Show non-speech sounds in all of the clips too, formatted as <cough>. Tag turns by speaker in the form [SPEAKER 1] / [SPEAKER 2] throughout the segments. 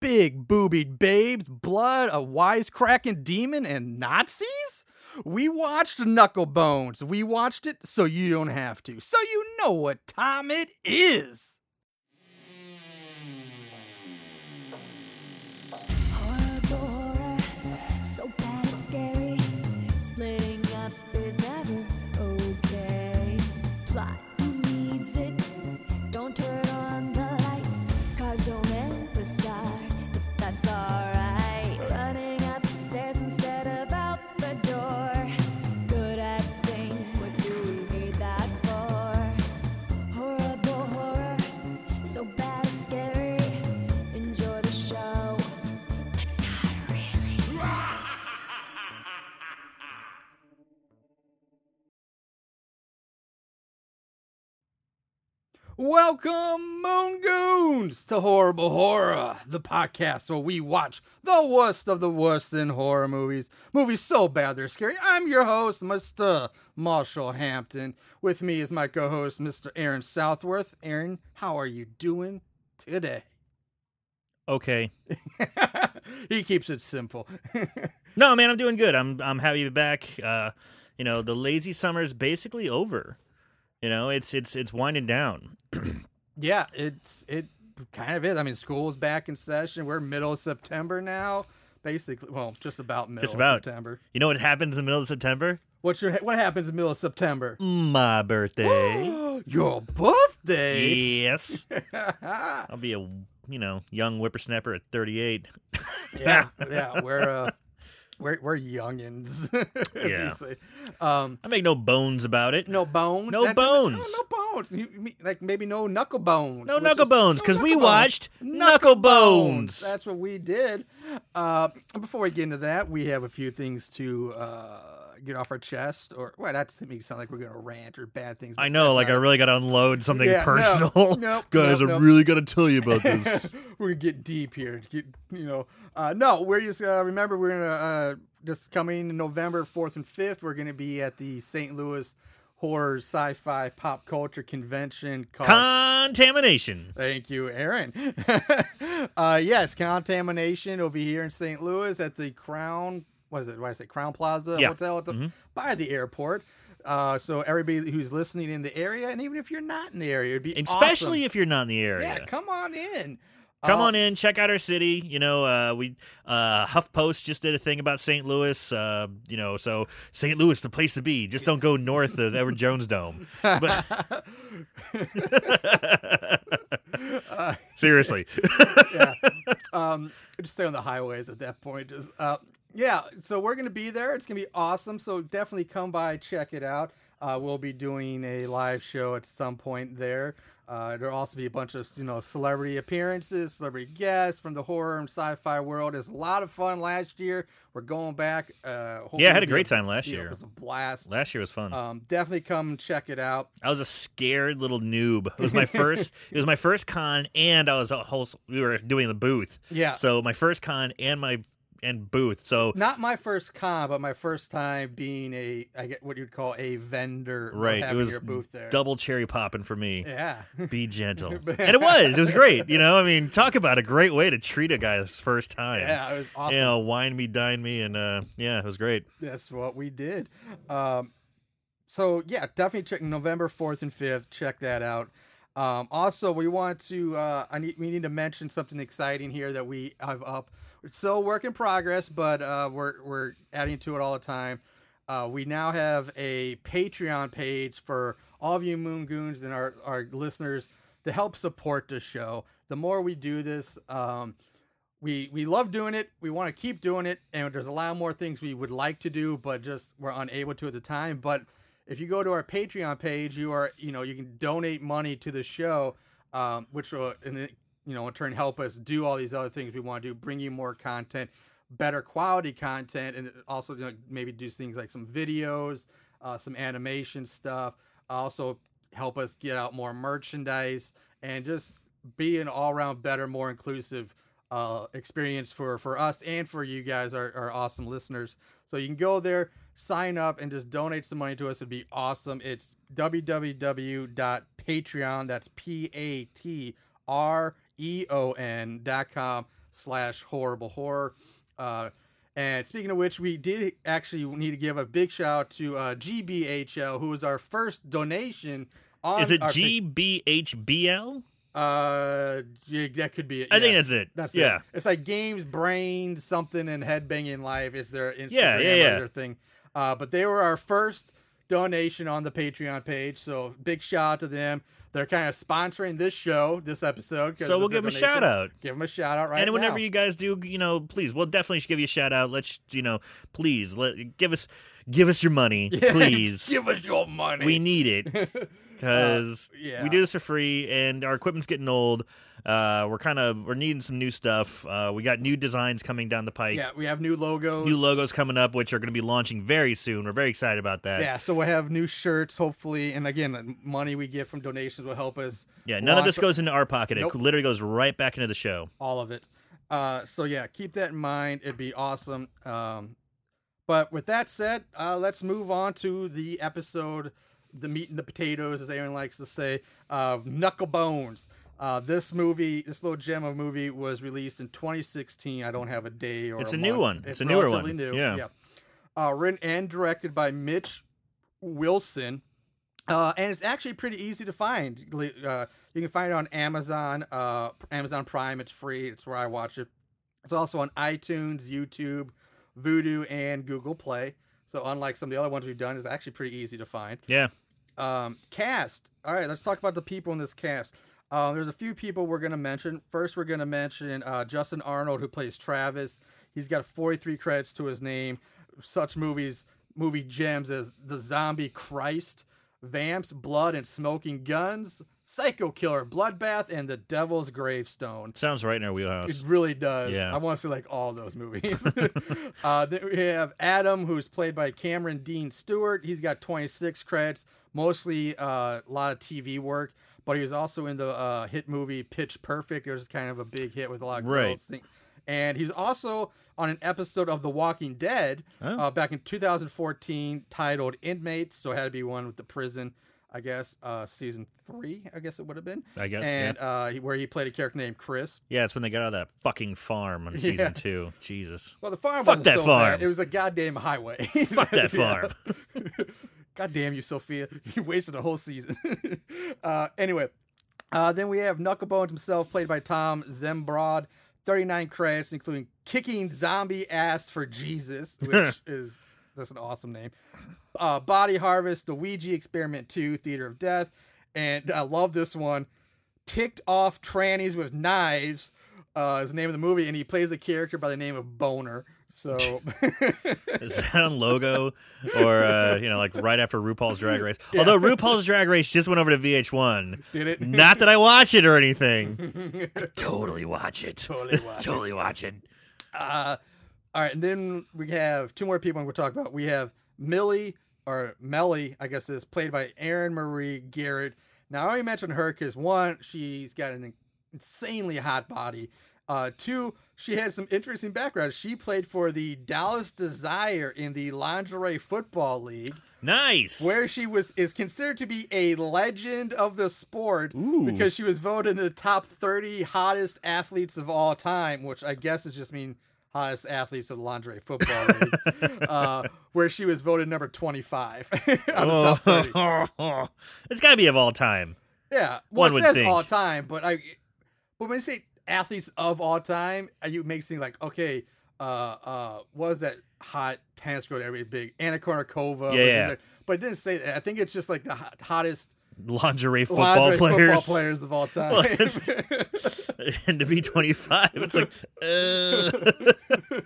[SPEAKER 1] big boobied babes, blood, a wisecracking demon, and Nazis? We watched Knucklebones. We watched it so you don't have to. So you know what time it is.
[SPEAKER 2] Horror, so bad and scary. Splitting up is never okay. Plot who needs it. Don't turn on the lights. Cars don't ever start, but that's alright. Running upstairs instead of out the door. Good acting, what do we need that for? Horrible horror, so bad and scary. Enjoy the show, but not really.
[SPEAKER 1] Welcome, Moon Goons, to Horrible Horror, the podcast where we watch the worst of the worst in horror movies. Movies so bad they're scary. I'm your host, Mr. Marshall Hampton. With me is my co host, Mr. Aaron Southworth. Aaron, how are you doing today?
[SPEAKER 3] okay.
[SPEAKER 1] <laughs> he keeps it simple.
[SPEAKER 3] No, man, I'm doing good. I'm I'm happy to be back. Uh, you know, the lazy summer is basically over. You know, it's it's it's winding down.
[SPEAKER 1] yeah, it's it kind of is. I mean, school's back in session. We're middle of September now, basically. Well, just about middle
[SPEAKER 3] Just about.
[SPEAKER 1] of September.
[SPEAKER 3] You know what happens in the middle of September?
[SPEAKER 1] What's your what happens in the middle of September?
[SPEAKER 3] My birthday.
[SPEAKER 1] <gasps> Your birthday.
[SPEAKER 3] yes. I'll be a you know young whippersnapper at 38.
[SPEAKER 1] <laughs> yeah, yeah. We're uh, we're we're youngins. <laughs> if you
[SPEAKER 3] Yeah.
[SPEAKER 1] say. Um.
[SPEAKER 3] I make no bones about it.
[SPEAKER 1] No bones.
[SPEAKER 3] No bones.
[SPEAKER 1] No, no bones. You, you mean, like maybe no knuckle bones.
[SPEAKER 3] No
[SPEAKER 1] which
[SPEAKER 3] knuckle
[SPEAKER 1] is-
[SPEAKER 3] bones,
[SPEAKER 1] no
[SPEAKER 3] 'cause we
[SPEAKER 1] knuckle
[SPEAKER 3] watched Knuckle Bones.
[SPEAKER 1] That's what we did. Uh, before we get into that, we have a few things to uh, get off our chest, or well, that to make it sound like we're gonna rant or bad things.
[SPEAKER 3] I
[SPEAKER 1] but
[SPEAKER 3] know,
[SPEAKER 1] that's
[SPEAKER 3] like
[SPEAKER 1] not
[SPEAKER 3] I
[SPEAKER 1] it.
[SPEAKER 3] really got to unload something
[SPEAKER 1] Yeah, no,
[SPEAKER 3] personal.
[SPEAKER 1] <laughs> nope,
[SPEAKER 3] Guys,
[SPEAKER 1] nope,
[SPEAKER 3] I
[SPEAKER 1] nope.
[SPEAKER 3] really got to tell you about this.
[SPEAKER 1] <laughs> we're gonna get deep here. Get you know, uh, no, we're just uh, remember we're gonna uh, just coming in November fourth and fifth. We're gonna be at the St. Louis Horror Sci-Fi Pop Culture Convention. Called-
[SPEAKER 3] Contamination.
[SPEAKER 1] Thank you, Aaron. <laughs> uh, yes, contamination over here in St. Louis at the Crown. What is it? Why is it Crown Plaza
[SPEAKER 3] Yeah. Mm-hmm.
[SPEAKER 1] Hotel at the, by the airport? Uh, so everybody who's listening in the area, and even if you're not in the area, it'd be
[SPEAKER 3] Especially
[SPEAKER 1] awesome.
[SPEAKER 3] if you're not in the area.
[SPEAKER 1] yeah, come on in.
[SPEAKER 3] Come
[SPEAKER 1] Uh,
[SPEAKER 3] on in, check out our city. You know, uh, we uh, HuffPost just did a thing about St. Louis. Uh, you know, so St. Louis, the place to be. Just don't go north of Edward Jones Dome. But
[SPEAKER 1] <laughs>
[SPEAKER 3] seriously,
[SPEAKER 1] Uh, yeah. Um, just stay on the highways at that point. Just uh, yeah. So we're gonna be there. It's gonna be awesome. So definitely come by, check it out. Uh, we'll be doing a live show at some point there. Uh, there'll also be a bunch of you know celebrity appearances, celebrity guests from the horror and sci-fi world. It's a lot of fun last year. We're going back. Uh, hopefully
[SPEAKER 3] Yeah, I had
[SPEAKER 1] it'll
[SPEAKER 3] a
[SPEAKER 1] be
[SPEAKER 3] great time last
[SPEAKER 1] you know,
[SPEAKER 3] year.
[SPEAKER 1] It was a blast.
[SPEAKER 3] last year was fun.
[SPEAKER 1] Um, definitely come check it out.
[SPEAKER 3] I was a scared little noob. It was my first. it was my first con, and I was a whole. We were doing the booth.
[SPEAKER 1] Yeah.
[SPEAKER 3] So my first con and my and booth. So
[SPEAKER 1] not my first con, but my first time being a I get what you'd call a vendor. or
[SPEAKER 3] right, it
[SPEAKER 1] having
[SPEAKER 3] was
[SPEAKER 1] your booth there.
[SPEAKER 3] double cherry popping for me.
[SPEAKER 1] Yeah, <laughs>
[SPEAKER 3] be gentle. and it was. It was great. You know, I mean, talk about a great way to treat a guy's first time.
[SPEAKER 1] yeah, it was awesome.
[SPEAKER 3] You know, wine me, dine me, and uh, yeah, it was great.
[SPEAKER 1] That's what we did. Um, so yeah, definitely check November fourth and fifth. Check that out. Um, also, we want to. Uh, I need. We need to mention something exciting here that we have up. It's still a work in progress, but uh, we're we're adding to it all the time. Uh, we now have a Patreon page for all of you Moon Goons and our, our listeners to help support the show. The more we do this, um, we we love doing it. We want to keep doing it, and there's a lot more things we would like to do, but just we're unable to at the time. But if you go to our Patreon page, you are you know you can donate money to the show, um, which will in the, you know in turn help us do all these other things we want to do, bring you more content, better quality content, and also you know, maybe do things like some videos, uh, some animation stuff. Also help us get out more merchandise and just be an all around better, more inclusive uh, experience for for us and for you guys, our, our awesome listeners. So you can go there, sign up, and just donate some money to us. It'd be awesome. It's www.patreon. That's p a t r e o n dot com slash horrible horror. Uh, and speaking of which, we did actually need to give a big shout out to uh, GBHL, who was our first donation. On
[SPEAKER 3] Is it
[SPEAKER 1] our-
[SPEAKER 3] G B H B L?
[SPEAKER 1] Uh, yeah, that could be it.
[SPEAKER 3] I think
[SPEAKER 1] yeah.
[SPEAKER 3] that's it.
[SPEAKER 1] That's
[SPEAKER 3] yeah.
[SPEAKER 1] it. It's like games, brain, something, and headbanging life is their Instagram
[SPEAKER 3] Yeah, yeah, yeah.
[SPEAKER 1] or their thing. Uh, but they were our first donation on the Patreon page, so big shout out to them. They're kind of sponsoring this show, this episode. 'cause
[SPEAKER 3] So
[SPEAKER 1] of
[SPEAKER 3] we'll
[SPEAKER 1] their
[SPEAKER 3] give 'em a
[SPEAKER 1] donation.
[SPEAKER 3] shout-out.
[SPEAKER 1] Give them a shout out right
[SPEAKER 3] and whenever
[SPEAKER 1] now.
[SPEAKER 3] you guys do, you know, please, we'll definitely should give you a shout out. Let's, you know, please let give us give us your money,
[SPEAKER 1] <laughs>
[SPEAKER 3] please.
[SPEAKER 1] give us your money. Uh,
[SPEAKER 3] we need
[SPEAKER 1] <laughs>
[SPEAKER 3] it because
[SPEAKER 1] yeah.
[SPEAKER 3] we do this for free, and our equipment's getting old. Uh, we're kind of we're needing some new stuff. Uh, we got new designs coming down the pike.
[SPEAKER 1] yeah, we have new logos.
[SPEAKER 3] New logos coming up, which are going to be launching very soon. We're very excited about that.
[SPEAKER 1] Yeah, so we'll have new shirts, hopefully. And again, the money we get from donations will help us.
[SPEAKER 3] Yeah, none of
[SPEAKER 1] launch
[SPEAKER 3] this goes into our pocket.
[SPEAKER 1] Nope.
[SPEAKER 3] It literally goes right back into the show.
[SPEAKER 1] all of it. Uh, so yeah, keep that in mind. It'd be awesome. Um, but with that said, uh, let's move on to the episode, the meat and the potatoes, as Aaron likes to say, of Knuckle Bones. Uh, this movie, this little gem of a movie, was released in 2016. I don't have a day or
[SPEAKER 3] It's
[SPEAKER 1] a,
[SPEAKER 3] a new
[SPEAKER 1] month.
[SPEAKER 3] one. It's a newer
[SPEAKER 1] relatively
[SPEAKER 3] one.
[SPEAKER 1] New.
[SPEAKER 3] Yeah.
[SPEAKER 1] Uh, written and directed by Mitch Wilson. Uh, and it's actually pretty easy to find. Li- Uh, you can find it on Amazon, uh, Amazon Prime. It's free. It's where I watch it. It's also on iTunes, YouTube, Vudu, and Google Play. So unlike some of the other ones we've done, it's actually pretty easy to find.
[SPEAKER 3] Yeah,
[SPEAKER 1] Um, cast. All right, let's talk about the people in this cast. Uh, there's a few people we're going to mention. First, we're going to mention uh, Justin Arnold, who plays Travis. He's got 43 credits to his name. Such movies, movie gems as The Zombie Christ, Vamps, Blood and Smoking Guns, Psycho Killer, Bloodbath, and The Devil's Gravestone.
[SPEAKER 3] sounds right in our wheelhouse.
[SPEAKER 1] It really does.
[SPEAKER 3] Yeah.
[SPEAKER 1] I want to see like all those movies. <laughs> uh, then we have Adam, who's played by Cameron Dean Stewart. He's got 26 credits, mostly uh, a lot of TV work, but he was also in the uh, hit movie Pitch Perfect. It was kind of a big hit with a lot of
[SPEAKER 3] Right.
[SPEAKER 1] girls. Think. And he's also on an episode of The Walking Dead
[SPEAKER 3] Oh.
[SPEAKER 1] uh, back in 2014 titled Inmates. So it had to be one with the prison, I guess. Uh, season three, I guess it would have been.
[SPEAKER 3] I guess,
[SPEAKER 1] And uh, he- where he played a character named Chris.
[SPEAKER 3] Yeah, it's when they got out of that fucking farm on
[SPEAKER 1] <laughs>
[SPEAKER 3] season
[SPEAKER 1] Yeah.
[SPEAKER 3] two. Jesus.
[SPEAKER 1] Well, the farm
[SPEAKER 3] Fuck
[SPEAKER 1] wasn't
[SPEAKER 3] that
[SPEAKER 1] so
[SPEAKER 3] farm.
[SPEAKER 1] bad. It was a goddamn highway. <laughs>
[SPEAKER 3] Fuck that farm. <laughs>
[SPEAKER 1] God damn you, Sophia. <laughs> You wasted a whole season. <laughs> uh, anyway, uh, then we have Knucklebones himself, played by Tom Zembrod. 39 credits, including Kicking Zombie Ass for Jesus, which is that's an awesome name. Uh, Body Harvest, The Ouija Experiment 2, Theater of Death. And I love this one. Ticked Off Trannies with Knives uh, is the name of the movie, and he plays a character by the name of Boner. So <laughs>
[SPEAKER 3] Is that on logo or uh, you know like right after RuPaul's Drag Race? Although RuPaul's Drag Race just went over to VH1.
[SPEAKER 1] Did it?
[SPEAKER 3] Not that I watch it
[SPEAKER 1] <laughs>
[SPEAKER 3] or anything. I totally watch it.
[SPEAKER 1] Totally watch it.
[SPEAKER 3] totally watch it.
[SPEAKER 1] Uh, All right, and then we have two more people we're talking about. We have Millie or Melly, I guess, is played by Erin Marie Garrett. Now I already mentioned her because one, she's got an insanely hot body. Uh, two, she had some interesting background. She played for the Dallas Desire in the Lingerie Football League,
[SPEAKER 3] Nice.
[SPEAKER 1] where she was is considered to be a legend of the sport
[SPEAKER 3] Ooh.
[SPEAKER 1] because she was voted in the top 30 hottest athletes of all time, which I guess is just mean hottest athletes of the lingerie
[SPEAKER 3] <laughs>
[SPEAKER 1] football league, uh, where she was voted number 25 <laughs> out of the top 30.
[SPEAKER 3] Oh. <laughs> it's got to be of all time.
[SPEAKER 1] Yeah, well,
[SPEAKER 3] One
[SPEAKER 1] it
[SPEAKER 3] would
[SPEAKER 1] says
[SPEAKER 3] think.
[SPEAKER 1] all time, but I, but when you say athletes of all time, uh, you it makes me like, okay, uh, uh, what was that hot tennis girl that every big Anna Kournikova? was in
[SPEAKER 3] yeah.
[SPEAKER 1] there, but it didn't say that. I think it's just like the hot, hottest
[SPEAKER 3] Lingerie football
[SPEAKER 1] lingerie
[SPEAKER 3] players.
[SPEAKER 1] football players
[SPEAKER 3] <laughs>
[SPEAKER 1] of all time. <laughs>
[SPEAKER 3] Well, <laughs> and to be 25, it's like, <laughs> uh,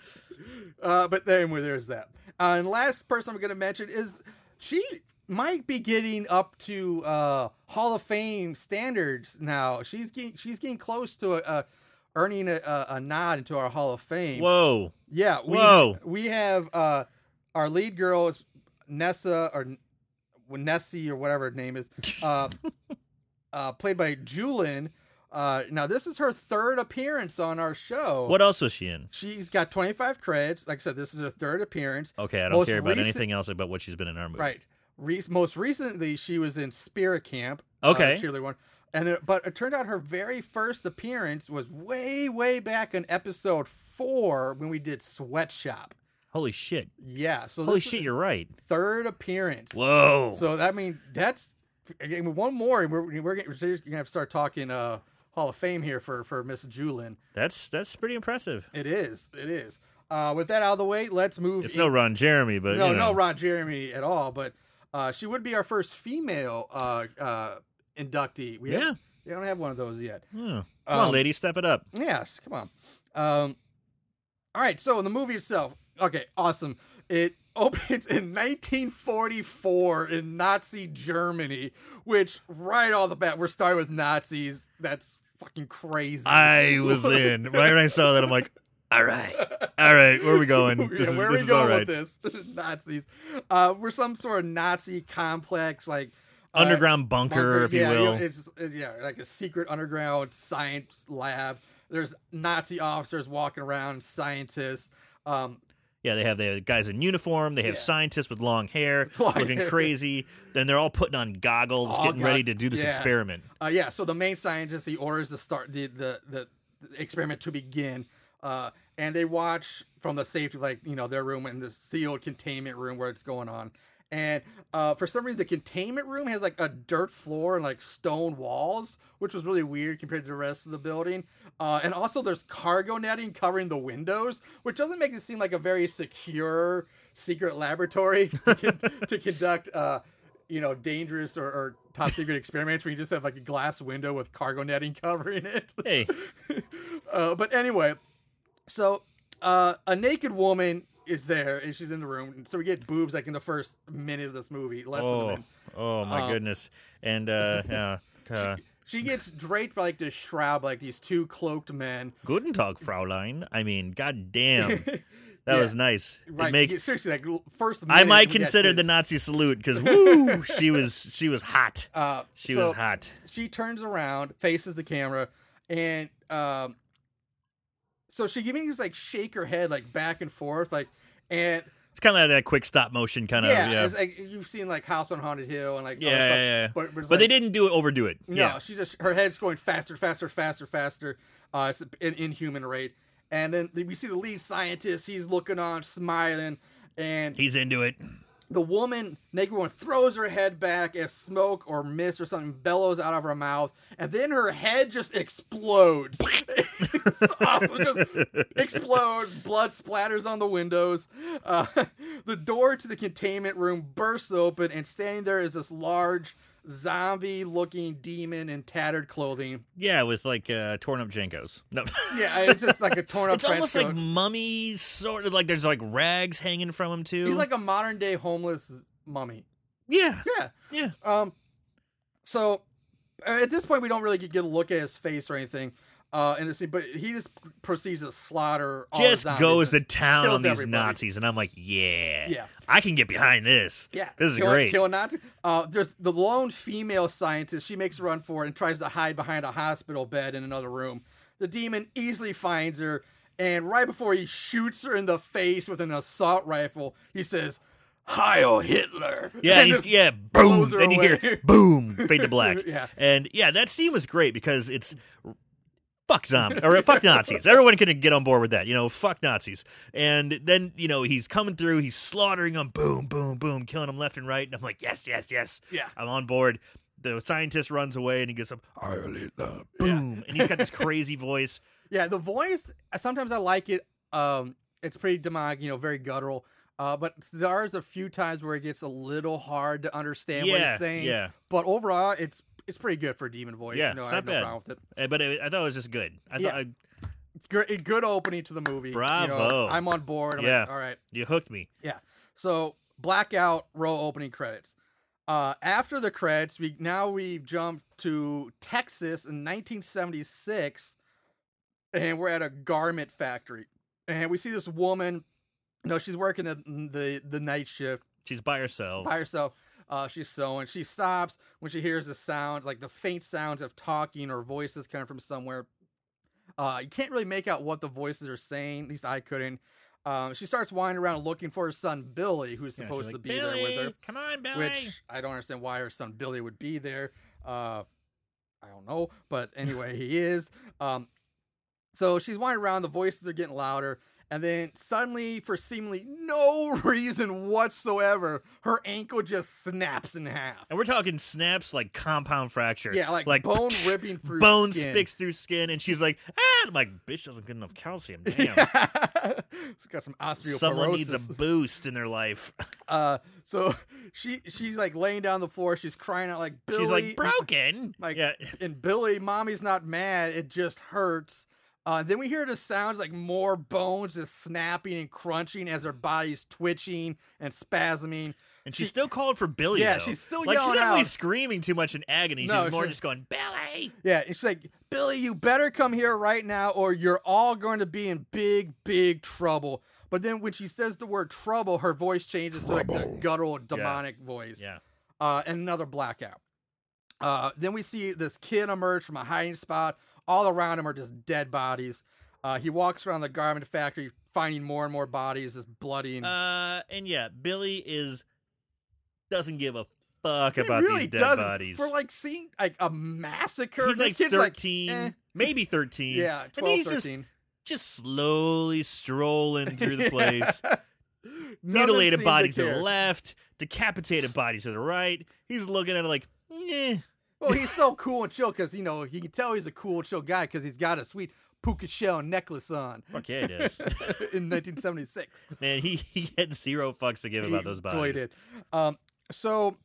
[SPEAKER 1] Uh, but then where there's that. Uh, and last person I'm going to mention is she might be getting up to uh, Hall of Fame standards now. She's getting she's getting close to uh earning a, a, a nod into our Hall of Fame.
[SPEAKER 3] whoa.
[SPEAKER 1] yeah, we,
[SPEAKER 3] whoa.
[SPEAKER 1] We have uh, our lead girl is Nessa or N- Nessie or whatever her name
[SPEAKER 3] <laughs>
[SPEAKER 1] is, uh, uh, played by Julin. Uh, now this is her third appearance on our show.
[SPEAKER 3] What else was she in?
[SPEAKER 1] She's got 25 credits. Like I said, this is her third appearance.
[SPEAKER 3] Okay, I don't
[SPEAKER 1] Most
[SPEAKER 3] care about
[SPEAKER 1] recent-
[SPEAKER 3] anything else about what she's been in our movie.
[SPEAKER 1] Right. Re- most recently, she was in Spirit Camp.
[SPEAKER 3] Okay.
[SPEAKER 1] Uh, cheerleader one. And there, but it turned out her very first appearance was way, way back in episode four when we did Sweatshop.
[SPEAKER 3] Holy shit!
[SPEAKER 1] Yeah, so
[SPEAKER 3] Holy
[SPEAKER 1] this is
[SPEAKER 3] shit! You're right.
[SPEAKER 1] third appearance.
[SPEAKER 3] Whoa.
[SPEAKER 1] So that mean that's again, one more, and we're we're, getting, we're gonna have to start talking uh, Hall of Fame here for for Miss Julin.
[SPEAKER 3] that's that's pretty impressive.
[SPEAKER 1] It is, it is. Uh, with that out of the way, let's move.
[SPEAKER 3] It's
[SPEAKER 1] in-
[SPEAKER 3] no Ron Jeremy, but
[SPEAKER 1] no,
[SPEAKER 3] you know.
[SPEAKER 1] no Ron Jeremy at all. But uh, she would be our first female uh, uh, inductee. We
[SPEAKER 3] Yeah.
[SPEAKER 1] have, we don't have one of those yet.
[SPEAKER 3] Hmm. Come on,
[SPEAKER 1] Um,
[SPEAKER 3] lady, step it up.
[SPEAKER 1] Yes, come on. Um, all right, so the movie itself, okay, awesome. It <laughs> opens in 1944 in Nazi Germany, which right off the bat, we're starting with Nazis. That's fucking crazy.
[SPEAKER 3] <laughs>
[SPEAKER 1] <laughs>
[SPEAKER 3] I was in right when I saw that. I'm like, <laughs> all right, all right, where are we going?
[SPEAKER 1] Yeah,
[SPEAKER 3] <laughs> This is,
[SPEAKER 1] where are we
[SPEAKER 3] this is all
[SPEAKER 1] going
[SPEAKER 3] right.
[SPEAKER 1] with this? <laughs> Nazis. Uh, we're some sort of Nazi complex, like uh,
[SPEAKER 3] Underground bunker, if you
[SPEAKER 1] yeah,
[SPEAKER 3] will.
[SPEAKER 1] it's it- yeah, like a secret underground science lab. There's Nazi officers walking around, scientists. Um,
[SPEAKER 3] yeah, they have the guys in uniform. They have
[SPEAKER 1] Yeah.
[SPEAKER 3] scientists with long hair,
[SPEAKER 1] <laughs> Long
[SPEAKER 3] looking
[SPEAKER 1] hair.
[SPEAKER 3] crazy. Then they're all putting on goggles,
[SPEAKER 1] All
[SPEAKER 3] getting
[SPEAKER 1] got-
[SPEAKER 3] ready to do this
[SPEAKER 1] yeah.
[SPEAKER 3] experiment.
[SPEAKER 1] <laughs> Uh, yeah, so the main scientist he orders the start the the, the experiment to begin, uh, and they watch from the safety, like you know, their room in the sealed containment room where it's going on. And uh, for some reason, the containment room has like a dirt floor and like stone walls, which was really weird compared to the rest of the building. Uh, and also, there's cargo netting covering the windows, which doesn't make it seem like a very secure secret laboratory <laughs> to, con- to conduct uh, you know, dangerous or, or top secret experiments where you just have like a glass window with cargo netting <laughs> covering it.
[SPEAKER 3] Hey,
[SPEAKER 1] Uh, but anyway, so uh, a naked woman is there and she's in the room. And so we get boobs like in the first minute of this movie, less than a
[SPEAKER 3] oh,
[SPEAKER 1] minute.
[SPEAKER 3] oh
[SPEAKER 1] Um,
[SPEAKER 3] my goodness,
[SPEAKER 1] <laughs>
[SPEAKER 3] and uh, yeah, uh,
[SPEAKER 1] She gets draped by like this shroud, by, like these two cloaked
[SPEAKER 3] <laughs>
[SPEAKER 1] men.
[SPEAKER 3] Guten Tag, Fraulein. I mean,
[SPEAKER 1] <laughs>
[SPEAKER 3] goddamn, that was nice. It
[SPEAKER 1] Right,
[SPEAKER 3] make-
[SPEAKER 1] yeah, seriously, like l- first.
[SPEAKER 3] I
[SPEAKER 1] Minute,
[SPEAKER 3] might
[SPEAKER 1] we got
[SPEAKER 3] consider the
[SPEAKER 1] tits.
[SPEAKER 3] Nazi
[SPEAKER 1] <laughs>
[SPEAKER 3] salute because woo, she was she was hot.
[SPEAKER 1] Uh,
[SPEAKER 3] She
[SPEAKER 1] so-
[SPEAKER 3] was hot.
[SPEAKER 1] she turns around, faces the camera, and um, so she gives me this like shake her head like back and forth, like and
[SPEAKER 3] It's kind of like that quick stop motion kind of.
[SPEAKER 1] yeah,
[SPEAKER 3] Yeah,
[SPEAKER 1] it's like you've seen like House on Haunted Hill and like all
[SPEAKER 3] Yeah,
[SPEAKER 1] that stuff,
[SPEAKER 3] yeah, yeah.
[SPEAKER 1] but it's
[SPEAKER 3] but they
[SPEAKER 1] like-
[SPEAKER 3] didn't do it. Overdo it.
[SPEAKER 1] No,
[SPEAKER 3] yeah.
[SPEAKER 1] she just her head's going faster, faster, faster, faster. Uh, it's an inhuman rate, and then we see the lead scientist. He's looking on, smiling, and
[SPEAKER 3] He's into it.
[SPEAKER 1] the woman, naked woman, throws her head back as smoke or mist or something bellows out of her mouth, and then her head just explodes. <laughs> it's awesome. Just explodes. Blood splatters on the windows. Uh, <laughs> the door to the containment room bursts open, and standing there is this large zombie-looking demon in tattered clothing.
[SPEAKER 3] Yeah, with like uh, torn up Jenkos.
[SPEAKER 1] <laughs>
[SPEAKER 3] No. <laughs>
[SPEAKER 1] Yeah, it's just like a torn-up.
[SPEAKER 3] It's almost
[SPEAKER 1] trench
[SPEAKER 3] like
[SPEAKER 1] coat.
[SPEAKER 3] mummy sort of like there's like rags hanging from him too.
[SPEAKER 1] he's like a modern-day homeless mummy.
[SPEAKER 3] yeah,
[SPEAKER 1] Yeah.
[SPEAKER 3] yeah.
[SPEAKER 1] Um, so uh, at this point, we don't really get a look at his face or anything. Uh, in the scene, but he just proceeds to slaughter. All
[SPEAKER 3] Just
[SPEAKER 1] the zombies
[SPEAKER 3] goes to
[SPEAKER 1] and
[SPEAKER 3] town
[SPEAKER 1] kills
[SPEAKER 3] on these
[SPEAKER 1] everybody.
[SPEAKER 3] Nazis, and I'm like, yeah,
[SPEAKER 1] Yeah.
[SPEAKER 3] I can get behind this.
[SPEAKER 1] Yeah,
[SPEAKER 3] this is
[SPEAKER 1] kill,
[SPEAKER 3] great.
[SPEAKER 1] Kill Nazi. Uh, there's the lone female scientist. She makes a run for it and tries to hide behind a hospital bed in another room. The demon easily finds her, and right before he shoots her in the face with an assault rifle, he says, "Heil Hitler!" <laughs>
[SPEAKER 3] Yeah,
[SPEAKER 1] And
[SPEAKER 3] he's,
[SPEAKER 1] just
[SPEAKER 3] yeah, boom,
[SPEAKER 1] blows her
[SPEAKER 3] and you
[SPEAKER 1] away.
[SPEAKER 3] hear boom,
[SPEAKER 1] <laughs>
[SPEAKER 3] fade to black.
[SPEAKER 1] Yeah.
[SPEAKER 3] and yeah, that scene was great because it's fuck zombies or fuck Nazis. Everyone can get on board with that, you know, fuck Nazis. And then you know he's coming through, he's slaughtering them, boom, boom, boom, killing them left and right. And I'm like, yes, yes, yes,
[SPEAKER 1] Yeah.
[SPEAKER 3] I'm on board. The scientist runs away and he gets up, "I'll eat the boom, and he's got this
[SPEAKER 1] <laughs>
[SPEAKER 3] crazy voice.
[SPEAKER 1] Yeah, the voice uh, sometimes I like it. Um, it's pretty demonic, you know, very guttural. Uh, but there's a few times where it gets a little hard to understand what
[SPEAKER 3] Yeah,
[SPEAKER 1] he's saying.
[SPEAKER 3] yeah.
[SPEAKER 1] But overall, it's it's pretty good for a demon voice.
[SPEAKER 3] Yeah,
[SPEAKER 1] you know,
[SPEAKER 3] it's
[SPEAKER 1] I have
[SPEAKER 3] not
[SPEAKER 1] no
[SPEAKER 3] bad.
[SPEAKER 1] problem with it.
[SPEAKER 3] Eh, But it, I thought it was just good. I
[SPEAKER 1] Yeah.
[SPEAKER 3] thought uh, I,
[SPEAKER 1] Good, good opening to the movie. you know,
[SPEAKER 3] Bravo.
[SPEAKER 1] I'm on board. I'm like,
[SPEAKER 3] Yeah.
[SPEAKER 1] all right.
[SPEAKER 3] you hooked me.
[SPEAKER 1] Yeah. So blackout row opening credits. Uh, after the credits, we now we jump to Texas in 1976, and we're at a garment factory, and we see this woman. You know, she's working the the, the night shift
[SPEAKER 3] She's by herself.
[SPEAKER 1] by herself. Uh, she's sewing. She stops when she hears the sound, like the faint sounds of talking or voices coming from somewhere. Uh, you can't really make out what the voices are saying. At least I couldn't. Um, she starts wandering around looking for her son Billy, who's
[SPEAKER 3] Yeah, she's
[SPEAKER 1] supposed
[SPEAKER 3] like,
[SPEAKER 1] to be there with her.
[SPEAKER 3] "Billy, Come on, Billy.
[SPEAKER 1] Which I don't understand why her son Billy would be there. Uh, I don't know,
[SPEAKER 3] <laughs>
[SPEAKER 1] but anyway, he is. Um, so she's wandering around. The voices are getting louder, and then suddenly, for seemingly no <laughs> reason whatsoever, her ankle just snaps in half.
[SPEAKER 3] And we're talking snaps like compound fracture.
[SPEAKER 1] Yeah, like,
[SPEAKER 3] <laughs>
[SPEAKER 1] bone ripping through
[SPEAKER 3] bone
[SPEAKER 1] skin. <laughs>
[SPEAKER 3] sticks through skin, and she's like, ah, I'm like, bitch doesn't get enough
[SPEAKER 1] <laughs>
[SPEAKER 3] calcium. Damn.
[SPEAKER 1] it's got some osteoporosis.
[SPEAKER 3] Someone needs a boost in their life. <laughs>
[SPEAKER 1] Uh, so <laughs> she she's like laying down on the floor. She's crying out like Billy.
[SPEAKER 3] She's like broken.
[SPEAKER 1] Like-
[SPEAKER 3] yeah,
[SPEAKER 1] and Billy, mommy's not mad. It just hurts. Uh, then we hear the sounds like more bones is snapping and crunching as her body's twitching and spasming.
[SPEAKER 3] and she's
[SPEAKER 1] she-
[SPEAKER 3] still called for Billy.
[SPEAKER 1] Yeah,
[SPEAKER 3] though.
[SPEAKER 1] she's still
[SPEAKER 3] like
[SPEAKER 1] yelling
[SPEAKER 3] she's not really
[SPEAKER 1] out.
[SPEAKER 3] screaming too much in agony.
[SPEAKER 1] No,
[SPEAKER 3] she's more
[SPEAKER 1] she-
[SPEAKER 3] just going Billy.
[SPEAKER 1] Yeah, and she's like, Billy, you better come here right now, or you're all going to be in big, big trouble. But then when she says the word trouble, her voice changes to like the guttural, demonic voice.
[SPEAKER 3] Yeah,
[SPEAKER 1] uh, and another blackout. Uh, then we see this kid emerge from a hiding spot. All around him are just dead bodies. Uh, he walks around the garment factory, finding more and more bodies, just bloody and.
[SPEAKER 3] uh, and yeah, Billy is doesn't give a fuck about
[SPEAKER 1] He really
[SPEAKER 3] these dead
[SPEAKER 1] doesn't.
[SPEAKER 3] bodies.
[SPEAKER 1] For like seeing like a massacre.
[SPEAKER 3] he's
[SPEAKER 1] this
[SPEAKER 3] like
[SPEAKER 1] kid's
[SPEAKER 3] thirteen,
[SPEAKER 1] Like, eh.
[SPEAKER 3] maybe thirteen.
[SPEAKER 1] Yeah,
[SPEAKER 3] and
[SPEAKER 1] 12,
[SPEAKER 3] he's just
[SPEAKER 1] 13.
[SPEAKER 3] just slowly strolling
[SPEAKER 1] <laughs>
[SPEAKER 3] through the place.
[SPEAKER 1] Doesn't
[SPEAKER 3] Mutilated
[SPEAKER 1] seem
[SPEAKER 3] body to,
[SPEAKER 1] care.
[SPEAKER 3] the left, decapitated body to the right. He's looking at it like, eh.
[SPEAKER 1] Well, he's so cool and chill because you know you can tell he's a cool, chill guy because he's got a sweet puka shell necklace on <laughs>
[SPEAKER 3] Fuck yeah, it is.
[SPEAKER 1] in 1976.
[SPEAKER 3] Man, he, he had zero fucks to give about
[SPEAKER 1] He
[SPEAKER 3] those
[SPEAKER 1] totally
[SPEAKER 3] bodies.
[SPEAKER 1] did. Um, so,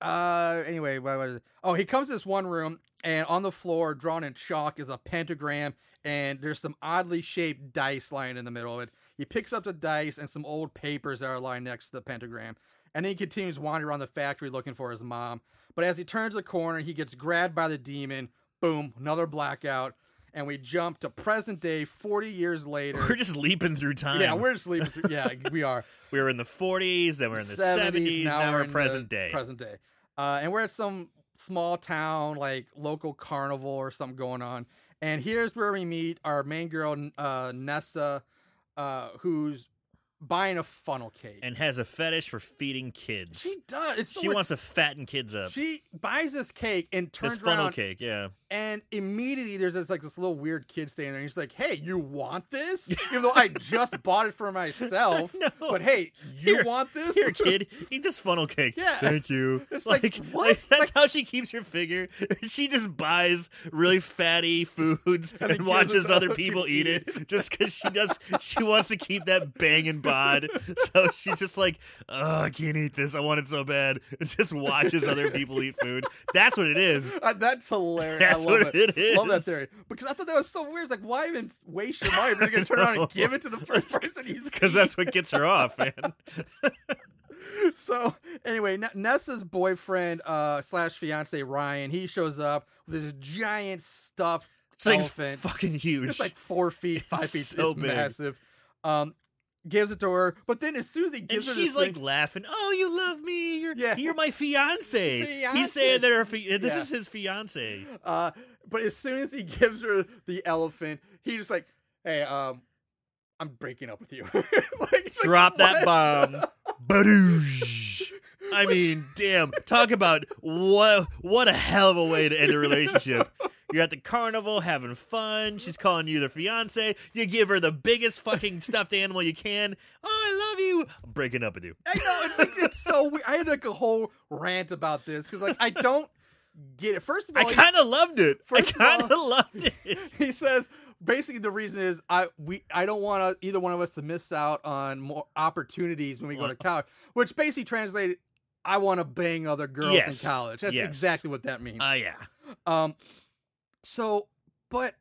[SPEAKER 1] uh, anyway, what was it? Oh, he comes to this one room, and on the floor, drawn in chalk, is a pentagram, and there's some oddly shaped dice lying in the middle of it. He picks up the dice and some old papers that are lying next to the pentagram. And then he continues wandering around the factory looking for his mom. But as he turns the corner, he gets grabbed by the demon. Boom, another blackout. And we jump to present day, 40 years later.
[SPEAKER 3] We're just leaping through time.
[SPEAKER 1] yeah, we're just leaving. yeah, we are
[SPEAKER 3] we were in the 40s, then we're in the 70s, now, we're
[SPEAKER 1] in the
[SPEAKER 3] present day.
[SPEAKER 1] Present day. Uh, and we're at some small town, like local carnival or something going on. And here's where we meet our main girl, uh, Nessa, uh, who's buying a funnel cake.
[SPEAKER 3] and has a fetish for feeding kids.
[SPEAKER 1] she does. It's so
[SPEAKER 3] She
[SPEAKER 1] weird.
[SPEAKER 3] wants to fatten kids up.
[SPEAKER 1] She buys this cake and
[SPEAKER 3] this
[SPEAKER 1] turns
[SPEAKER 3] funnel
[SPEAKER 1] around,
[SPEAKER 3] cake, yeah. <laughs>
[SPEAKER 1] and immediately there's this like this little weird kid standing there. And he's like, "Hey, you want this?
[SPEAKER 3] <laughs>
[SPEAKER 1] Even though I just bought it for myself,
[SPEAKER 3] know.
[SPEAKER 1] but hey, you
[SPEAKER 3] Here-
[SPEAKER 1] want this? <laughs>
[SPEAKER 3] Here, kid, eat this funnel cake.
[SPEAKER 1] Yeah.
[SPEAKER 3] Thank you.
[SPEAKER 1] It's like, what?
[SPEAKER 3] that's
[SPEAKER 1] Like-
[SPEAKER 3] how she keeps her figure. <laughs> She just buys really fatty foods
[SPEAKER 1] then
[SPEAKER 3] and,
[SPEAKER 1] gives it
[SPEAKER 3] watches
[SPEAKER 1] to
[SPEAKER 3] other
[SPEAKER 1] other
[SPEAKER 3] people
[SPEAKER 1] people
[SPEAKER 3] eat
[SPEAKER 1] to
[SPEAKER 3] it just because she does. She wants to keep that
[SPEAKER 1] <laughs>
[SPEAKER 3] banging bod. So she's just like, oh, I can't eat this. I want it so bad. <laughs> And just watches other people eat food. That's what it is.
[SPEAKER 1] Uh, that's hilarious. I
[SPEAKER 3] That's
[SPEAKER 1] love
[SPEAKER 3] what
[SPEAKER 1] it.
[SPEAKER 3] it
[SPEAKER 1] Love that
[SPEAKER 3] is.
[SPEAKER 1] theory because I thought that was so weird. It's like, why even waste your money if you're going to turn around
[SPEAKER 3] <laughs> know.
[SPEAKER 1] and give it to the first person he's
[SPEAKER 3] <laughs> Because that's what gets her off, man.
[SPEAKER 1] So anyway, N- Nessa's boyfriend uh, slash fiance Ryan, he shows up with this giant stuffed
[SPEAKER 3] This thing's
[SPEAKER 1] elephant.
[SPEAKER 3] fucking huge.
[SPEAKER 1] It's like four feet, five feet.
[SPEAKER 3] so
[SPEAKER 1] it's
[SPEAKER 3] big.
[SPEAKER 1] massive. Um, gives it to her, but then as soon as he
[SPEAKER 3] And
[SPEAKER 1] gives her,
[SPEAKER 3] she's
[SPEAKER 1] this
[SPEAKER 3] like
[SPEAKER 1] thing,
[SPEAKER 3] laughing. Oh, you love me. You're
[SPEAKER 1] Yeah.
[SPEAKER 3] you're my fiance.
[SPEAKER 1] Fiance.
[SPEAKER 3] He's saying that her fi- this
[SPEAKER 1] Yeah.
[SPEAKER 3] is his fiance.
[SPEAKER 1] Uh, but as soon as he <laughs> gives her the elephant, he's just like, "Hey, um, I'm breaking up with you." <laughs> It's like, it's like,
[SPEAKER 3] Drop that
[SPEAKER 1] what? <laughs>
[SPEAKER 3] bomb. Badoosh. I mean, damn. Talk about what what a hell of a way to end a relationship.
[SPEAKER 1] <laughs>
[SPEAKER 3] You're at the carnival having fun. She's calling you their fiance. You give her the biggest fucking stuffed animal you can. Oh, I love you. I'm breaking up with you.
[SPEAKER 1] I know it's like it's so weird. I had like a whole rant about this because like I don't get it. First of all,
[SPEAKER 3] I
[SPEAKER 1] he-
[SPEAKER 3] kind of loved it. I
[SPEAKER 1] first of all-
[SPEAKER 3] kind of <laughs> loved it.
[SPEAKER 1] <laughs> he says basically the reason is I we I don't want either one of us to miss out on more opportunities when we
[SPEAKER 3] Uh-huh.
[SPEAKER 1] go to college, which basically translated. I want to bang other girls
[SPEAKER 3] Yes.
[SPEAKER 1] in college. That's
[SPEAKER 3] Yes.
[SPEAKER 1] exactly what that means.
[SPEAKER 3] Oh yeah.
[SPEAKER 1] Um, so, but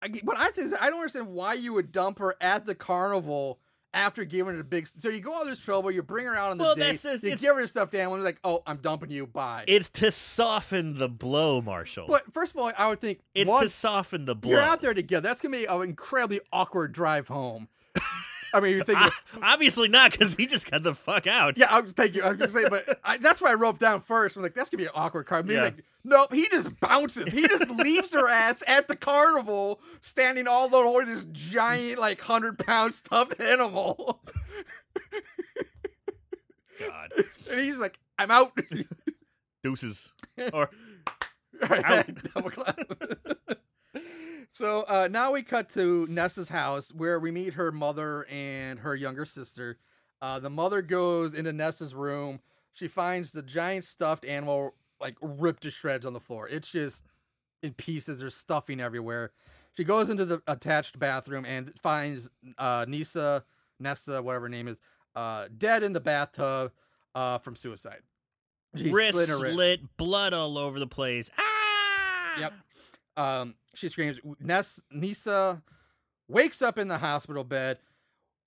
[SPEAKER 1] I, get- what I think is I don't understand why you would dump her at the carnival after giving her a big. So you go all this trouble, you bring her out on the
[SPEAKER 3] Well,
[SPEAKER 1] date,
[SPEAKER 3] that's- it's-
[SPEAKER 1] you
[SPEAKER 3] it's-
[SPEAKER 1] give her stuff to animal, and like, oh, I'm dumping you, bye.
[SPEAKER 3] It's to soften the blow, Marshall.
[SPEAKER 1] but first of all, I would think
[SPEAKER 3] It's
[SPEAKER 1] one,
[SPEAKER 3] to soften the blow.
[SPEAKER 1] you're out there together. That's gonna be an incredibly awkward drive home. I mean,
[SPEAKER 3] <laughs>
[SPEAKER 1] you think.
[SPEAKER 3] Ah,
[SPEAKER 1] <laughs>
[SPEAKER 3] obviously not, because he just got the fuck out.
[SPEAKER 1] Yeah, I'm thank you. I'm just saying, but I, that's what I wrote down first. I'm like, that's gonna be an awkward card. He's
[SPEAKER 3] Yeah.
[SPEAKER 1] like, nope. He just bounces. He just leaves her ass at the carnival, standing all the way this giant, like hundred pound stuffed animal, <laughs>
[SPEAKER 3] God.
[SPEAKER 1] and he's like, I'm out. <laughs>
[SPEAKER 3] Deuces. Or
[SPEAKER 1] All right, <laughs> double clap. so uh, now we cut to Nessa's house where we meet her mother and her younger sister. Uh, the mother goes into Nessa's room. She finds the giant stuffed animal like ripped to shreds on the floor. It's just in pieces. There's stuffing everywhere. She goes into the attached bathroom and finds uh, Nisa, Nessa, whatever her name is, uh, dead in the bathtub uh, from suicide. She
[SPEAKER 3] wrist
[SPEAKER 1] slit
[SPEAKER 3] slit,
[SPEAKER 1] her wrist.
[SPEAKER 3] blood all over the place. Ah!
[SPEAKER 1] Yep. <laughs> Um, she screams. Ness, Nisa wakes up in the hospital bed.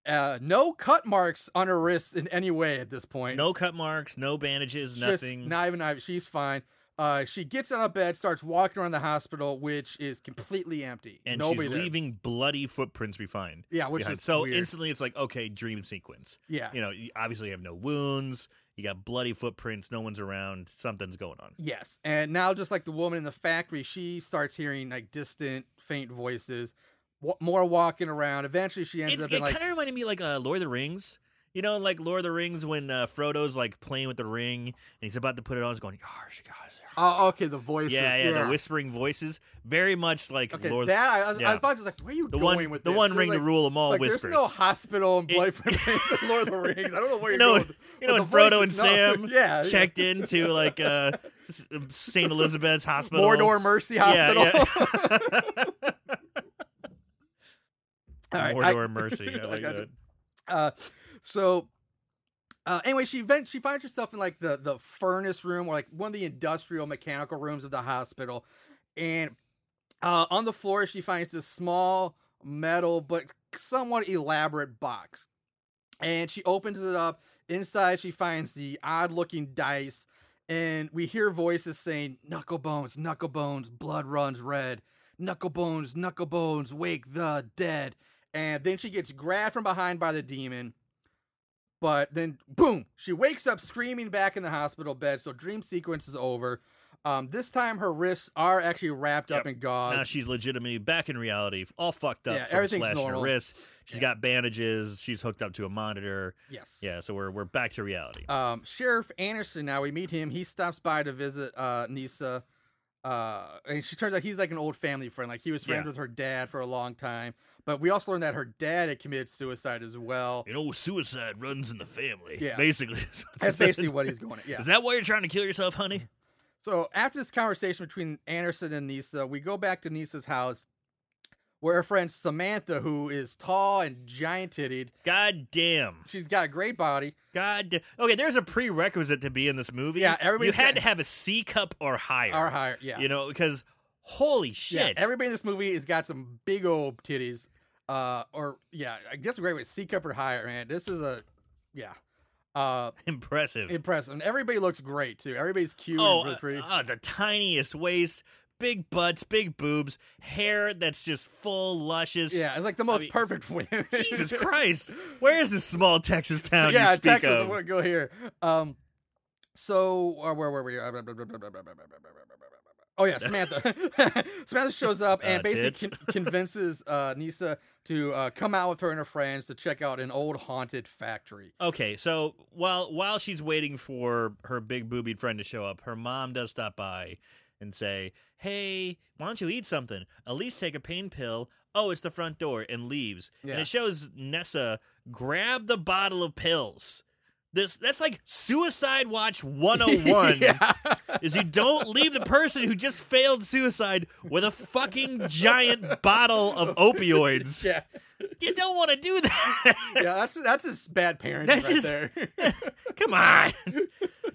[SPEAKER 1] Uh, no cut marks on her wrists in any way at this point.
[SPEAKER 3] No cut marks, no bandages,
[SPEAKER 1] Just
[SPEAKER 3] nothing.
[SPEAKER 1] Not even. knife. She's fine. Uh, she gets out of bed, starts walking around the hospital, which is completely empty.
[SPEAKER 3] and
[SPEAKER 1] Nobody
[SPEAKER 3] she's
[SPEAKER 1] there.
[SPEAKER 3] leaving bloody footprints we find.
[SPEAKER 1] Yeah, which
[SPEAKER 3] behind.
[SPEAKER 1] is
[SPEAKER 3] so
[SPEAKER 1] weird.
[SPEAKER 3] instantly it's like, okay, dream sequence.
[SPEAKER 1] Yeah.
[SPEAKER 3] You know, you obviously have no wounds, you got bloody footprints, no one's around, something's going on.
[SPEAKER 1] Yes. And now, just like the woman in the factory, she starts hearing like distant, faint voices, wa- more walking around. Eventually, she ends
[SPEAKER 3] It,
[SPEAKER 1] up
[SPEAKER 3] it
[SPEAKER 1] in like
[SPEAKER 3] kind of reminded me like uh, Lord of the Rings. You know, like Lord of the Rings when uh, Frodo's like playing with the ring and he's about to put it on, he's going, "Yarsh, yarsh, yarsh."
[SPEAKER 1] oh, okay, the voices.
[SPEAKER 3] yeah, yeah, the whispering voices. Very much like
[SPEAKER 1] Okay,
[SPEAKER 3] Lord
[SPEAKER 1] that I, I was- I
[SPEAKER 3] yeah.
[SPEAKER 1] was about to like, where are you
[SPEAKER 3] the
[SPEAKER 1] going
[SPEAKER 3] one,
[SPEAKER 1] with
[SPEAKER 3] the
[SPEAKER 1] this?
[SPEAKER 3] one
[SPEAKER 1] There's
[SPEAKER 3] ring to
[SPEAKER 1] like-
[SPEAKER 3] rule them all.
[SPEAKER 1] like,
[SPEAKER 3] whispers.
[SPEAKER 1] There's no hospital in
[SPEAKER 3] It- <laughs>
[SPEAKER 1] Blood from in Lord of the Rings. I don't know where
[SPEAKER 3] you
[SPEAKER 1] you're
[SPEAKER 3] know,
[SPEAKER 1] going. with-
[SPEAKER 3] you know,
[SPEAKER 1] with the
[SPEAKER 3] when Frodo and
[SPEAKER 1] voices.
[SPEAKER 3] Sam
[SPEAKER 1] No, <laughs> yeah, yeah.
[SPEAKER 3] checked into
[SPEAKER 1] <laughs>
[SPEAKER 3] like uh, Saint Elizabeth's Hospital,
[SPEAKER 1] Mordor Mercy
[SPEAKER 3] Yeah,
[SPEAKER 1] Hospital.
[SPEAKER 3] <laughs>
[SPEAKER 1] <laughs>
[SPEAKER 3] yeah.
[SPEAKER 1] All right, I-
[SPEAKER 3] Mordor Mercy.
[SPEAKER 1] <laughs>
[SPEAKER 3] I
[SPEAKER 1] I
[SPEAKER 3] like
[SPEAKER 1] got
[SPEAKER 3] that.
[SPEAKER 1] it. Uh, so uh, anyway, she event- she finds herself in like the the furnace room or like one of the industrial mechanical rooms of the hospital, and uh, on the floor she finds this small metal but somewhat elaborate box, and she opens it up. Inside, she finds the odd looking dice, and we hear voices saying "knuckle bones, knuckle bones, blood runs red." Knuckle bones, knuckle bones, wake the dead. And then she gets grabbed from behind by the demon. But then, boom, she wakes up screaming back in the hospital bed. So dream sequence is over. Um, this time, her wrists are actually wrapped up in gauze.
[SPEAKER 3] Now she's legitimately back in reality, all fucked up
[SPEAKER 1] Yeah,
[SPEAKER 3] from
[SPEAKER 1] everything's
[SPEAKER 3] slashing
[SPEAKER 1] normal.
[SPEAKER 3] her wrist. She's
[SPEAKER 1] Yeah.
[SPEAKER 3] got bandages. She's hooked up to a monitor.
[SPEAKER 1] yes.
[SPEAKER 3] Yeah, so we're we're back to reality.
[SPEAKER 1] Um, Sheriff Anderson. Now we meet him. He stops by to visit uh, Nisa, uh, and she turns out he's like an old family friend. Like he was friends
[SPEAKER 3] Yeah.
[SPEAKER 1] with her dad for a long time. But we also learned that her dad had committed suicide as well.
[SPEAKER 3] you know, suicide runs in the family.
[SPEAKER 1] Yeah.
[SPEAKER 3] basically. <laughs> is
[SPEAKER 1] <laughs>
[SPEAKER 3] what
[SPEAKER 1] That's
[SPEAKER 3] it
[SPEAKER 1] basically
[SPEAKER 3] is.
[SPEAKER 1] what he's going.
[SPEAKER 3] <laughs>
[SPEAKER 1] At. Yeah.
[SPEAKER 3] Is that why you're trying to kill yourself, honey?
[SPEAKER 1] So after this conversation between Anderson and Nisa, we go back to Nisa's house where her friend Samantha, who is tall and giant titted,
[SPEAKER 3] God damn.
[SPEAKER 1] she's got a great body.
[SPEAKER 3] God. da- Okay, there's a prerequisite to be in this movie.
[SPEAKER 1] Yeah, everybody's
[SPEAKER 3] You had
[SPEAKER 1] got-
[SPEAKER 3] to have a C cup or higher.
[SPEAKER 1] Or higher, yeah.
[SPEAKER 3] You know, because holy
[SPEAKER 1] yeah.
[SPEAKER 3] shit.
[SPEAKER 1] Everybody in this movie has got some big old titties. Uh or yeah, I guess a great way C cup or higher, man. This is a yeah. Uh
[SPEAKER 3] <laughs> impressive.
[SPEAKER 1] impressive. And everybody looks great too. Everybody's cute
[SPEAKER 3] oh,
[SPEAKER 1] and really pretty.
[SPEAKER 3] uh, uh, the tiniest waist, big butts, big boobs, hair that's just full, luscious.
[SPEAKER 1] yeah, it's like the most
[SPEAKER 3] mean-
[SPEAKER 1] perfect <laughs> women.
[SPEAKER 3] Jesus Christ. Where is this small Texas town
[SPEAKER 1] yeah,
[SPEAKER 3] you speak
[SPEAKER 1] Texas.
[SPEAKER 3] of?
[SPEAKER 1] We'll go here. Um, so uh, where were we? Uh, blah, blah, blah, blah, blah, blah, blah, blah, blah, blah, blah, blah. Oh yeah,
[SPEAKER 3] <laughs>
[SPEAKER 1] Samantha. <laughs> Samantha shows up and
[SPEAKER 3] Uh,
[SPEAKER 1] basically
[SPEAKER 3] tits.
[SPEAKER 1] con-
[SPEAKER 3] <laughs>
[SPEAKER 1] convinces uh, Nisa to uh, come out with her and her friends to check out an old haunted factory.
[SPEAKER 3] Okay, so while while she's waiting for her big boobied friend to show up, her mom does stop by and say, "Hey, why don't you eat something? At least take a pain pill." Oh, it's the front door, and leaves.
[SPEAKER 1] Yeah.
[SPEAKER 3] And it shows Nessa grab the bottle of pills. This that's like Suicide Watch 101.
[SPEAKER 1] <laughs> Yeah.
[SPEAKER 3] Is you don't leave the person who just failed suicide with a fucking giant bottle of
[SPEAKER 1] <laughs>
[SPEAKER 3] opioids.
[SPEAKER 1] yeah,
[SPEAKER 3] You don't want to do that.
[SPEAKER 1] yeah. That's that's just bad parenting
[SPEAKER 3] That's
[SPEAKER 1] right
[SPEAKER 3] just- <laughs>
[SPEAKER 1] there.
[SPEAKER 3] Come on.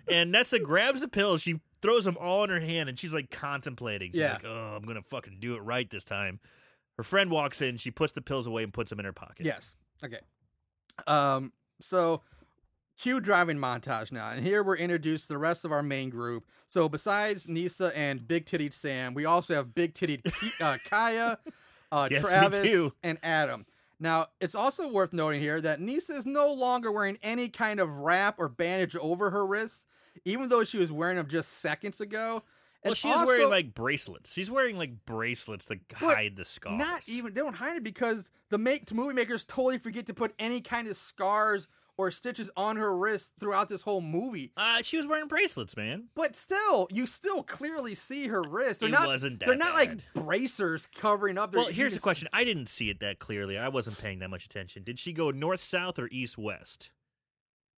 [SPEAKER 3] and Nessa grabs the pill. She throws them all in her hand, and she's like contemplating. She's
[SPEAKER 1] Yeah.
[SPEAKER 3] like, oh, I'm going to fucking do it right this time. Her friend walks in. She puts the pills away and puts them in her pocket.
[SPEAKER 1] yes. Okay. Um. So. Cue driving montage now, and here we're introduced to the rest of our main group. So besides Nisa and Big Titted Sam, we also have Big Titted Ki-
[SPEAKER 3] <laughs>
[SPEAKER 1] uh, Kaya, uh,
[SPEAKER 3] Yes, we
[SPEAKER 1] Travis,
[SPEAKER 3] do.
[SPEAKER 1] and Adam. Now it's also worth noting here that Nisa is no longer wearing any kind of wrap or bandage over her wrists, even though she was wearing them just seconds ago.
[SPEAKER 3] Well,
[SPEAKER 1] And
[SPEAKER 3] she's wearing
[SPEAKER 1] also-
[SPEAKER 3] like bracelets. She's wearing like bracelets to
[SPEAKER 1] But
[SPEAKER 3] hide the scars.
[SPEAKER 1] Not even they don't hide it because the make the movie makers totally forget to put any kind of scars or stitches on her wrist throughout this whole movie.
[SPEAKER 3] Uh, she was wearing bracelets, man.
[SPEAKER 1] But still, you still clearly see her wrist. They're
[SPEAKER 3] It
[SPEAKER 1] not,
[SPEAKER 3] wasn't that
[SPEAKER 1] They're not
[SPEAKER 3] bad.
[SPEAKER 1] like bracers covering up. their-
[SPEAKER 3] Well,
[SPEAKER 1] you
[SPEAKER 3] here's the
[SPEAKER 1] just-
[SPEAKER 3] question. I didn't see it that clearly. I wasn't paying that much attention. Did she go north, south, or east, west?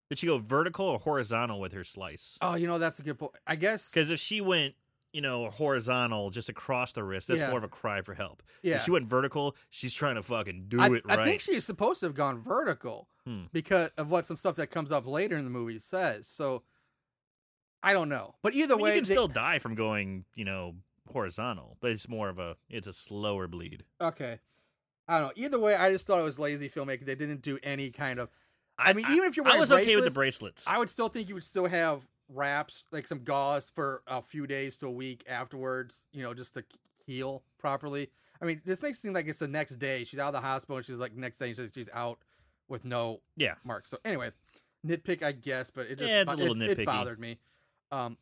[SPEAKER 3] Did she go vertical or horizontal with her slice?
[SPEAKER 1] Oh, you know that's a good point. I guess
[SPEAKER 3] Because if she went, you know, horizontal just across the wrist, that's
[SPEAKER 1] Yeah.
[SPEAKER 3] more of a cry for help.
[SPEAKER 1] Yeah.
[SPEAKER 3] If she went vertical, she's trying to fucking do
[SPEAKER 1] I,
[SPEAKER 3] it right.
[SPEAKER 1] I think she's supposed to have gone vertical
[SPEAKER 3] Hmm.
[SPEAKER 1] because of what some stuff that comes up later in the movie says. So I don't know, but either
[SPEAKER 3] I mean,
[SPEAKER 1] way,
[SPEAKER 3] you can
[SPEAKER 1] they-
[SPEAKER 3] still die from going, you know, horizontal, but it's more of a it's a slower bleed.
[SPEAKER 1] okay. I don't know. Either way, I just thought it was lazy filmmaking. They didn't do any kind of. I mean, even if you're
[SPEAKER 3] I
[SPEAKER 1] wearing
[SPEAKER 3] was okay with the bracelets.
[SPEAKER 1] I would still think you would still have wraps, like some gauze, for a few days to a week afterwards. You know, just to heal properly. I mean, this makes it seem like it's the next day. She's out of the hospital. And she's like next day she's, she's out with no
[SPEAKER 3] yeah.
[SPEAKER 1] mark. So anyway, nitpick, I guess, but it just
[SPEAKER 3] Yeah, it's a
[SPEAKER 1] bo-
[SPEAKER 3] little
[SPEAKER 1] it, it
[SPEAKER 3] nitpicky.
[SPEAKER 1] bothered me. Um,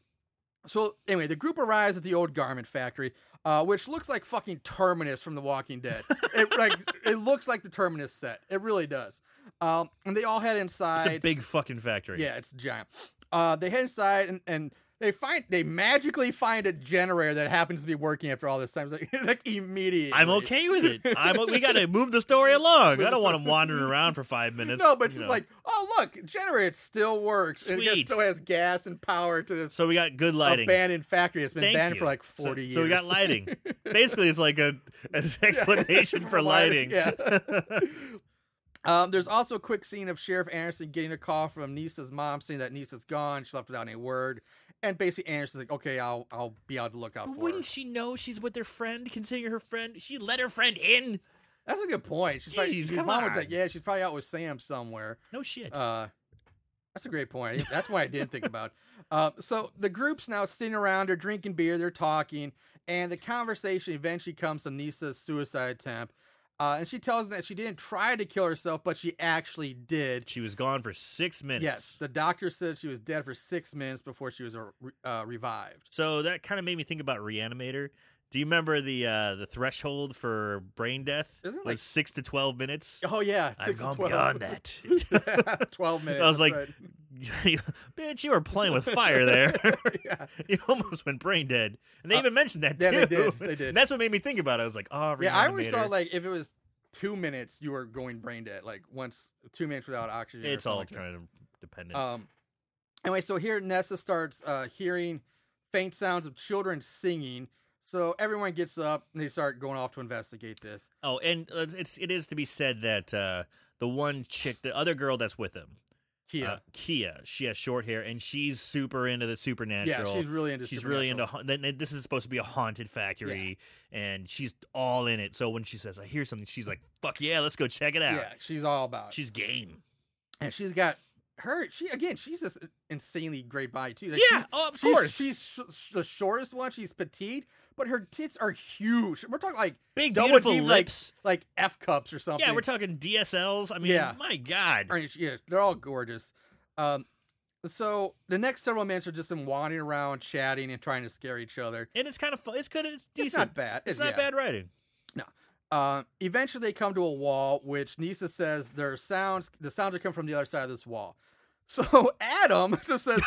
[SPEAKER 1] so anyway, the group arrives at the old garment factory, uh, which looks like fucking Terminus from The Walking
[SPEAKER 3] <laughs>
[SPEAKER 1] Dead. it like it looks like the Terminus set. It really does. Um, and they all head inside.
[SPEAKER 3] It's a big fucking factory.
[SPEAKER 1] Yeah, it's giant. Uh, they head inside and, and they find they magically find a generator that happens to be working after all this time. It's like, <laughs> like immediately.
[SPEAKER 3] I'm okay with it. I'm we
[SPEAKER 1] <laughs>
[SPEAKER 3] got to move the story along. I don't want him wandering around for five minutes.
[SPEAKER 1] No, but it's
[SPEAKER 3] you
[SPEAKER 1] just
[SPEAKER 3] know.
[SPEAKER 1] like, oh look, generator it still works. And it just
[SPEAKER 3] Sweet.
[SPEAKER 1] still has gas and power to this
[SPEAKER 3] so we got good lighting.
[SPEAKER 1] abandoned factory that's been
[SPEAKER 3] Thank
[SPEAKER 1] banned
[SPEAKER 3] you.
[SPEAKER 1] for like
[SPEAKER 3] So-
[SPEAKER 1] 40 years.
[SPEAKER 3] So we
[SPEAKER 1] <laughs>
[SPEAKER 3] got lighting. Basically, it's like a an explanation for lighting.
[SPEAKER 1] Yeah.
[SPEAKER 3] <laughs>
[SPEAKER 1] <laughs> um, there's also a quick scene of Sheriff Anderson getting a call from Nisa's mom saying that Nisa's gone. She left without any word. And basically, Anderson's like, okay, I'll I'll be on the lookout for her.
[SPEAKER 3] Wouldn't she know she's with her friend? Considering her friend, she let her friend in.
[SPEAKER 1] That's a good point. She's probably,
[SPEAKER 3] Jeez,
[SPEAKER 1] his
[SPEAKER 3] come
[SPEAKER 1] mom was
[SPEAKER 3] on.
[SPEAKER 1] like, yeah, she's probably out with Sam somewhere.
[SPEAKER 3] No shit.
[SPEAKER 1] Uh, that's a great point. That's what I didn't think about. <laughs> Uh, so the group's now sitting around, they're drinking beer, they're talking, and the conversation eventually comes to Nisa's suicide attempt. Uh, and she tells them that she didn't try to kill herself, but she actually did.
[SPEAKER 3] she was gone for six minutes.
[SPEAKER 1] Yes, the doctor said she was dead for six minutes before she was uh, re- uh, revived.
[SPEAKER 3] So that kind of made me think about Reanimator. Do you remember the uh, the threshold for brain death
[SPEAKER 1] Isn't it
[SPEAKER 3] was
[SPEAKER 1] like-
[SPEAKER 3] six to twelve minutes?
[SPEAKER 1] Oh yeah,
[SPEAKER 3] I've
[SPEAKER 1] six to
[SPEAKER 3] gone
[SPEAKER 1] 12. <laughs>
[SPEAKER 3] beyond that. <laughs>
[SPEAKER 1] Twelve minutes.
[SPEAKER 3] I was
[SPEAKER 1] that's
[SPEAKER 3] like,
[SPEAKER 1] right.
[SPEAKER 3] "Bitch, you were playing with fire there. <laughs>
[SPEAKER 1] <laughs> Yeah.
[SPEAKER 3] you almost went brain dead." And they
[SPEAKER 1] Uh,
[SPEAKER 3] even mentioned that
[SPEAKER 1] yeah,
[SPEAKER 3] too.
[SPEAKER 1] they did, they did.
[SPEAKER 3] <laughs> And that's what made me think about it. I was like, "Oh,
[SPEAKER 1] Yeah, I always thought
[SPEAKER 3] Reanimator.
[SPEAKER 1] like if it was two minutes, you were going brain dead. Like once two minutes without oxygen.
[SPEAKER 3] it's
[SPEAKER 1] or something
[SPEAKER 3] all
[SPEAKER 1] like that.
[SPEAKER 3] kind of dependent."
[SPEAKER 1] Um. Anyway, so here Nessa starts uh, hearing faint sounds of children singing. So everyone gets up and they start going off to investigate this.
[SPEAKER 3] oh, and uh, it's it is to be said that uh, the one chick, the other girl that's with him,
[SPEAKER 1] Kia,
[SPEAKER 3] uh, Kia, she has short hair and she's super into the
[SPEAKER 1] yeah,
[SPEAKER 3] supernatural.
[SPEAKER 1] she's really into.
[SPEAKER 3] she's really into
[SPEAKER 1] supernatural.
[SPEAKER 3] ha- then- then this is supposed to be a haunted factory and she's all in it so when she says i hear something she's like fuck yeah let's go check it out
[SPEAKER 1] Yeah, she's all about. it.
[SPEAKER 3] she's game
[SPEAKER 1] and she's got her. She again. She's just an insanely great body too. Like,
[SPEAKER 3] yeah
[SPEAKER 1] she's-
[SPEAKER 3] oh, of
[SPEAKER 1] she's-
[SPEAKER 3] course
[SPEAKER 1] She's sh- sh- the shortest one. She's petite, but her tits are huge. We're talking like
[SPEAKER 3] big
[SPEAKER 1] double
[SPEAKER 3] beautiful
[SPEAKER 1] D, like-
[SPEAKER 3] lips
[SPEAKER 1] like F cups or something.
[SPEAKER 3] yeah we're talking dsls i mean
[SPEAKER 1] Yeah.
[SPEAKER 3] my god
[SPEAKER 1] I mean, yeah, they're all gorgeous. Um, so the next several minutes are just them wandering around, chatting, and trying to scare each other.
[SPEAKER 3] and it's kind of fun it's good it's decent
[SPEAKER 1] It's not bad.
[SPEAKER 3] It's not bad writing
[SPEAKER 1] Um, eventually, they come to a wall, which Nisa says there are sounds. The sounds are coming from the other side of this wall. <laughs> So Adam <laughs> just says,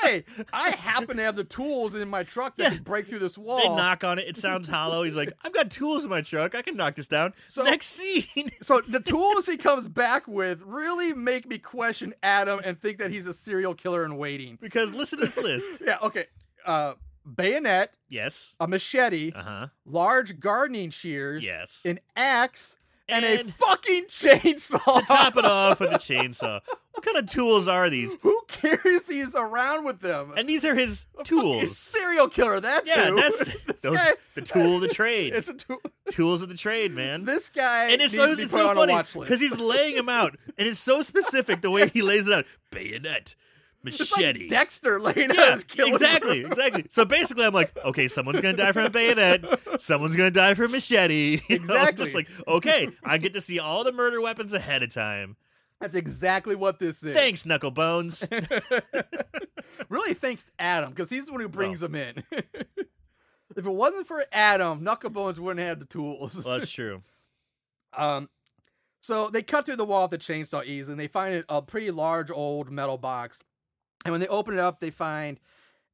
[SPEAKER 1] "Hey, I happen to have the tools in my truck that
[SPEAKER 3] Yeah.
[SPEAKER 1] can break through this wall."
[SPEAKER 3] they knock on it it sounds hollow he's like i've got tools in my truck i can knock this down
[SPEAKER 1] So-
[SPEAKER 3] next scene <laughs>
[SPEAKER 1] so the tools he comes back with really make me question Adam and think that he's a serial killer in waiting.
[SPEAKER 3] because listen to this list
[SPEAKER 1] Yeah. Okay. Uh, bayonet,
[SPEAKER 3] yes
[SPEAKER 1] a machete,
[SPEAKER 3] uh-huh
[SPEAKER 1] large gardening shears,
[SPEAKER 3] Yes.
[SPEAKER 1] an axe, and, a
[SPEAKER 3] And-
[SPEAKER 1] fucking <laughs> chainsaw.
[SPEAKER 3] to top it off with a chainsaw what kind of tools are these
[SPEAKER 1] Who carries these around with them?
[SPEAKER 3] and these are his
[SPEAKER 1] A
[SPEAKER 3] tools.
[SPEAKER 1] serial killer. That's
[SPEAKER 3] Yeah,
[SPEAKER 1] who. <laughs>
[SPEAKER 3] that's those,
[SPEAKER 1] guy-
[SPEAKER 3] the tool of the trade.
[SPEAKER 1] <laughs> it's a tool.
[SPEAKER 3] <laughs> Tools of the trade, man.
[SPEAKER 1] This guy
[SPEAKER 3] and it's
[SPEAKER 1] needs
[SPEAKER 3] so,
[SPEAKER 1] to be
[SPEAKER 3] it's
[SPEAKER 1] put
[SPEAKER 3] so
[SPEAKER 1] on a
[SPEAKER 3] funny
[SPEAKER 1] watch list.
[SPEAKER 3] because he's laying them out, and it's so specific the way he lays it out: bayonet,
[SPEAKER 1] It's like
[SPEAKER 3] machete.
[SPEAKER 1] Dexter <laughs> laying out
[SPEAKER 3] yeah,
[SPEAKER 1] his killer.
[SPEAKER 3] exactly, exactly. So basically, I'm like, okay, someone's gonna die from a bayonet, someone's gonna die from a machete. <laughs> You know, I'm
[SPEAKER 1] Exactly.
[SPEAKER 3] just like, okay, I get to see all the murder weapons ahead of time.
[SPEAKER 1] <laughs> That's exactly what this is. <laughs>
[SPEAKER 3] Thanks, Knucklebones.
[SPEAKER 1] Really, thanks Adam because he's the one who brings them in. <laughs> if it wasn't for Adam, Knucklebones wouldn't have the tools.
[SPEAKER 3] well, that's true.
[SPEAKER 1] Um, So they cut through the wall with the chainsaw easily, and they find a pretty large old metal box. And when they open it up, they find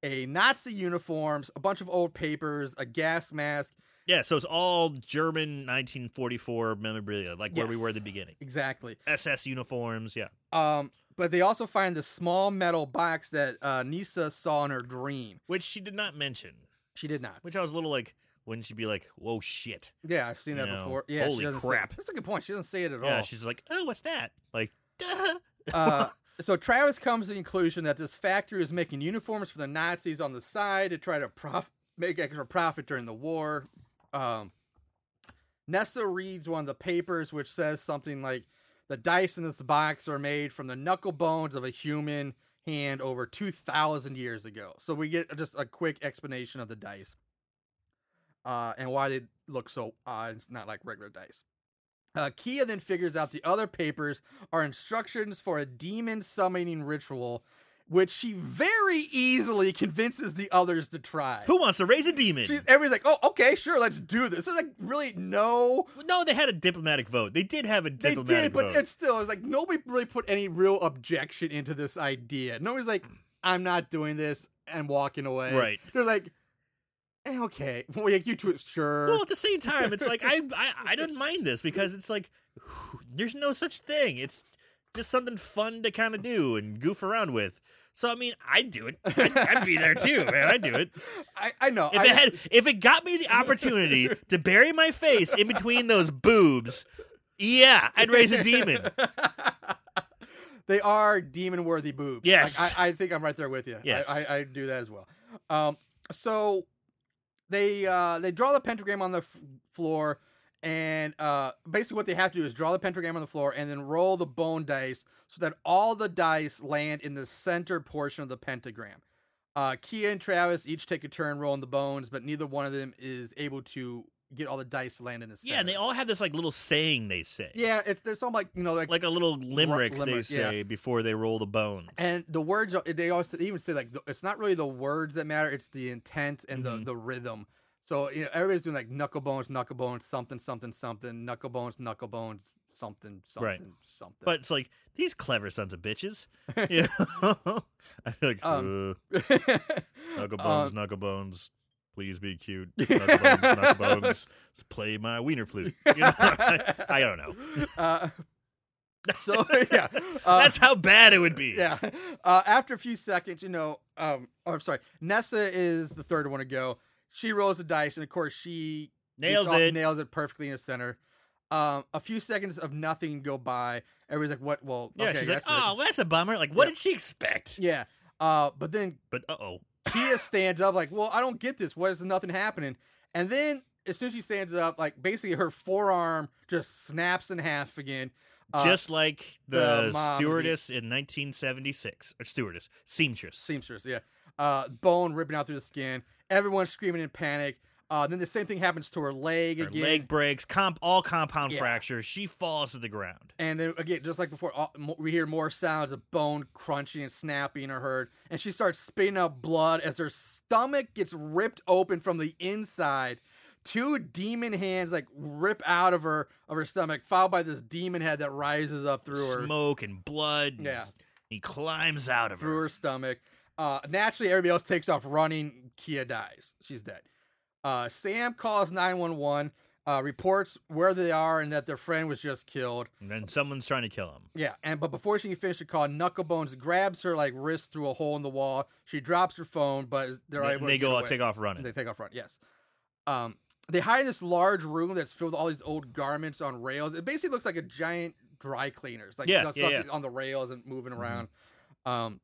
[SPEAKER 1] a Nazi uniforms, a bunch of old papers, a gas mask.
[SPEAKER 3] Yeah, so it's all German 1944 memorabilia, like where we
[SPEAKER 1] Yes.
[SPEAKER 3] were at the beginning.
[SPEAKER 1] Exactly.
[SPEAKER 3] SS uniforms, yeah.
[SPEAKER 1] Um, but they also find the small metal box that uh, Nisa saw in her dream.
[SPEAKER 3] Which she did not mention,
[SPEAKER 1] She did not.
[SPEAKER 3] which I was a little like, wouldn't she be like, whoa, shit.
[SPEAKER 1] Yeah, I've seen that
[SPEAKER 3] You know,
[SPEAKER 1] before. Yeah,
[SPEAKER 3] holy
[SPEAKER 1] she doesn't say-
[SPEAKER 3] crap.
[SPEAKER 1] that's a good point. She doesn't say it at
[SPEAKER 3] Yeah, <laughs>
[SPEAKER 1] all.
[SPEAKER 3] she's like, oh, what's that? Like, <laughs> duh.
[SPEAKER 1] uh, so Travis comes to the conclusion that this factory is making uniforms for the Nazis on the side to try to <laughs> prof- make extra profit during the war. Um, Nessa reads one of the papers, which says something like, "The dice in this box are made from the knuckle bones of a human hand over two thousand years ago." So we get just a quick explanation of the dice uh, and why they look so odd. It's not like regular dice. Uh, Kia then figures out the other papers are instructions for a demon summoning ritual, which she very easily convinces the others to try.
[SPEAKER 3] Who wants to raise a demon?
[SPEAKER 1] She's, everybody's like, "Oh, okay, sure, let's do this." There's like really no.
[SPEAKER 3] no, they had a diplomatic vote. They did have a
[SPEAKER 1] They did,
[SPEAKER 3] diplomatic vote.
[SPEAKER 1] but it's still it's like nobody really put any real objection into this idea. Nobody's like, "I'm not doing this," and walking away.
[SPEAKER 3] Right.
[SPEAKER 1] They're like, eh, "Okay, <laughs> well, yeah, you two, sure."
[SPEAKER 3] Well, at the same time, it's like I, I I don't mind this because it's like there's no such thing. It's just something fun to kind of do and goof around with. So I mean, I'd do it. I'd, I'd be
[SPEAKER 1] <laughs>
[SPEAKER 3] there too, man. I'd do it
[SPEAKER 1] I, I know.
[SPEAKER 3] if
[SPEAKER 1] I,
[SPEAKER 3] it had if it got me the opportunity to bury my face in between those boobs. Yeah, I'd raise a demon.
[SPEAKER 1] they are demon worthy boobs.
[SPEAKER 3] Yes.
[SPEAKER 1] Like, I, I think I'm right there with you.
[SPEAKER 3] Yes.
[SPEAKER 1] I, I, I do that as well. Um, so they uh, they draw the pentagram on the f- floor, and uh, basically what they have to do is draw the pentagram on the floor and then roll the bone dice so that all the dice land in the center portion of the pentagram. Uh, Kia and Travis each take a turn rolling the bones, but neither one of them is able to get all the dice to land in the center.
[SPEAKER 3] Yeah, and they all have this like little saying they say.
[SPEAKER 1] yeah. It's there's some like you know like
[SPEAKER 3] Like a little limerick,
[SPEAKER 1] limerick,
[SPEAKER 3] they say before they roll the bones.
[SPEAKER 1] And the words are- they always they even say like the- it's not really the words that matter; it's the intent and
[SPEAKER 3] Mm-hmm.
[SPEAKER 1] the, the rhythm. So you know everybody's doing like knuckle bones, knuckle bones, something, something, something, knuckle bones, knuckle bones, something, something,
[SPEAKER 3] Right.
[SPEAKER 1] something.
[SPEAKER 3] But it's like these clever sons
[SPEAKER 1] <laughs>
[SPEAKER 3] of bitches. You know? <laughs> I feel like
[SPEAKER 1] Um,
[SPEAKER 3] "Ugh,
[SPEAKER 1] <laughs>
[SPEAKER 3] knuckle bones,
[SPEAKER 1] um,
[SPEAKER 3] knuckle bones. Please
[SPEAKER 1] <laughs>
[SPEAKER 3] be cute, knuckle bones, knuckle bones. Play my wiener flute. You know? <laughs> I, don't know. <laughs>
[SPEAKER 1] uh, so <laughs> yeah, <laughs> uh,
[SPEAKER 3] That's how bad it would be.
[SPEAKER 1] yeah. Uh, after a few seconds, you know, um, oh, I'm sorry, Nessa is the third one to go. She rolls the dice, and of course she gets
[SPEAKER 3] Nails
[SPEAKER 1] off-
[SPEAKER 3] it.
[SPEAKER 1] Nails it perfectly in the center. Um, a few seconds of nothing go by. Everybody's like, "What? Well,
[SPEAKER 3] yeah,
[SPEAKER 1] okay,
[SPEAKER 3] she's like,
[SPEAKER 1] that's it."
[SPEAKER 3] oh, well, that's a bummer. Like, what
[SPEAKER 1] Yeah.
[SPEAKER 3] did she expect?
[SPEAKER 1] yeah." Uh, but then
[SPEAKER 3] But uh oh,
[SPEAKER 1] Kia stands up, like, "Well, I don't get this. Why is nothing happening?" And then as soon as she stands up, like, basically her forearm just snaps in half again. Uh,
[SPEAKER 3] just like the,
[SPEAKER 1] the mom-
[SPEAKER 3] stewardess in 1976, or stewardess, seamstress.
[SPEAKER 1] seamstress, yeah. Uh, bone ripping out through the skin. Everyone's screaming in panic. Uh, then the same thing happens to her leg
[SPEAKER 3] Her
[SPEAKER 1] again.
[SPEAKER 3] leg breaks, comp, all compound
[SPEAKER 1] Yeah.
[SPEAKER 3] fractures. She falls to the ground.
[SPEAKER 1] And then again, just like before, all, mo- we hear more sounds of bone crunching and snapping are heard. And she starts spitting out blood as her stomach gets ripped open from the inside. Two demon hands like rip out of her of her stomach, followed by this demon head that rises up through her
[SPEAKER 3] Smoke and blood. and
[SPEAKER 1] Yeah.
[SPEAKER 3] He climbs out of her.
[SPEAKER 1] through her stomach. Uh, naturally, everybody else takes off running. Kia dies. She's dead. Uh, Sam calls 911, uh, reports where they are and that their friend was just killed.
[SPEAKER 3] And then someone's trying to kill him.
[SPEAKER 1] Yeah, and but before she can finish the call, Knucklebones grabs her like wrist through a hole in the wall. She drops her phone, but they're
[SPEAKER 3] And
[SPEAKER 1] able
[SPEAKER 3] they
[SPEAKER 1] to
[SPEAKER 3] go
[SPEAKER 1] get
[SPEAKER 3] out,
[SPEAKER 1] away.
[SPEAKER 3] take off running.
[SPEAKER 1] They take off run. Yes. Um, they hide in this large room that's filled with all these old garments on rails. It basically looks like a giant dry cleaners, like
[SPEAKER 3] Yeah,
[SPEAKER 1] you know,
[SPEAKER 3] yeah,
[SPEAKER 1] stuff
[SPEAKER 3] yeah. Mm-hmm.
[SPEAKER 1] that's on the rails and moving around. Um,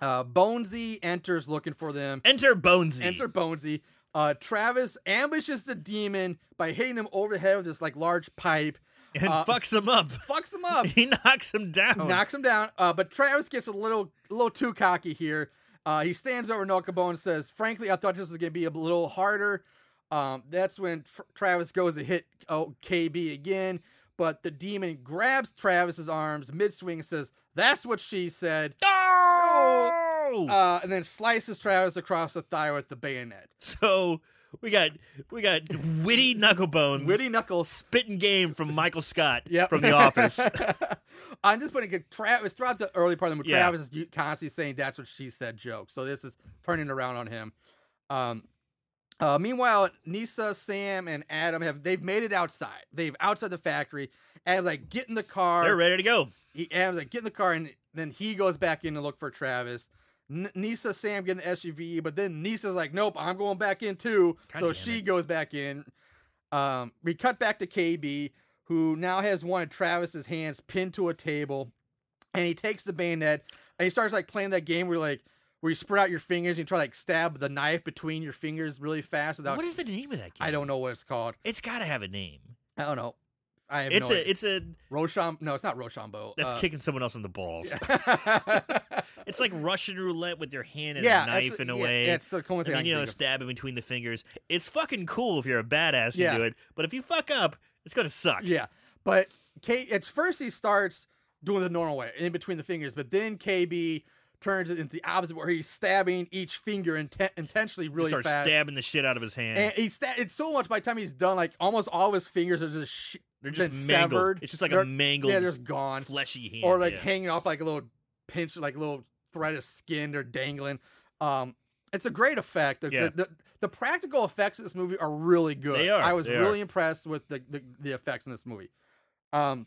[SPEAKER 1] uh, Bonesy enters looking for them.
[SPEAKER 3] Enter Bonesy.
[SPEAKER 1] Enter Bonesy. Uh, Travis ambushes the demon by hitting him over the head with this like large pipe.
[SPEAKER 3] and
[SPEAKER 1] uh,
[SPEAKER 3] fucks him up.
[SPEAKER 1] Fucks him up.
[SPEAKER 3] <laughs> he knocks him down.
[SPEAKER 1] knocks him down. Uh, but Travis gets a little, a little too cocky here. Uh, he stands over Nakabo and says, "Frankly, I thought this was gonna be a little harder." Um, that's when Tr- Travis goes to hit oh, KB again, but the demon grabs Travis's arms mid swing and says, "That's what she said,"
[SPEAKER 3] No!
[SPEAKER 1] Oh! uh, and then slices Travis across the thigh with the bayonet.
[SPEAKER 3] so We got we got witty knucklebones,
[SPEAKER 1] Witty Knuckles.
[SPEAKER 3] spitting game from Michael Scott
[SPEAKER 1] <laughs> Yep.
[SPEAKER 3] from The Office.
[SPEAKER 1] I'm just putting it. Travis throughout the early part of the movie.
[SPEAKER 3] Yeah.
[SPEAKER 1] Travis is u- constantly saying that's what she said joke. So this is turning around on him. Um, uh, meanwhile, Nisa, Sam, and Adam have they've made it outside. They've outside the factory. Adam's like get in the car.
[SPEAKER 3] They're ready to go.
[SPEAKER 1] He, Adam's like, get in the car, and then he goes back in to look for Travis. N- Nisa, Sam get in the SUV, E, but then Nisa's like, nope, I'm going back in too.
[SPEAKER 3] God
[SPEAKER 1] so
[SPEAKER 3] damn
[SPEAKER 1] she goes back in. Um, we cut back to KB, who now has one of Travis's hands pinned to a table, and he takes the bayonet and he starts like playing that game where like where you spread out your fingers and you try to like stab the knife between your fingers really fast without.
[SPEAKER 3] What is the name of that game?
[SPEAKER 1] I don't know what it's called.
[SPEAKER 3] It's got to have a name.
[SPEAKER 1] I don't know. I have
[SPEAKER 3] It's
[SPEAKER 1] no
[SPEAKER 3] a
[SPEAKER 1] idea.
[SPEAKER 3] it's a
[SPEAKER 1] Rochambeau. No, it's not Rochambeau.
[SPEAKER 3] that's
[SPEAKER 1] Uh,
[SPEAKER 3] kicking someone else in the balls.
[SPEAKER 1] <laughs>
[SPEAKER 3] <laughs> It's like Russian roulette with your hand and a
[SPEAKER 1] that's-
[SPEAKER 3] knife in a
[SPEAKER 1] yeah,
[SPEAKER 3] way.
[SPEAKER 1] Yeah, it's the only thing. I
[SPEAKER 3] and
[SPEAKER 1] can
[SPEAKER 3] you know,
[SPEAKER 1] think of.
[SPEAKER 3] stabbing between the fingers. It's fucking cool if you're a badass
[SPEAKER 1] Yeah.
[SPEAKER 3] and do it, but if you fuck up, it's gonna suck.
[SPEAKER 1] Yeah, but K at first he starts doing the normal way in between the fingers, but then KB turns it into the opposite where he's stabbing each finger inten- intentionally
[SPEAKER 3] Just
[SPEAKER 1] really
[SPEAKER 3] start
[SPEAKER 1] fast.
[SPEAKER 3] stabbing the shit out of his hand.
[SPEAKER 1] and he sta- it's so much by the time he's done, like almost all of his fingers are just sh-
[SPEAKER 3] They're just
[SPEAKER 1] been
[SPEAKER 3] mangled.
[SPEAKER 1] severed.
[SPEAKER 3] It's just like
[SPEAKER 1] They're-
[SPEAKER 3] a mangled,
[SPEAKER 1] yeah, they're just gone,
[SPEAKER 3] fleshy hand.
[SPEAKER 1] or like
[SPEAKER 3] yeah.
[SPEAKER 1] hanging off like a little pinch, like a little thread of skin or dangling. Um, it's a great effect. The,
[SPEAKER 3] Yeah.
[SPEAKER 1] the, the, the practical effects of this movie are really good.
[SPEAKER 3] They are,
[SPEAKER 1] I was
[SPEAKER 3] they
[SPEAKER 1] really impressed with the, the the effects in this movie. Um,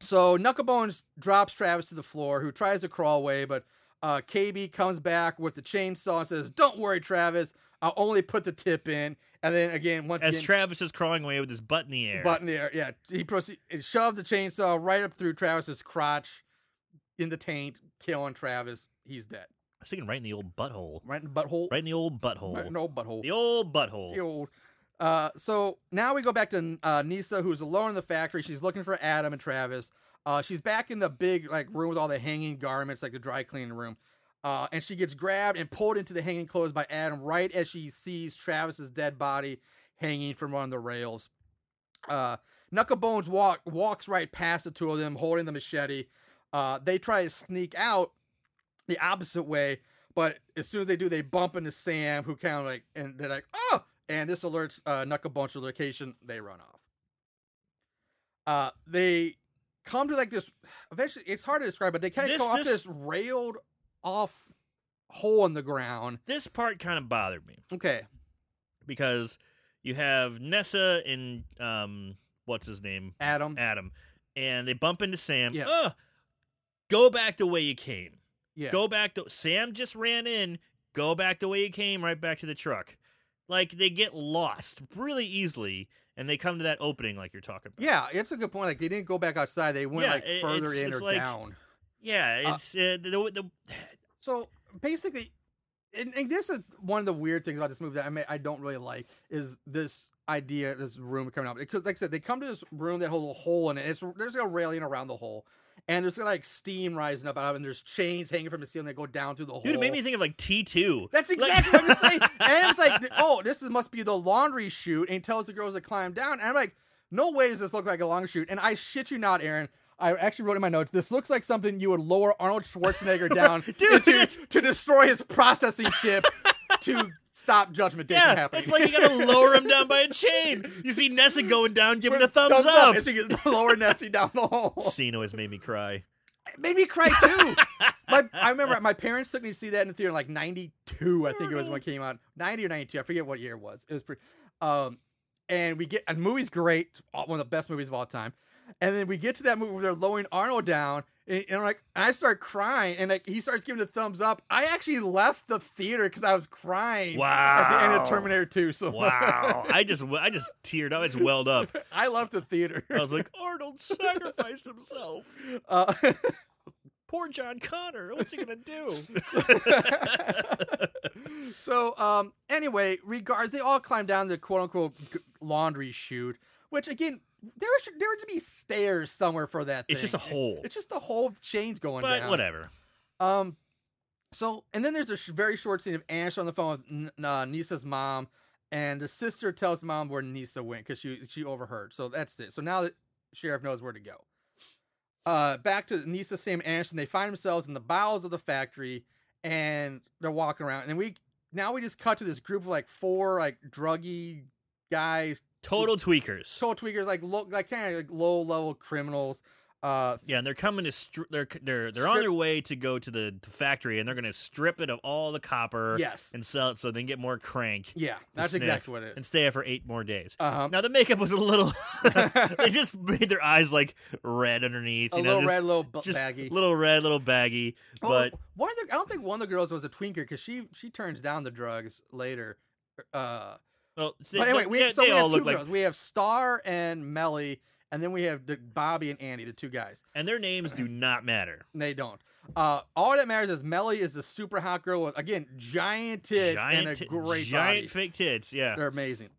[SPEAKER 1] so Knucklebones drops Travis to the floor, who tries to crawl away, but uh, KB comes back with the chainsaw and says, "Don't worry, Travis. I'll only put the tip in." And then again, once
[SPEAKER 3] As
[SPEAKER 1] again,
[SPEAKER 3] Travis is crawling away with his butt in the air.
[SPEAKER 1] button there. Yeah, he proceed it shoved the chainsaw right up through Travis's crotch in the taint, killing Travis. He's dead.
[SPEAKER 3] I was thinking right in the old butthole.
[SPEAKER 1] Right in the butthole.
[SPEAKER 3] Right in the old butthole.
[SPEAKER 1] Right in the old butthole.
[SPEAKER 3] The old butthole.
[SPEAKER 1] The old- Uh, so now we go back to uh, Nisa, who's alone in the factory. She's looking for Adam and Travis. Uh, she's back in the big like room with all the hanging garments, like the dry cleaning room. Uh, and she gets grabbed and pulled into the hanging clothes by Adam right as she sees Travis's dead body hanging from one of the rails. Uh, Knucklebones walk walks right past the two of them, holding the machete. Uh, they try to sneak out the opposite way, but as soon as they do, they bump into Sam, who kind of like, and they're like, oh! And this alerts uh, Knucklebones to location. They run off. Uh, they come to like this. Eventually, it's hard to describe, but they kind of
[SPEAKER 3] This-
[SPEAKER 1] come off
[SPEAKER 3] this-
[SPEAKER 1] this railed off hole in the ground.
[SPEAKER 3] This part kind of bothered me
[SPEAKER 1] Okay,
[SPEAKER 3] because you have Nessa and um, what's his name?
[SPEAKER 1] Adam.
[SPEAKER 3] Adam. And they bump into Sam.
[SPEAKER 1] Yeah.
[SPEAKER 3] Ugh, go back the way you came.
[SPEAKER 1] yeah.
[SPEAKER 3] Go back to Sam just ran in. Go back the way you came, right back to the truck. Like they get lost really easily, and they come to that opening like you're talking about.
[SPEAKER 1] Yeah, it's a good point. Like they didn't go back outside; they went
[SPEAKER 3] Yeah,
[SPEAKER 1] like
[SPEAKER 3] it-
[SPEAKER 1] further
[SPEAKER 3] it's-
[SPEAKER 1] in
[SPEAKER 3] it's
[SPEAKER 1] or
[SPEAKER 3] like-
[SPEAKER 1] down.
[SPEAKER 3] yeah.
[SPEAKER 1] Uh,
[SPEAKER 3] It's uh, the, the,
[SPEAKER 1] So basically, and, and this is one of the weird things about this movie that I may, I don't really like is this idea, this room coming up. Because, like I said, they come to this room that holds a hole in it. It's there's like a railing around the hole, and there's like steam rising up out of it. And there's chains hanging from the ceiling that go down through the hole.
[SPEAKER 3] dude. It made me think of like T two.
[SPEAKER 1] That's exactly what I'm
[SPEAKER 3] <laughs>
[SPEAKER 1] saying. And it's like, oh, this is, must be the laundry chute, and he tells the girls to climb down. And I'm like, no way does this look like a laundry chute. And I shit you not, Aaron. I actually wrote in my notes, this looks like something you would lower Arnold Schwarzenegger
[SPEAKER 3] <laughs>
[SPEAKER 1] down
[SPEAKER 3] Dude,
[SPEAKER 1] into,
[SPEAKER 3] that's-
[SPEAKER 1] to destroy his processing
[SPEAKER 3] <laughs>
[SPEAKER 1] chip to stop Judgment Day from
[SPEAKER 3] Yeah,
[SPEAKER 1] happening.
[SPEAKER 3] it's like you gotta
[SPEAKER 1] <laughs>
[SPEAKER 3] lower him down by a chain. You see Nessa going down, giving a thumbs,
[SPEAKER 1] Thumbs
[SPEAKER 3] up.
[SPEAKER 1] And she gets <laughs> lower Nessie down the hole.
[SPEAKER 3] Scene always made
[SPEAKER 1] <laughs>
[SPEAKER 3] me cry.
[SPEAKER 1] It made me cry too.
[SPEAKER 3] <laughs>
[SPEAKER 1] my, I remember my parents took me to see that in the theater in like '92, I think it was when it came out. '90 or '92, I forget what year it was. It was pretty. Um, and we get and the movie's great, uh, one of the best movies of all time. And then we get to that movie where they're lowering Arnold down, and, and I'm like, and I start crying, and like he starts giving the thumbs up. I actually left the theater because I was crying. At <laughs> the end of
[SPEAKER 3] Wow.
[SPEAKER 1] Terminator 2, so
[SPEAKER 3] Wow, I just I just teared up. I just welled up.
[SPEAKER 1] <laughs> I left the theater.
[SPEAKER 3] I was like, Arnold sacrificed himself.
[SPEAKER 1] <laughs> Uh,
[SPEAKER 3] Poor John Connor. What's he gonna do?
[SPEAKER 1] <laughs> so um anyway regards they all climb down the quote unquote g- laundry chute which again there should there should be stairs somewhere for that
[SPEAKER 3] It's
[SPEAKER 1] thing.
[SPEAKER 3] just a hole.
[SPEAKER 1] it's just the whole chain's going
[SPEAKER 3] but
[SPEAKER 1] down
[SPEAKER 3] whatever.
[SPEAKER 1] um so and then there's a sh- very short scene of Ash on the phone with N- N- uh, Nisa's mom and the sister tells mom where Nisa went cuz she she overheard so that's it so now the sheriff knows where to go uh back to Nisa Sam and Ash and they find themselves in the bowels of the factory and they're walking around and we now we just cut to this group of like four like druggy guys,
[SPEAKER 3] Total tweakers.
[SPEAKER 1] soul tweakers, like low, like kind of like low level criminals. Uh,
[SPEAKER 3] Yeah, and they're coming to str- they're they're they're on
[SPEAKER 1] Strip-
[SPEAKER 3] their way to go to the factory, and they're going to strip it of all the copper,
[SPEAKER 1] Yes.
[SPEAKER 3] and sell it so they can get more crank.
[SPEAKER 1] yeah,
[SPEAKER 3] to
[SPEAKER 1] that's
[SPEAKER 3] sniff
[SPEAKER 1] exactly what it
[SPEAKER 3] And
[SPEAKER 1] is.
[SPEAKER 3] stay there for eight more days.
[SPEAKER 1] Um,
[SPEAKER 3] Now the makeup was a little. <laughs>
[SPEAKER 1] <laughs>
[SPEAKER 3] they just made their eyes like red underneath.
[SPEAKER 1] a
[SPEAKER 3] you know,
[SPEAKER 1] little
[SPEAKER 3] just-
[SPEAKER 1] red, little bu-
[SPEAKER 3] just
[SPEAKER 1] baggy.
[SPEAKER 3] little red, little baggy.
[SPEAKER 1] Oh,
[SPEAKER 3] But
[SPEAKER 1] one of the, I don't think one of the girls was a twinker because she she turns down the drugs later. Uh,
[SPEAKER 3] well, they,
[SPEAKER 1] but anyway, we,
[SPEAKER 3] they,
[SPEAKER 1] so
[SPEAKER 3] they
[SPEAKER 1] we have
[SPEAKER 3] all
[SPEAKER 1] two
[SPEAKER 3] look
[SPEAKER 1] girls.
[SPEAKER 3] like,
[SPEAKER 1] we have Star and Melly, and then we have the, Bobby and Andy, the two guys.
[SPEAKER 3] and their names do not matter.
[SPEAKER 1] They don't. Uh, all that matters is Melly is the super hot girl with again giant tits
[SPEAKER 3] giant,
[SPEAKER 1] and a
[SPEAKER 3] ti-
[SPEAKER 1] great
[SPEAKER 3] giant
[SPEAKER 1] body.
[SPEAKER 3] fake tits. Yeah,
[SPEAKER 1] They're amazing.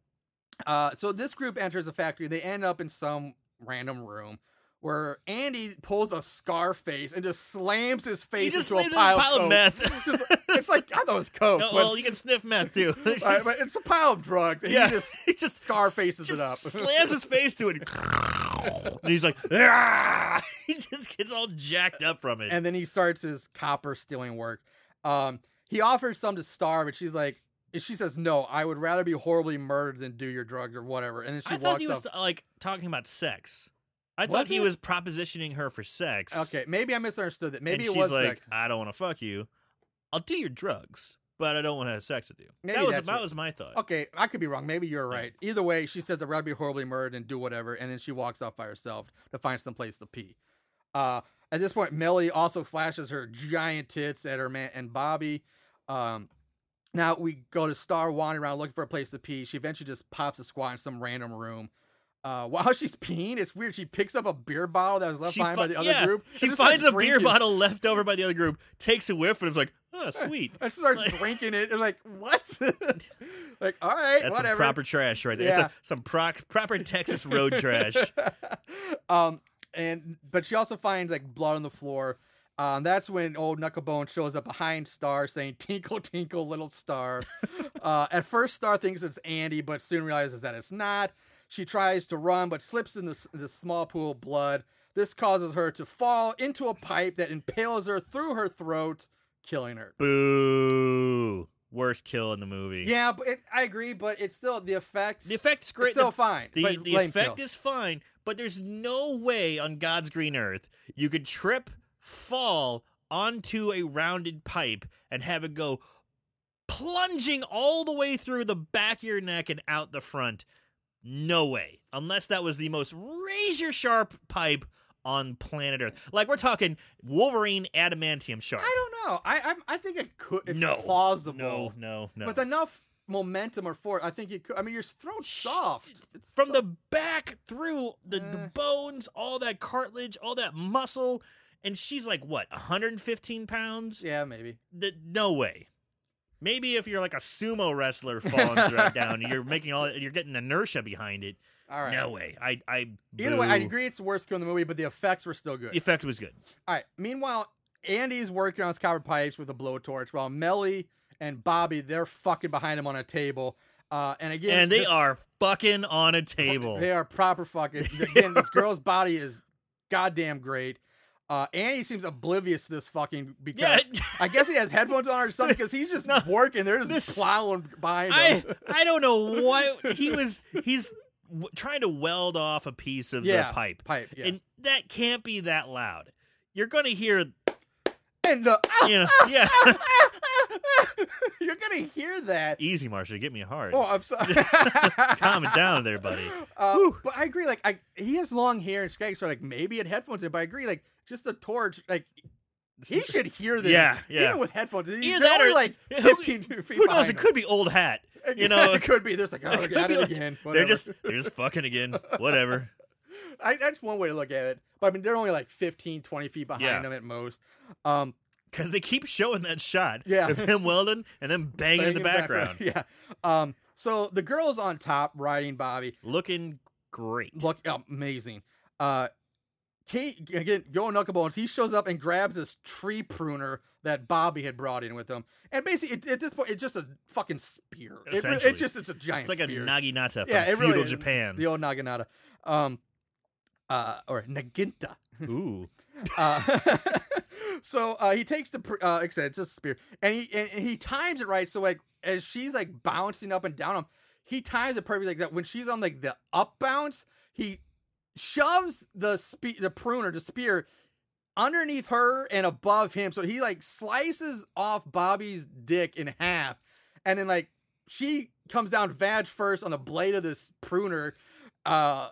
[SPEAKER 1] Uh, so this group enters a factory. They end up in some random room where Andy pulls a Scarface and just slams his
[SPEAKER 3] he
[SPEAKER 1] face
[SPEAKER 3] just
[SPEAKER 1] into
[SPEAKER 3] slammed
[SPEAKER 1] a
[SPEAKER 3] it in
[SPEAKER 1] pile,
[SPEAKER 3] of
[SPEAKER 1] coke.
[SPEAKER 3] <laughs> meth.
[SPEAKER 1] Just- it's like I thought it was coke.
[SPEAKER 3] No,
[SPEAKER 1] but,
[SPEAKER 3] well, you can sniff meth too.
[SPEAKER 1] <laughs>
[SPEAKER 3] It's
[SPEAKER 1] all right,
[SPEAKER 3] <laughs> just-
[SPEAKER 1] but it's a pile of drugs. And
[SPEAKER 3] yeah,
[SPEAKER 1] He just
[SPEAKER 3] he just
[SPEAKER 1] Scarfaces it
[SPEAKER 3] just
[SPEAKER 1] up.
[SPEAKER 3] <laughs> slams his face to it,
[SPEAKER 1] <laughs>
[SPEAKER 3] and he's like, "Ah!" <laughs> he just gets all jacked up from it.
[SPEAKER 1] and then he starts his copper stealing work. Um, he offers some to Star, but she's like, and she says, "No, I would rather be horribly murdered than do your drugs or whatever." And then she
[SPEAKER 3] I
[SPEAKER 1] walks
[SPEAKER 3] thought he was
[SPEAKER 1] off.
[SPEAKER 3] like talking about sex. I
[SPEAKER 1] Was
[SPEAKER 3] thought he
[SPEAKER 1] it?
[SPEAKER 3] was propositioning her for sex.
[SPEAKER 1] okay, maybe I misunderstood that. Maybe
[SPEAKER 3] and
[SPEAKER 1] it
[SPEAKER 3] she's
[SPEAKER 1] was
[SPEAKER 3] like,
[SPEAKER 1] sex.
[SPEAKER 3] I don't want to fuck you. I'll do your drugs, but I don't want to have sex with you.
[SPEAKER 1] Maybe
[SPEAKER 3] that was
[SPEAKER 1] that's
[SPEAKER 3] that
[SPEAKER 1] what-
[SPEAKER 3] was my thought.
[SPEAKER 1] Okay, I could be wrong. Maybe you're
[SPEAKER 3] Yeah.
[SPEAKER 1] right. Either way, she says I'd rather be horribly murdered and do whatever, and then she walks off by herself to find some place to pee. Uh, at this point, Melly also flashes her giant tits at her man and Bobby. Um, now we go to Star wandering around looking for a place to pee. She eventually just pops a squat in some random room. Uh, <laughs> while she's peeing, it's weird. She picks up a beer bottle that was left
[SPEAKER 3] She
[SPEAKER 1] behind by
[SPEAKER 3] fi-
[SPEAKER 1] the other
[SPEAKER 3] yeah,
[SPEAKER 1] group. and
[SPEAKER 3] She
[SPEAKER 1] just
[SPEAKER 3] finds a
[SPEAKER 1] starts
[SPEAKER 3] beer
[SPEAKER 1] drinking-
[SPEAKER 3] bottle left over by the other group, takes a whiff, and is like, oh, sweet.
[SPEAKER 1] and she starts
[SPEAKER 3] Like-
[SPEAKER 1] drinking it. And like what? <laughs> like all right,
[SPEAKER 3] That's
[SPEAKER 1] whatever.
[SPEAKER 3] some proper trash right there. That's
[SPEAKER 1] Yeah.
[SPEAKER 3] some- some
[SPEAKER 1] <laughs>
[SPEAKER 3] proc- proper Texas road trash.
[SPEAKER 1] um, and but she also finds like blood on the floor. Um, that's when old Knucklebone shows up behind Star, saying "Tinkle, tinkle, little
[SPEAKER 3] <laughs>
[SPEAKER 1] star." uh, at first, Star thinks it's Andy, but soon realizes that it's not. She tries to run, but slips in the, the small pool of blood. This causes her to fall into a pipe that impales her through her throat, killing her.
[SPEAKER 3] Boo! Worst kill in the movie.
[SPEAKER 1] Yeah, but it, I agree, but it's still the effects.
[SPEAKER 3] The effect's great.
[SPEAKER 1] It's still
[SPEAKER 3] The-
[SPEAKER 1] fine.
[SPEAKER 3] The,
[SPEAKER 1] but
[SPEAKER 3] the
[SPEAKER 1] lame
[SPEAKER 3] effect
[SPEAKER 1] kill.
[SPEAKER 3] is fine, but there's no way on God's green earth you could trip, fall onto a rounded pipe and have it go plunging all the way through the back of your neck and out the front. No way. Unless that was the most razor sharp pipe on planet Earth. Like we're talking Wolverine adamantium sharp.
[SPEAKER 1] I don't know. I I'm, I think it could. It's
[SPEAKER 3] no.
[SPEAKER 1] plausible.
[SPEAKER 3] No, no, no.
[SPEAKER 1] With enough momentum or force, I think you could. I mean, your throat's
[SPEAKER 3] Sh-
[SPEAKER 1] soft. It's
[SPEAKER 3] from
[SPEAKER 1] so-
[SPEAKER 3] the back through the, the
[SPEAKER 1] Eh.
[SPEAKER 3] bones, all that cartilage, all that muscle. And she's like, what, 115 pounds?
[SPEAKER 1] yeah, maybe.
[SPEAKER 3] Th- no way. Maybe if you're like a sumo wrestler
[SPEAKER 1] <laughs>
[SPEAKER 3] falling right down, you're making all you're getting inertia behind it.
[SPEAKER 1] All right.
[SPEAKER 3] No way. I, I
[SPEAKER 1] Either way, I
[SPEAKER 3] boo.
[SPEAKER 1] agree it's the worst kill in the movie, but the effects were still good.
[SPEAKER 3] The effect was good.
[SPEAKER 1] All right. Meanwhile, Andy's working on his copper pipes with a blowtorch, while Melly and Bobby they're fucking behind him on a table. Uh, and again,
[SPEAKER 3] and they
[SPEAKER 1] this-
[SPEAKER 3] are fucking on a table.
[SPEAKER 1] They are proper fucking. Again, this girl's body is goddamn great. Uh, Andy seems oblivious to this fucking because
[SPEAKER 3] <laughs> yeah,
[SPEAKER 1] I guess he has headphones on or something because he's
[SPEAKER 3] <laughs>
[SPEAKER 1] just working. They're just
[SPEAKER 3] this-
[SPEAKER 1] plowing behind
[SPEAKER 3] I
[SPEAKER 1] him.
[SPEAKER 3] I
[SPEAKER 1] <laughs>
[SPEAKER 3] don't know why he was he's w- trying to weld off a piece of
[SPEAKER 1] Yeah.
[SPEAKER 3] the pipe.
[SPEAKER 1] Pipe. Yeah.
[SPEAKER 3] and that can't be that loud. You're gonna hear, you
[SPEAKER 1] And the <laughs>
[SPEAKER 3] know, <laughs> yeah.
[SPEAKER 1] you're gonna hear that.
[SPEAKER 3] Easy, Marsha, get me hard.
[SPEAKER 1] <laughs> Oh, I'm sorry.
[SPEAKER 3] <laughs> Calm it
[SPEAKER 1] <laughs>
[SPEAKER 3] down, there, buddy.
[SPEAKER 1] Uh, but I agree. Like, I he has long hair and scraggy, so like maybe it headphones in. But I agree. Like, just the torch. Like, he should hear this.
[SPEAKER 3] Yeah, yeah.
[SPEAKER 1] Even with headphones, he's they're
[SPEAKER 3] Either that
[SPEAKER 1] only,
[SPEAKER 3] or-
[SPEAKER 1] like
[SPEAKER 3] <laughs> who-
[SPEAKER 1] 15 feet.
[SPEAKER 3] Who knows?
[SPEAKER 1] behind
[SPEAKER 3] It
[SPEAKER 1] him.
[SPEAKER 3] could be old hat.
[SPEAKER 1] <laughs>
[SPEAKER 3] You know,
[SPEAKER 1] it could be.
[SPEAKER 3] <laughs>
[SPEAKER 1] There's like, oh, look
[SPEAKER 3] could
[SPEAKER 1] at
[SPEAKER 3] be
[SPEAKER 1] it
[SPEAKER 3] like-
[SPEAKER 1] again.
[SPEAKER 3] they're
[SPEAKER 1] Whatever.
[SPEAKER 3] just they're just fucking again.
[SPEAKER 1] <laughs>
[SPEAKER 3] Whatever.
[SPEAKER 1] I, that's one way to look at it. But I mean, they're only like 15, 20 feet behind
[SPEAKER 3] Yeah.
[SPEAKER 1] him at most. Um,
[SPEAKER 3] Because they keep showing that shot
[SPEAKER 1] Yeah.
[SPEAKER 3] of him welding and then banging, in the background,
[SPEAKER 1] <laughs> Yeah. Um, so the girl's on top riding Bobby.
[SPEAKER 3] looking great.
[SPEAKER 1] Look oh, amazing. Uh, Kate, again, going knucklebones, he shows up and grabs this tree pruner that Bobby had brought in with him. And basically, it, at this point, it's just a fucking spear. It, re-
[SPEAKER 3] Essentially.
[SPEAKER 1] it's just, it's a giant
[SPEAKER 3] it's like
[SPEAKER 1] spear.
[SPEAKER 3] a naginata from
[SPEAKER 1] Yeah, it
[SPEAKER 3] feudal
[SPEAKER 1] really is.
[SPEAKER 3] Japan.
[SPEAKER 1] The old Naginata. Um, uh, <laughs> or Naginta.
[SPEAKER 3] Ooh,
[SPEAKER 1] Uh, So uh, he takes the pr- uh, like I said, it's just a spear, and he and, and he times it right. So like as she's like bouncing up and down him, he times it perfectly like that. When she's on like the up bounce, he shoves the spe- the pruner, the spear, underneath her and above him. So he like slices off Bobby's dick in half, and then like she comes down vag first on the blade of this pruner, uh,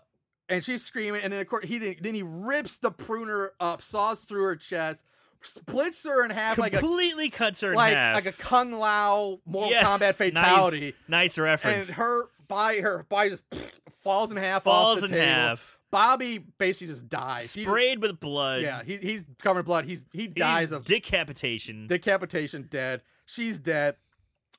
[SPEAKER 1] and she's screaming. And then of course he didn't- then he rips the pruner up, saws through her chest, splits her in half like a
[SPEAKER 3] completely cuts her in
[SPEAKER 1] like
[SPEAKER 3] half.
[SPEAKER 1] like a kung lao Mortal
[SPEAKER 3] Yeah,
[SPEAKER 1] Kombat fatality,
[SPEAKER 3] Nice, nice
[SPEAKER 1] and
[SPEAKER 3] reference.
[SPEAKER 1] her by her body just <sniffs> falls in half. off
[SPEAKER 3] Falls
[SPEAKER 1] the
[SPEAKER 3] in
[SPEAKER 1] table.
[SPEAKER 3] half,
[SPEAKER 1] Bobby basically just dies. He-
[SPEAKER 3] sprayed with blood.
[SPEAKER 1] yeah, he, he's covered in blood. He's he
[SPEAKER 3] He's
[SPEAKER 1] dies of
[SPEAKER 3] decapitation.
[SPEAKER 1] decapitation. Dead. She's dead.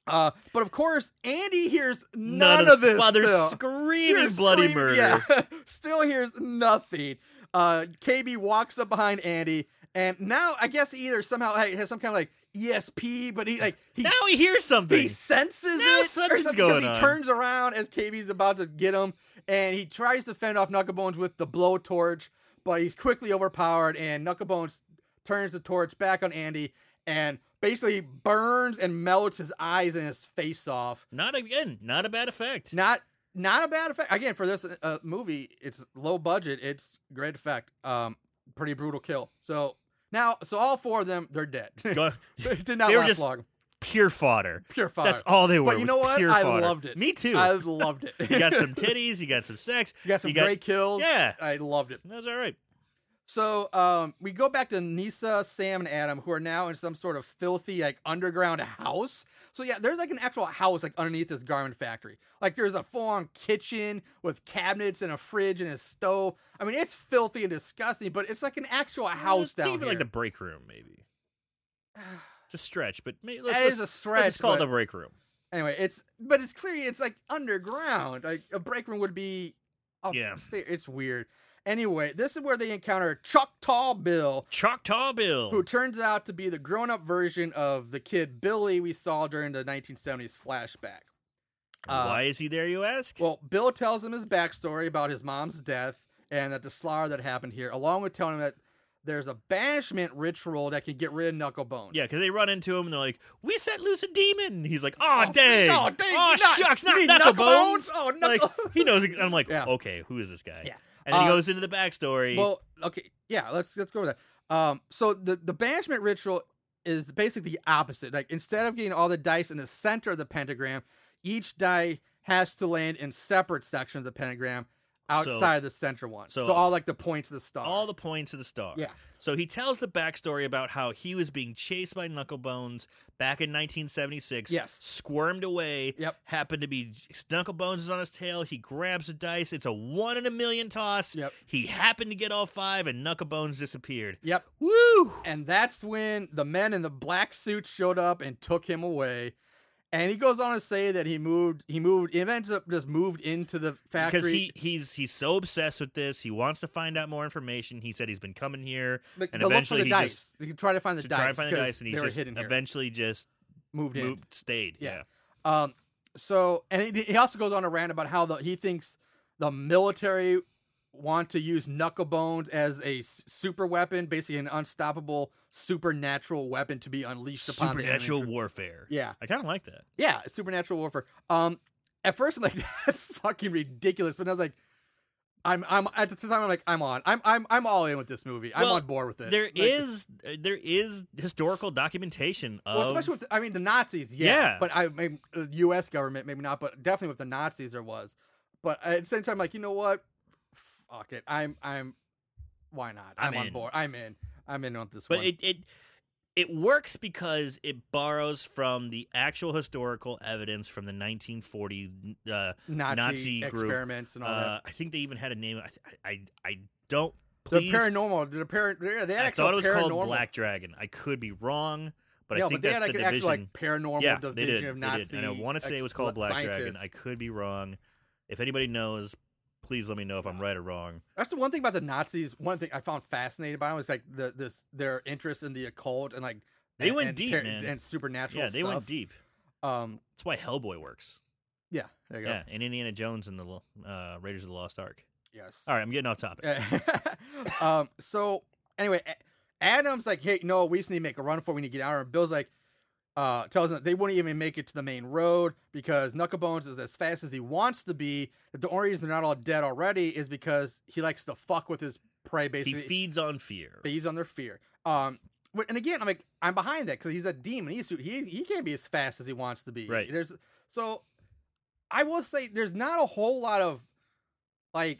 [SPEAKER 1] Uh, but of course, Andy hears
[SPEAKER 3] None
[SPEAKER 1] none, of this.
[SPEAKER 3] While they're
[SPEAKER 1] still.
[SPEAKER 3] screaming
[SPEAKER 1] Hears
[SPEAKER 3] bloody
[SPEAKER 1] scream-
[SPEAKER 3] murder.
[SPEAKER 1] Yeah, <laughs> still hears nothing. Uh, KB walks up behind Andy, and now I guess he either somehow has some kind of like ESP, but he like he
[SPEAKER 3] Now he hears something.
[SPEAKER 1] he senses
[SPEAKER 3] Now
[SPEAKER 1] it
[SPEAKER 3] something's
[SPEAKER 1] or something, 'cause
[SPEAKER 3] going
[SPEAKER 1] he
[SPEAKER 3] on.
[SPEAKER 1] turns around as KB's about to get him and he tries to fend off Knucklebones with the blowtorch, but he's quickly overpowered and Knucklebones turns the torch back on Andy and basically burns and melts his eyes and his face off.
[SPEAKER 3] Not again. Not a bad effect.
[SPEAKER 1] Not not a bad effect. Again, for this uh, movie, it's low budget, it's great effect. Um pretty brutal kill. So now so all four of them they're dead. <laughs>
[SPEAKER 3] Go-
[SPEAKER 1] It Did not
[SPEAKER 3] They were
[SPEAKER 1] last
[SPEAKER 3] just
[SPEAKER 1] long.
[SPEAKER 3] pure fodder.
[SPEAKER 1] Pure fire.
[SPEAKER 3] That's all they were.
[SPEAKER 1] But you
[SPEAKER 3] was
[SPEAKER 1] know what?
[SPEAKER 3] pure
[SPEAKER 1] I
[SPEAKER 3] fodder.
[SPEAKER 1] loved it.
[SPEAKER 3] Me too.
[SPEAKER 1] I loved it.
[SPEAKER 3] <laughs> you
[SPEAKER 1] <laughs>
[SPEAKER 3] got some titties. You got some sex.
[SPEAKER 1] You got some great kills.
[SPEAKER 3] Yeah.
[SPEAKER 1] I loved it.
[SPEAKER 3] That was all right.
[SPEAKER 1] So um, we go back to Nisa, Sam, and Adam, who are now in some sort of filthy like underground house. So yeah, there's like an actual house like underneath this garment factory. Like there's a full-on kitchen with cabinets and a fridge and a stove. I mean, it's filthy and disgusting, but it's like an actual house
[SPEAKER 3] Think
[SPEAKER 1] down
[SPEAKER 3] of it
[SPEAKER 1] here.
[SPEAKER 3] like the break room,
[SPEAKER 1] <sighs>
[SPEAKER 3] maybe. It's a stretch, but maybe let's,
[SPEAKER 1] That
[SPEAKER 3] let's,
[SPEAKER 1] is a stretch.
[SPEAKER 3] let's just call it
[SPEAKER 1] but-
[SPEAKER 3] the break room.
[SPEAKER 1] anyway, it's but it's clearly it's like underground. Like a break room would be
[SPEAKER 3] Yeah.
[SPEAKER 1] upstairs. It's weird. Anyway, this is where they encounter Choctaw Bill,
[SPEAKER 3] Choctaw Bill.
[SPEAKER 1] who turns out to be the grown-up version of the kid Billy we saw during the 1970s flashback. uh,
[SPEAKER 3] Why is he there? You ask.
[SPEAKER 1] Well, Bill tells him his backstory about his mom's death and that the slaughter that happened here, along with telling him that there's a banishment ritual that can get rid of Knucklebones.
[SPEAKER 3] yeah, because they run into him and they're like, "We set loose a demon." And he's like, "Oh,
[SPEAKER 1] Oh,
[SPEAKER 3] dang!
[SPEAKER 1] oh, dang,
[SPEAKER 3] Oh,
[SPEAKER 1] not-
[SPEAKER 3] shucks!
[SPEAKER 1] you
[SPEAKER 3] Not
[SPEAKER 1] mean
[SPEAKER 3] knuckle
[SPEAKER 1] knuckle
[SPEAKER 3] bones!
[SPEAKER 1] bones? Oh,
[SPEAKER 3] like
[SPEAKER 1] knuckle-
[SPEAKER 3] he knows. I'm
[SPEAKER 1] <laughs>
[SPEAKER 3] like,
[SPEAKER 1] Yeah.
[SPEAKER 3] okay, who is this guy?
[SPEAKER 1] Yeah.
[SPEAKER 3] And then he
[SPEAKER 1] Uh,
[SPEAKER 3] goes into the backstory.
[SPEAKER 1] Well, okay, yeah, let's let's go with that. Um, so the the banishment ritual is basically the opposite. Like instead of getting all the dice in the center of the pentagram, each die has to land in separate sections of the pentagram outside of the center one. So,
[SPEAKER 3] so-
[SPEAKER 1] all like the points of the star.
[SPEAKER 3] all the points of the star.
[SPEAKER 1] Yeah.
[SPEAKER 3] So he tells the backstory about how he was being chased by Knucklebones back in 1976.
[SPEAKER 1] Yes.
[SPEAKER 3] Squirmed away.
[SPEAKER 1] Yep.
[SPEAKER 3] Happened to be Knucklebones is on his tail. He grabs a dice. It's a one in a million toss.
[SPEAKER 1] Yep.
[SPEAKER 3] He happened to get all five, and Knucklebones disappeared.
[SPEAKER 1] Yep.
[SPEAKER 3] Woo!
[SPEAKER 1] And that's when the men in the black suits showed up and took him away. And he goes on to say that he moved. He moved. He ends up just moved into the factory.
[SPEAKER 3] Because he, he's he's so obsessed with this, he wants to find out more information. He said he's been coming here,
[SPEAKER 1] but,
[SPEAKER 3] and
[SPEAKER 1] but look for
[SPEAKER 3] eventually
[SPEAKER 1] the
[SPEAKER 3] he
[SPEAKER 1] dice.
[SPEAKER 3] just
[SPEAKER 1] he tried to find the
[SPEAKER 3] to
[SPEAKER 1] dice.
[SPEAKER 3] try and find the
[SPEAKER 1] 'cause
[SPEAKER 3] dice, and he
[SPEAKER 1] they were
[SPEAKER 3] just
[SPEAKER 1] hidden here.
[SPEAKER 3] eventually just
[SPEAKER 1] moved in.
[SPEAKER 3] moved, stayed.
[SPEAKER 1] Yeah.
[SPEAKER 3] yeah.
[SPEAKER 1] Um, so, and he, he also goes on a rant about how the, he thinks the military want to use knucklebones as a s- super weapon, basically an unstoppable supernatural weapon to be unleashed upon the enemy.
[SPEAKER 3] supernatural warfare.
[SPEAKER 1] Yeah,
[SPEAKER 3] I kind of like that.
[SPEAKER 1] yeah, supernatural warfare. Um, at first I'm like, <laughs> that's fucking ridiculous, but then I was like, I'm, I'm at the time I'm like, I'm on, I'm, I'm, I'm all in with this movie. I'm
[SPEAKER 3] Well,
[SPEAKER 1] on board with it.
[SPEAKER 3] There
[SPEAKER 1] Like,
[SPEAKER 3] is uh, there is historical documentation of
[SPEAKER 1] Well, especially with, the, I mean, the Nazis, yeah.
[SPEAKER 3] Yeah.
[SPEAKER 1] But I mean, the U.S. government, maybe not, but definitely with the Nazis there was. But at the same time, like, you know what? Fuck it. I'm, I'm, why not?
[SPEAKER 3] I'm
[SPEAKER 1] on
[SPEAKER 3] in.
[SPEAKER 1] board. I'm in. I'm in on this
[SPEAKER 3] but
[SPEAKER 1] one.
[SPEAKER 3] it it it works because it borrows from the actual historical evidence from the 1940 uh,
[SPEAKER 1] Nazi,
[SPEAKER 3] Nazi group,
[SPEAKER 1] experiments and all
[SPEAKER 3] uh
[SPEAKER 1] that.
[SPEAKER 3] I think they even had a name. I th- I I, I don't
[SPEAKER 1] The
[SPEAKER 3] please.
[SPEAKER 1] paranormal, the par- yeah, they had
[SPEAKER 3] I
[SPEAKER 1] actual
[SPEAKER 3] thought it was
[SPEAKER 1] paranormal.
[SPEAKER 3] called Black Dragon. I could be wrong, but
[SPEAKER 1] yeah,
[SPEAKER 3] I think
[SPEAKER 1] but they
[SPEAKER 3] that's
[SPEAKER 1] had like
[SPEAKER 3] the
[SPEAKER 1] an actual
[SPEAKER 3] division.
[SPEAKER 1] like paranormal
[SPEAKER 3] yeah,
[SPEAKER 1] division
[SPEAKER 3] they did.
[SPEAKER 1] of
[SPEAKER 3] they
[SPEAKER 1] Nazi.
[SPEAKER 3] did. And I want to say it was
[SPEAKER 1] ex-
[SPEAKER 3] called Black Dragon.
[SPEAKER 1] scientists.
[SPEAKER 3] I could be wrong. If anybody knows, please let me know if I'm right or wrong.
[SPEAKER 1] That's the one thing about the Nazis. One thing I found fascinating about them was like the this their interest in the occult and like
[SPEAKER 3] They
[SPEAKER 1] and-
[SPEAKER 3] went
[SPEAKER 1] and
[SPEAKER 3] deep,
[SPEAKER 1] par-
[SPEAKER 3] man.
[SPEAKER 1] and supernatural.
[SPEAKER 3] Yeah, they went
[SPEAKER 1] stuff.
[SPEAKER 3] deep.
[SPEAKER 1] Um,
[SPEAKER 3] That's why Hellboy works.
[SPEAKER 1] yeah, there you go.
[SPEAKER 3] Yeah, and Indiana Jones and the lo- uh, Raiders of the Lost Ark.
[SPEAKER 1] Yes. <laughs>
[SPEAKER 3] All right, I'm getting off topic.
[SPEAKER 1] right. um. So anyway, a- Adam's like, hey, no, we just need to make a run for it. We need to get out. And Bill's like, uh, tells them that they wouldn't even make it to the main road because Knucklebones is as fast as he wants to be. That the only reason they're not all dead already is because he likes to fuck with his prey, <laughs>
[SPEAKER 3] He
[SPEAKER 1] basically.
[SPEAKER 3] feeds on fear.
[SPEAKER 1] based on their fear. Um, but- and again, I'm like, I'm behind that because he's a demon. He's he he can't be as fast as he wants to be.
[SPEAKER 3] Right.
[SPEAKER 1] There's so, I will say there's not a whole lot of, like,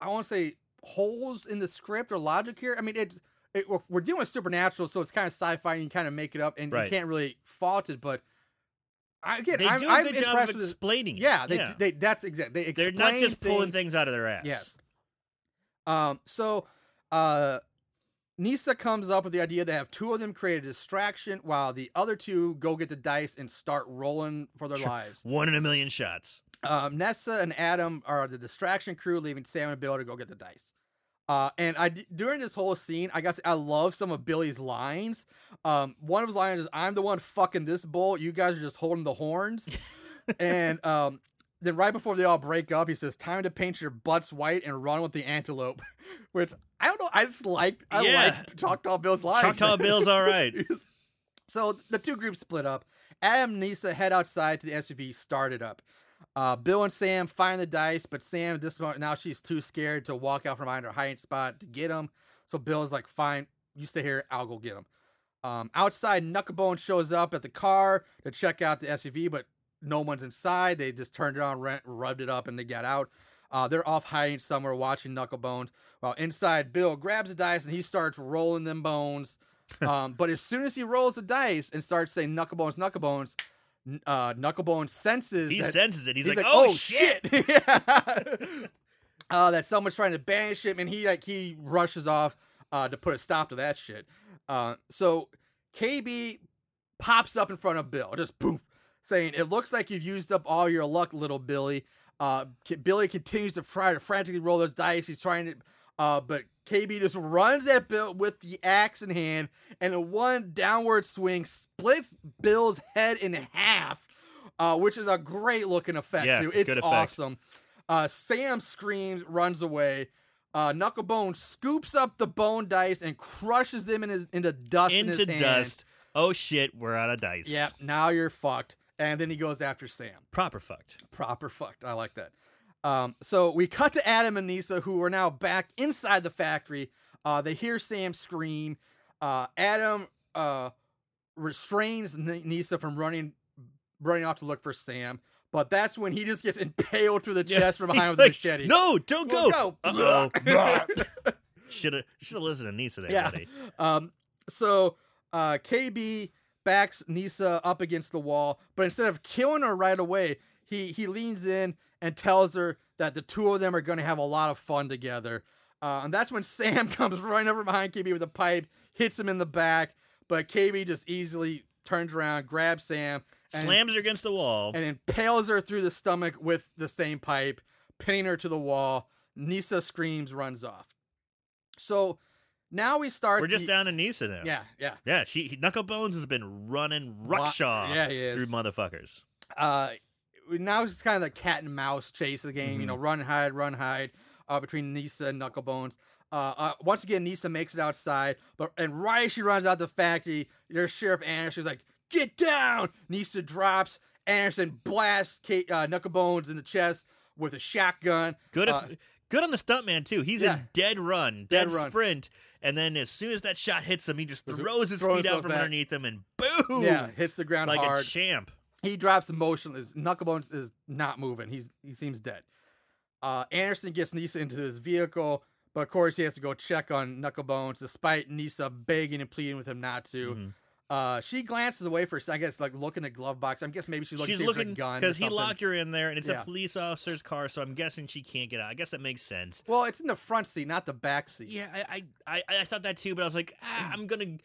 [SPEAKER 1] I want to say holes in the script or logic here. I mean, it's it, we're, we're dealing with supernatural, so it's kind of sci-fi and you kind of make it up, and
[SPEAKER 3] Right.
[SPEAKER 1] you can't really fault it. But I, again,
[SPEAKER 3] They
[SPEAKER 1] I'm,
[SPEAKER 3] do
[SPEAKER 1] I'm
[SPEAKER 3] a good
[SPEAKER 1] impressed
[SPEAKER 3] job of
[SPEAKER 1] with.
[SPEAKER 3] explaining. it.
[SPEAKER 1] Yeah, they, they that's exactly they
[SPEAKER 3] They're not just
[SPEAKER 1] explain
[SPEAKER 3] pulling
[SPEAKER 1] things
[SPEAKER 3] things out of their ass.
[SPEAKER 1] Yes. Um, so uh, Nisa comes up with the idea to have two of them create a distraction while the other two go get the dice and start rolling for their
[SPEAKER 3] Sure.
[SPEAKER 1] lives.
[SPEAKER 3] One in a million shots.
[SPEAKER 1] Um, Nessa and Adam are the distraction crew, leaving Sam and Bill to go get the dice. Uh, and I d- during this whole scene, I guess I love some of Billy's lines. Um, one of his lines is, "I'm the one fucking this bull. You guys are just holding the
[SPEAKER 3] <laughs>
[SPEAKER 1] horns." and um, then right before they all break up, he says, "Time to paint your butts white and run with the antelope," <laughs> which I don't know. I just like I
[SPEAKER 3] Yeah.
[SPEAKER 1] like Choctaw Bill's lines.
[SPEAKER 3] Choctaw Bill's all right.
[SPEAKER 1] <laughs> So the two groups split up. Adam and Nisa head outside to the SUV, start it up. Uh, Bill and Sam find the dice, but Sam at this moment now she's too scared to walk out from behind her hiding spot to get them. So Bill's like, "Fine, you stay here. I'll go get them." Um, outside, Knucklebone shows up at the car to check out the SUV, but no one's inside. They just turned it on, ru- rubbed it up, and they got out. Uh, they're off hiding somewhere watching Knucklebones. While inside, Bill grabs the dice and he starts rolling them bones. Um, but as soon as he rolls the dice and starts saying Knucklebones, Knucklebones, n- uh, Knucklebones senses
[SPEAKER 3] He
[SPEAKER 1] that-
[SPEAKER 3] senses it. He's, like, oh, shit.
[SPEAKER 1] "Oh, <laughs> Yeah. uh, that someone's trying to banish him, and he like he rushes off uh, to put a stop to that shit. Uh, so KB pops up in front of Bill, just poof, saying, "It looks like you've used up all your luck, little Billy." Uh, K- Billy continues to try to frantically roll those dice. He's trying to, uh, but KB just runs at Bill with the axe in hand, and in one downward swing splits Bill's head in half, uh, which is a great looking effect
[SPEAKER 3] Yeah,
[SPEAKER 1] too. It's
[SPEAKER 3] good effect.
[SPEAKER 1] awesome. Uh, Sam screams, runs away. Uh, Knucklebone scoops up the bone dice and crushes them in his, into dust. in his
[SPEAKER 3] Into
[SPEAKER 1] hand.
[SPEAKER 3] dust. Oh shit, we're out of dice.
[SPEAKER 1] Yeah, now you're fucked. And then he goes after Sam.
[SPEAKER 3] Proper fucked.
[SPEAKER 1] Proper fucked. I like that. Um, so we cut to Adam and Nisa, who are now back inside the factory. Uh, they hear Sam scream. Uh, Adam uh, restrains N- Nisa from running, running off to look for Sam. But that's when he just gets <laughs> impaled through the chest from behind
[SPEAKER 3] He's
[SPEAKER 1] with a
[SPEAKER 3] like,
[SPEAKER 1] machete.
[SPEAKER 3] No, don't
[SPEAKER 1] Well,
[SPEAKER 3] go.
[SPEAKER 1] no.
[SPEAKER 3] Uh <laughs> oh. Should have should have listened to Nisa there,
[SPEAKER 1] Yeah.
[SPEAKER 3] buddy.
[SPEAKER 1] Um, so uh, KB backs Nisa up against the wall, but instead of killing her right away, he he leans in and tells her that the two of them are going to have a lot of fun together. Uh, and that's when <laughs> Sam comes running over behind KB with a pipe, hits him in the back, but KB just easily turns around, grabs Sam, and,
[SPEAKER 3] Slams her against the wall.
[SPEAKER 1] and impales her through the stomach with the same pipe, pinning her to the wall. Nisa screams, runs off. So now we start.
[SPEAKER 3] We're just
[SPEAKER 1] the-
[SPEAKER 3] down in Nisa now.
[SPEAKER 1] yeah, yeah.
[SPEAKER 3] Yeah, she he, Knucklebones has been running ruckshaw
[SPEAKER 1] yeah, he is.
[SPEAKER 3] through motherfuckers.
[SPEAKER 1] Uh, now it's kind of like cat and mouse chase of the game. You
[SPEAKER 3] Mhm.
[SPEAKER 1] know, run hide, run hide uh, between Nisa and Knucklebones. Uh, uh, once again, Nisa makes it outside, but and right as she runs out the factory, there's Sheriff Anderson. She's like, "Get down!" Nisa drops. Anderson blasts Kate, uh, Knucklebones in the chest with a shotgun.
[SPEAKER 3] Good,
[SPEAKER 1] Uh,
[SPEAKER 3] if, good on the stuntman too. He's
[SPEAKER 1] yeah.
[SPEAKER 3] in dead run,
[SPEAKER 1] Dead
[SPEAKER 3] dead,
[SPEAKER 1] run.
[SPEAKER 3] sprint, and then as soon as that shot hits him, he just
[SPEAKER 1] Throws-
[SPEAKER 3] throws his
[SPEAKER 1] throws
[SPEAKER 3] feet out
[SPEAKER 1] himself
[SPEAKER 3] from
[SPEAKER 1] back.
[SPEAKER 3] underneath him, and boom,
[SPEAKER 1] yeah, hits the ground
[SPEAKER 3] like a
[SPEAKER 1] hard.
[SPEAKER 3] champ.
[SPEAKER 1] he drops motionless. Knucklebones is not moving. He's he seems dead. Uh, Anderson gets Nisa into his vehicle, but of course he has to go check on Knucklebones, despite Nisa begging and pleading with him not to.
[SPEAKER 3] Mhm.
[SPEAKER 1] Uh, she glances away for a second, I guess, like looking at glove box. I guess maybe she's looking
[SPEAKER 3] She's
[SPEAKER 1] see if there's
[SPEAKER 3] looking
[SPEAKER 1] a gun or
[SPEAKER 3] because he
[SPEAKER 1] something.
[SPEAKER 3] locked her in there, and it's
[SPEAKER 1] Yeah.
[SPEAKER 3] a police officer's car, so I'm guessing she can't get out. I guess that makes sense.
[SPEAKER 1] Well, it's in the front seat, not the back seat.
[SPEAKER 3] Yeah, I I, I, I thought that too, but I was like, ah, I'm gonna.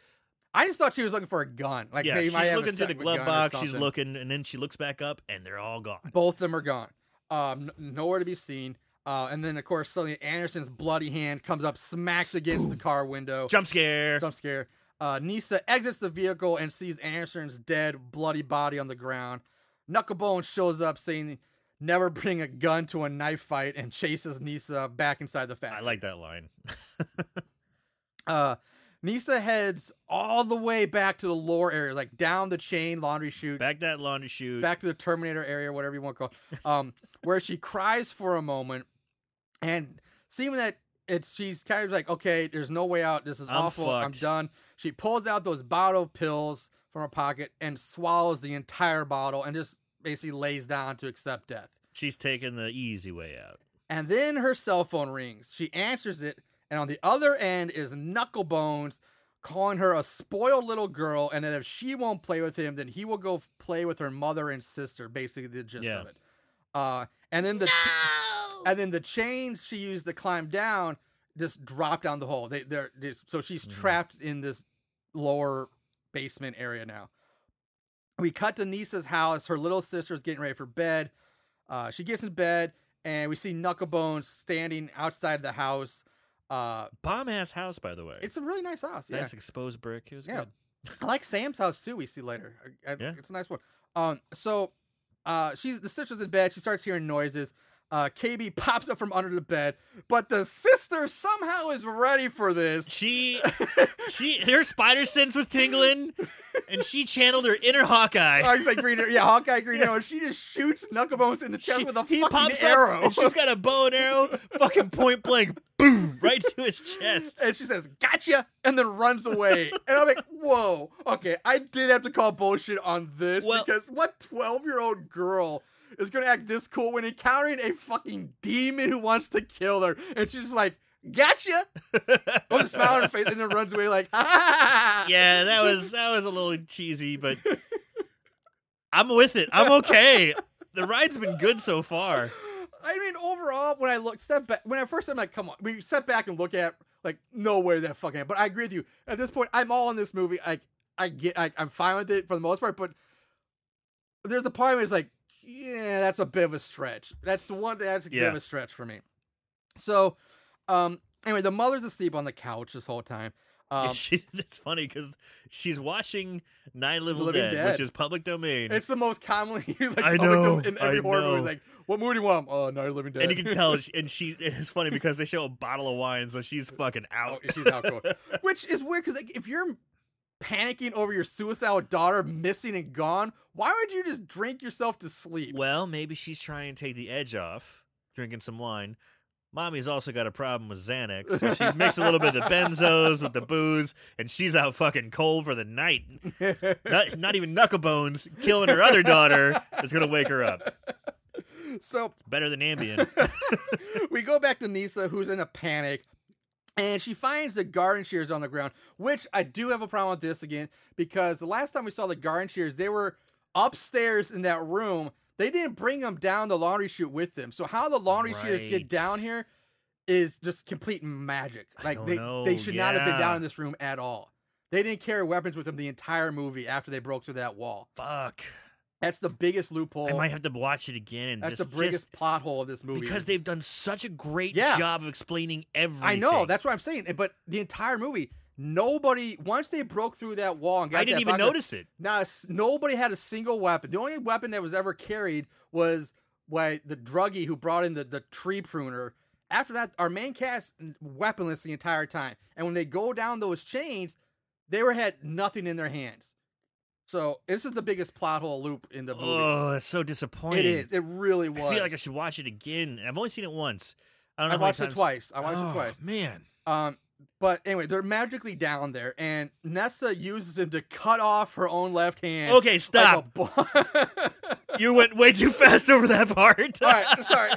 [SPEAKER 1] I just thought she was looking for a gun. Like
[SPEAKER 3] Yeah,
[SPEAKER 1] maybe
[SPEAKER 3] she's
[SPEAKER 1] might have a
[SPEAKER 3] looking through the
[SPEAKER 1] second
[SPEAKER 3] glove
[SPEAKER 1] gun or
[SPEAKER 3] box. She's
[SPEAKER 1] something. Oh,
[SPEAKER 3] looking, and then she looks back up, and they're all gone.
[SPEAKER 1] Both of them are gone. Um, n- nowhere to be seen. Uh, and then of course suddenly Anderson's bloody hand comes up, smacks against the car window.
[SPEAKER 3] Jump scare.
[SPEAKER 1] jump scare. Uh, Nisa exits the vehicle and sees Anderson's dead, bloody body on the ground. Knucklebone shows up saying, "Never bring a gun to a knife fight," and chases Nisa back inside the
[SPEAKER 3] I
[SPEAKER 1] factory.
[SPEAKER 3] like that line.
[SPEAKER 1] Uh, Nisa heads all the way back to the lore area, like down the chain laundry chute, back,
[SPEAKER 3] Back that laundry chute.
[SPEAKER 1] to the Terminator area, whatever you want to call it, um, <laughs> where she cries for a moment. And seeing that it's, she's kind of like, okay, there's no way out. This is
[SPEAKER 3] I'm
[SPEAKER 1] awful. I'm
[SPEAKER 3] fucked."
[SPEAKER 1] done. She pulls out those bottle pills from her pocket and swallows the entire bottle and just basically lays down to accept death.
[SPEAKER 3] She's taking the easy way out.
[SPEAKER 1] And then her cell phone rings. She answers it, and on the other end is Knucklebones calling her a spoiled little girl, and that if she won't play with him, then he will go f- play with her mother and sister. Basically, the gist
[SPEAKER 3] Yeah.
[SPEAKER 1] of it. Uh, and then the
[SPEAKER 2] No!
[SPEAKER 1] and then the chains she used to climb down just drop down the hole. They they're, they so she's
[SPEAKER 3] Mhm.
[SPEAKER 1] trapped in this lower basement area now. We cut to Nisa's house. Her little sister's getting ready for bed. Uh, she gets in bed, and we see Knucklebones standing outside the house. Uh,
[SPEAKER 3] Bomb ass house, by the way.
[SPEAKER 1] it's a really nice house. Yeah,
[SPEAKER 3] nice exposed brick. It was
[SPEAKER 1] Yeah.
[SPEAKER 3] good.
[SPEAKER 1] I like Sam's house too. We see later. I, I,
[SPEAKER 3] Yeah.
[SPEAKER 1] It's a nice one. Um, so uh, she's the sister's in bed. She starts hearing noises. Uh, KB <laughs> pops up from under the bed, but the sister somehow is ready for this. <laughs>
[SPEAKER 3] She, she, her spider sense was tingling, and she channeled her inner Hawkeye.
[SPEAKER 1] I was like Oh,
[SPEAKER 3] <laughs>
[SPEAKER 1] Green Arrow, yeah, Hawkeye Green Arrow. and She just shoots Knucklebones in the chest
[SPEAKER 3] She-
[SPEAKER 1] with a
[SPEAKER 3] he
[SPEAKER 1] fucking
[SPEAKER 3] pops Up,
[SPEAKER 1] arrow,
[SPEAKER 3] and she's got a bow and arrow, fucking point blank, boom, right to his chest.
[SPEAKER 1] and she says "Gotcha!" and then runs away. and I'm like, "Whoa, okay." I did have to call bullshit on this
[SPEAKER 3] Well-
[SPEAKER 1] because what twelve-year-old girl is gonna act this cool when encountering a fucking demon who wants to kill her, and she's like, "Gotcha!" with a smile on her face, and then runs away like, "Ha ha, ha ha."
[SPEAKER 3] Yeah, that was that was a little cheesy, but I'm with it. I'm okay. The ride's been good so far.
[SPEAKER 1] I mean, overall, when I look step back, when I first I'm like, come on, we step back and look at like no way that fucking. But I agree with you. At this point, I'm all in this movie. Like I get, I, I'm fine with it for the most part. But there's a part of me that's like, yeah, that's a bit of a stretch. That's the one that's a bit of
[SPEAKER 3] Yeah.
[SPEAKER 1] a stretch for me. So, um, anyway, the mother's asleep on the couch this whole time. Um,
[SPEAKER 3] she, it's funny because she's watching Nine Living,
[SPEAKER 1] Living
[SPEAKER 3] Dead,
[SPEAKER 1] Dead.
[SPEAKER 3] which is public domain,
[SPEAKER 1] it's the most commonly <laughs> used like
[SPEAKER 3] I
[SPEAKER 1] public
[SPEAKER 3] know,
[SPEAKER 1] domain in every
[SPEAKER 3] I
[SPEAKER 1] horror movie.
[SPEAKER 3] know.
[SPEAKER 1] Like, what movie do you want? Oh, Night of the Living Dead.
[SPEAKER 3] and you
[SPEAKER 1] <laughs>
[SPEAKER 3] can tell. she- And she, it's funny because they show a bottle of wine, so she's fucking
[SPEAKER 1] Oh,
[SPEAKER 3] out.
[SPEAKER 1] she's out cold. Which is weird because like, if you're panicking over your suicidal daughter missing and gone, why would you just drink yourself to sleep?
[SPEAKER 3] Well, maybe she's trying to take the edge off, drinking some wine. Mommy's also got a problem with Xanax.
[SPEAKER 1] <laughs>
[SPEAKER 3] So she mixed a little bit of the benzos with the booze, and she's out fucking cold for the night. Not, not even Knucklebones killing her other daughter is going to wake her up.
[SPEAKER 1] <laughs> so
[SPEAKER 3] Better than Ambien.
[SPEAKER 1] <laughs> we go back to Nisa, who's in a panic. And she finds the garden shears on the ground, which I do have a problem with this again because the last time we saw the garden shears, they were upstairs in that room. They didn't bring them down the laundry chute with them. So how the laundry shears get
[SPEAKER 3] Right.
[SPEAKER 1] down here is just complete magic. Like
[SPEAKER 3] don't
[SPEAKER 1] they
[SPEAKER 3] know,
[SPEAKER 1] they should not have been down
[SPEAKER 3] yeah.
[SPEAKER 1] in this room at all. They didn't carry weapons with them the entire movie after they broke through that wall.
[SPEAKER 3] Fuck.
[SPEAKER 1] That's the biggest loophole.
[SPEAKER 3] I might have to watch it again. And
[SPEAKER 1] That's
[SPEAKER 3] just,
[SPEAKER 1] the biggest
[SPEAKER 3] just-
[SPEAKER 1] plot hole of this movie.
[SPEAKER 3] because they've done such a great
[SPEAKER 1] Yeah.
[SPEAKER 3] job of explaining everything.
[SPEAKER 1] I know. That's what I'm saying. And- But the entire movie, nobody. Once they broke through that wall and got
[SPEAKER 3] I didn't
[SPEAKER 1] that
[SPEAKER 3] even
[SPEAKER 1] box-
[SPEAKER 3] notice it.
[SPEAKER 1] Now s- nobody had a single weapon. The only weapon that was ever carried was why the druggie who brought in the the tree pruner. After that, our main cast n- weaponless the entire time. And when they go down those chains, they were had nothing in their hands. So this is the biggest plot hole loop in the movie.
[SPEAKER 3] Oh, that's so disappointing.
[SPEAKER 1] it is. It really was.
[SPEAKER 3] I feel like I should watch it again. I've only seen it once. I don't know.
[SPEAKER 1] I
[SPEAKER 3] how many
[SPEAKER 1] watched it
[SPEAKER 3] times-
[SPEAKER 1] twice. I watched
[SPEAKER 3] Oh,
[SPEAKER 1] it twice.
[SPEAKER 3] Man,
[SPEAKER 1] Um, but anyway, they're magically down there, and Nessa uses him to cut off her own left hand.
[SPEAKER 3] Okay,
[SPEAKER 1] like
[SPEAKER 3] stop.
[SPEAKER 1] a <laughs> bo-
[SPEAKER 3] you went way too fast over that
[SPEAKER 1] <laughs>
[SPEAKER 3] part.
[SPEAKER 1] All
[SPEAKER 3] <laughs>
[SPEAKER 1] right, sorry.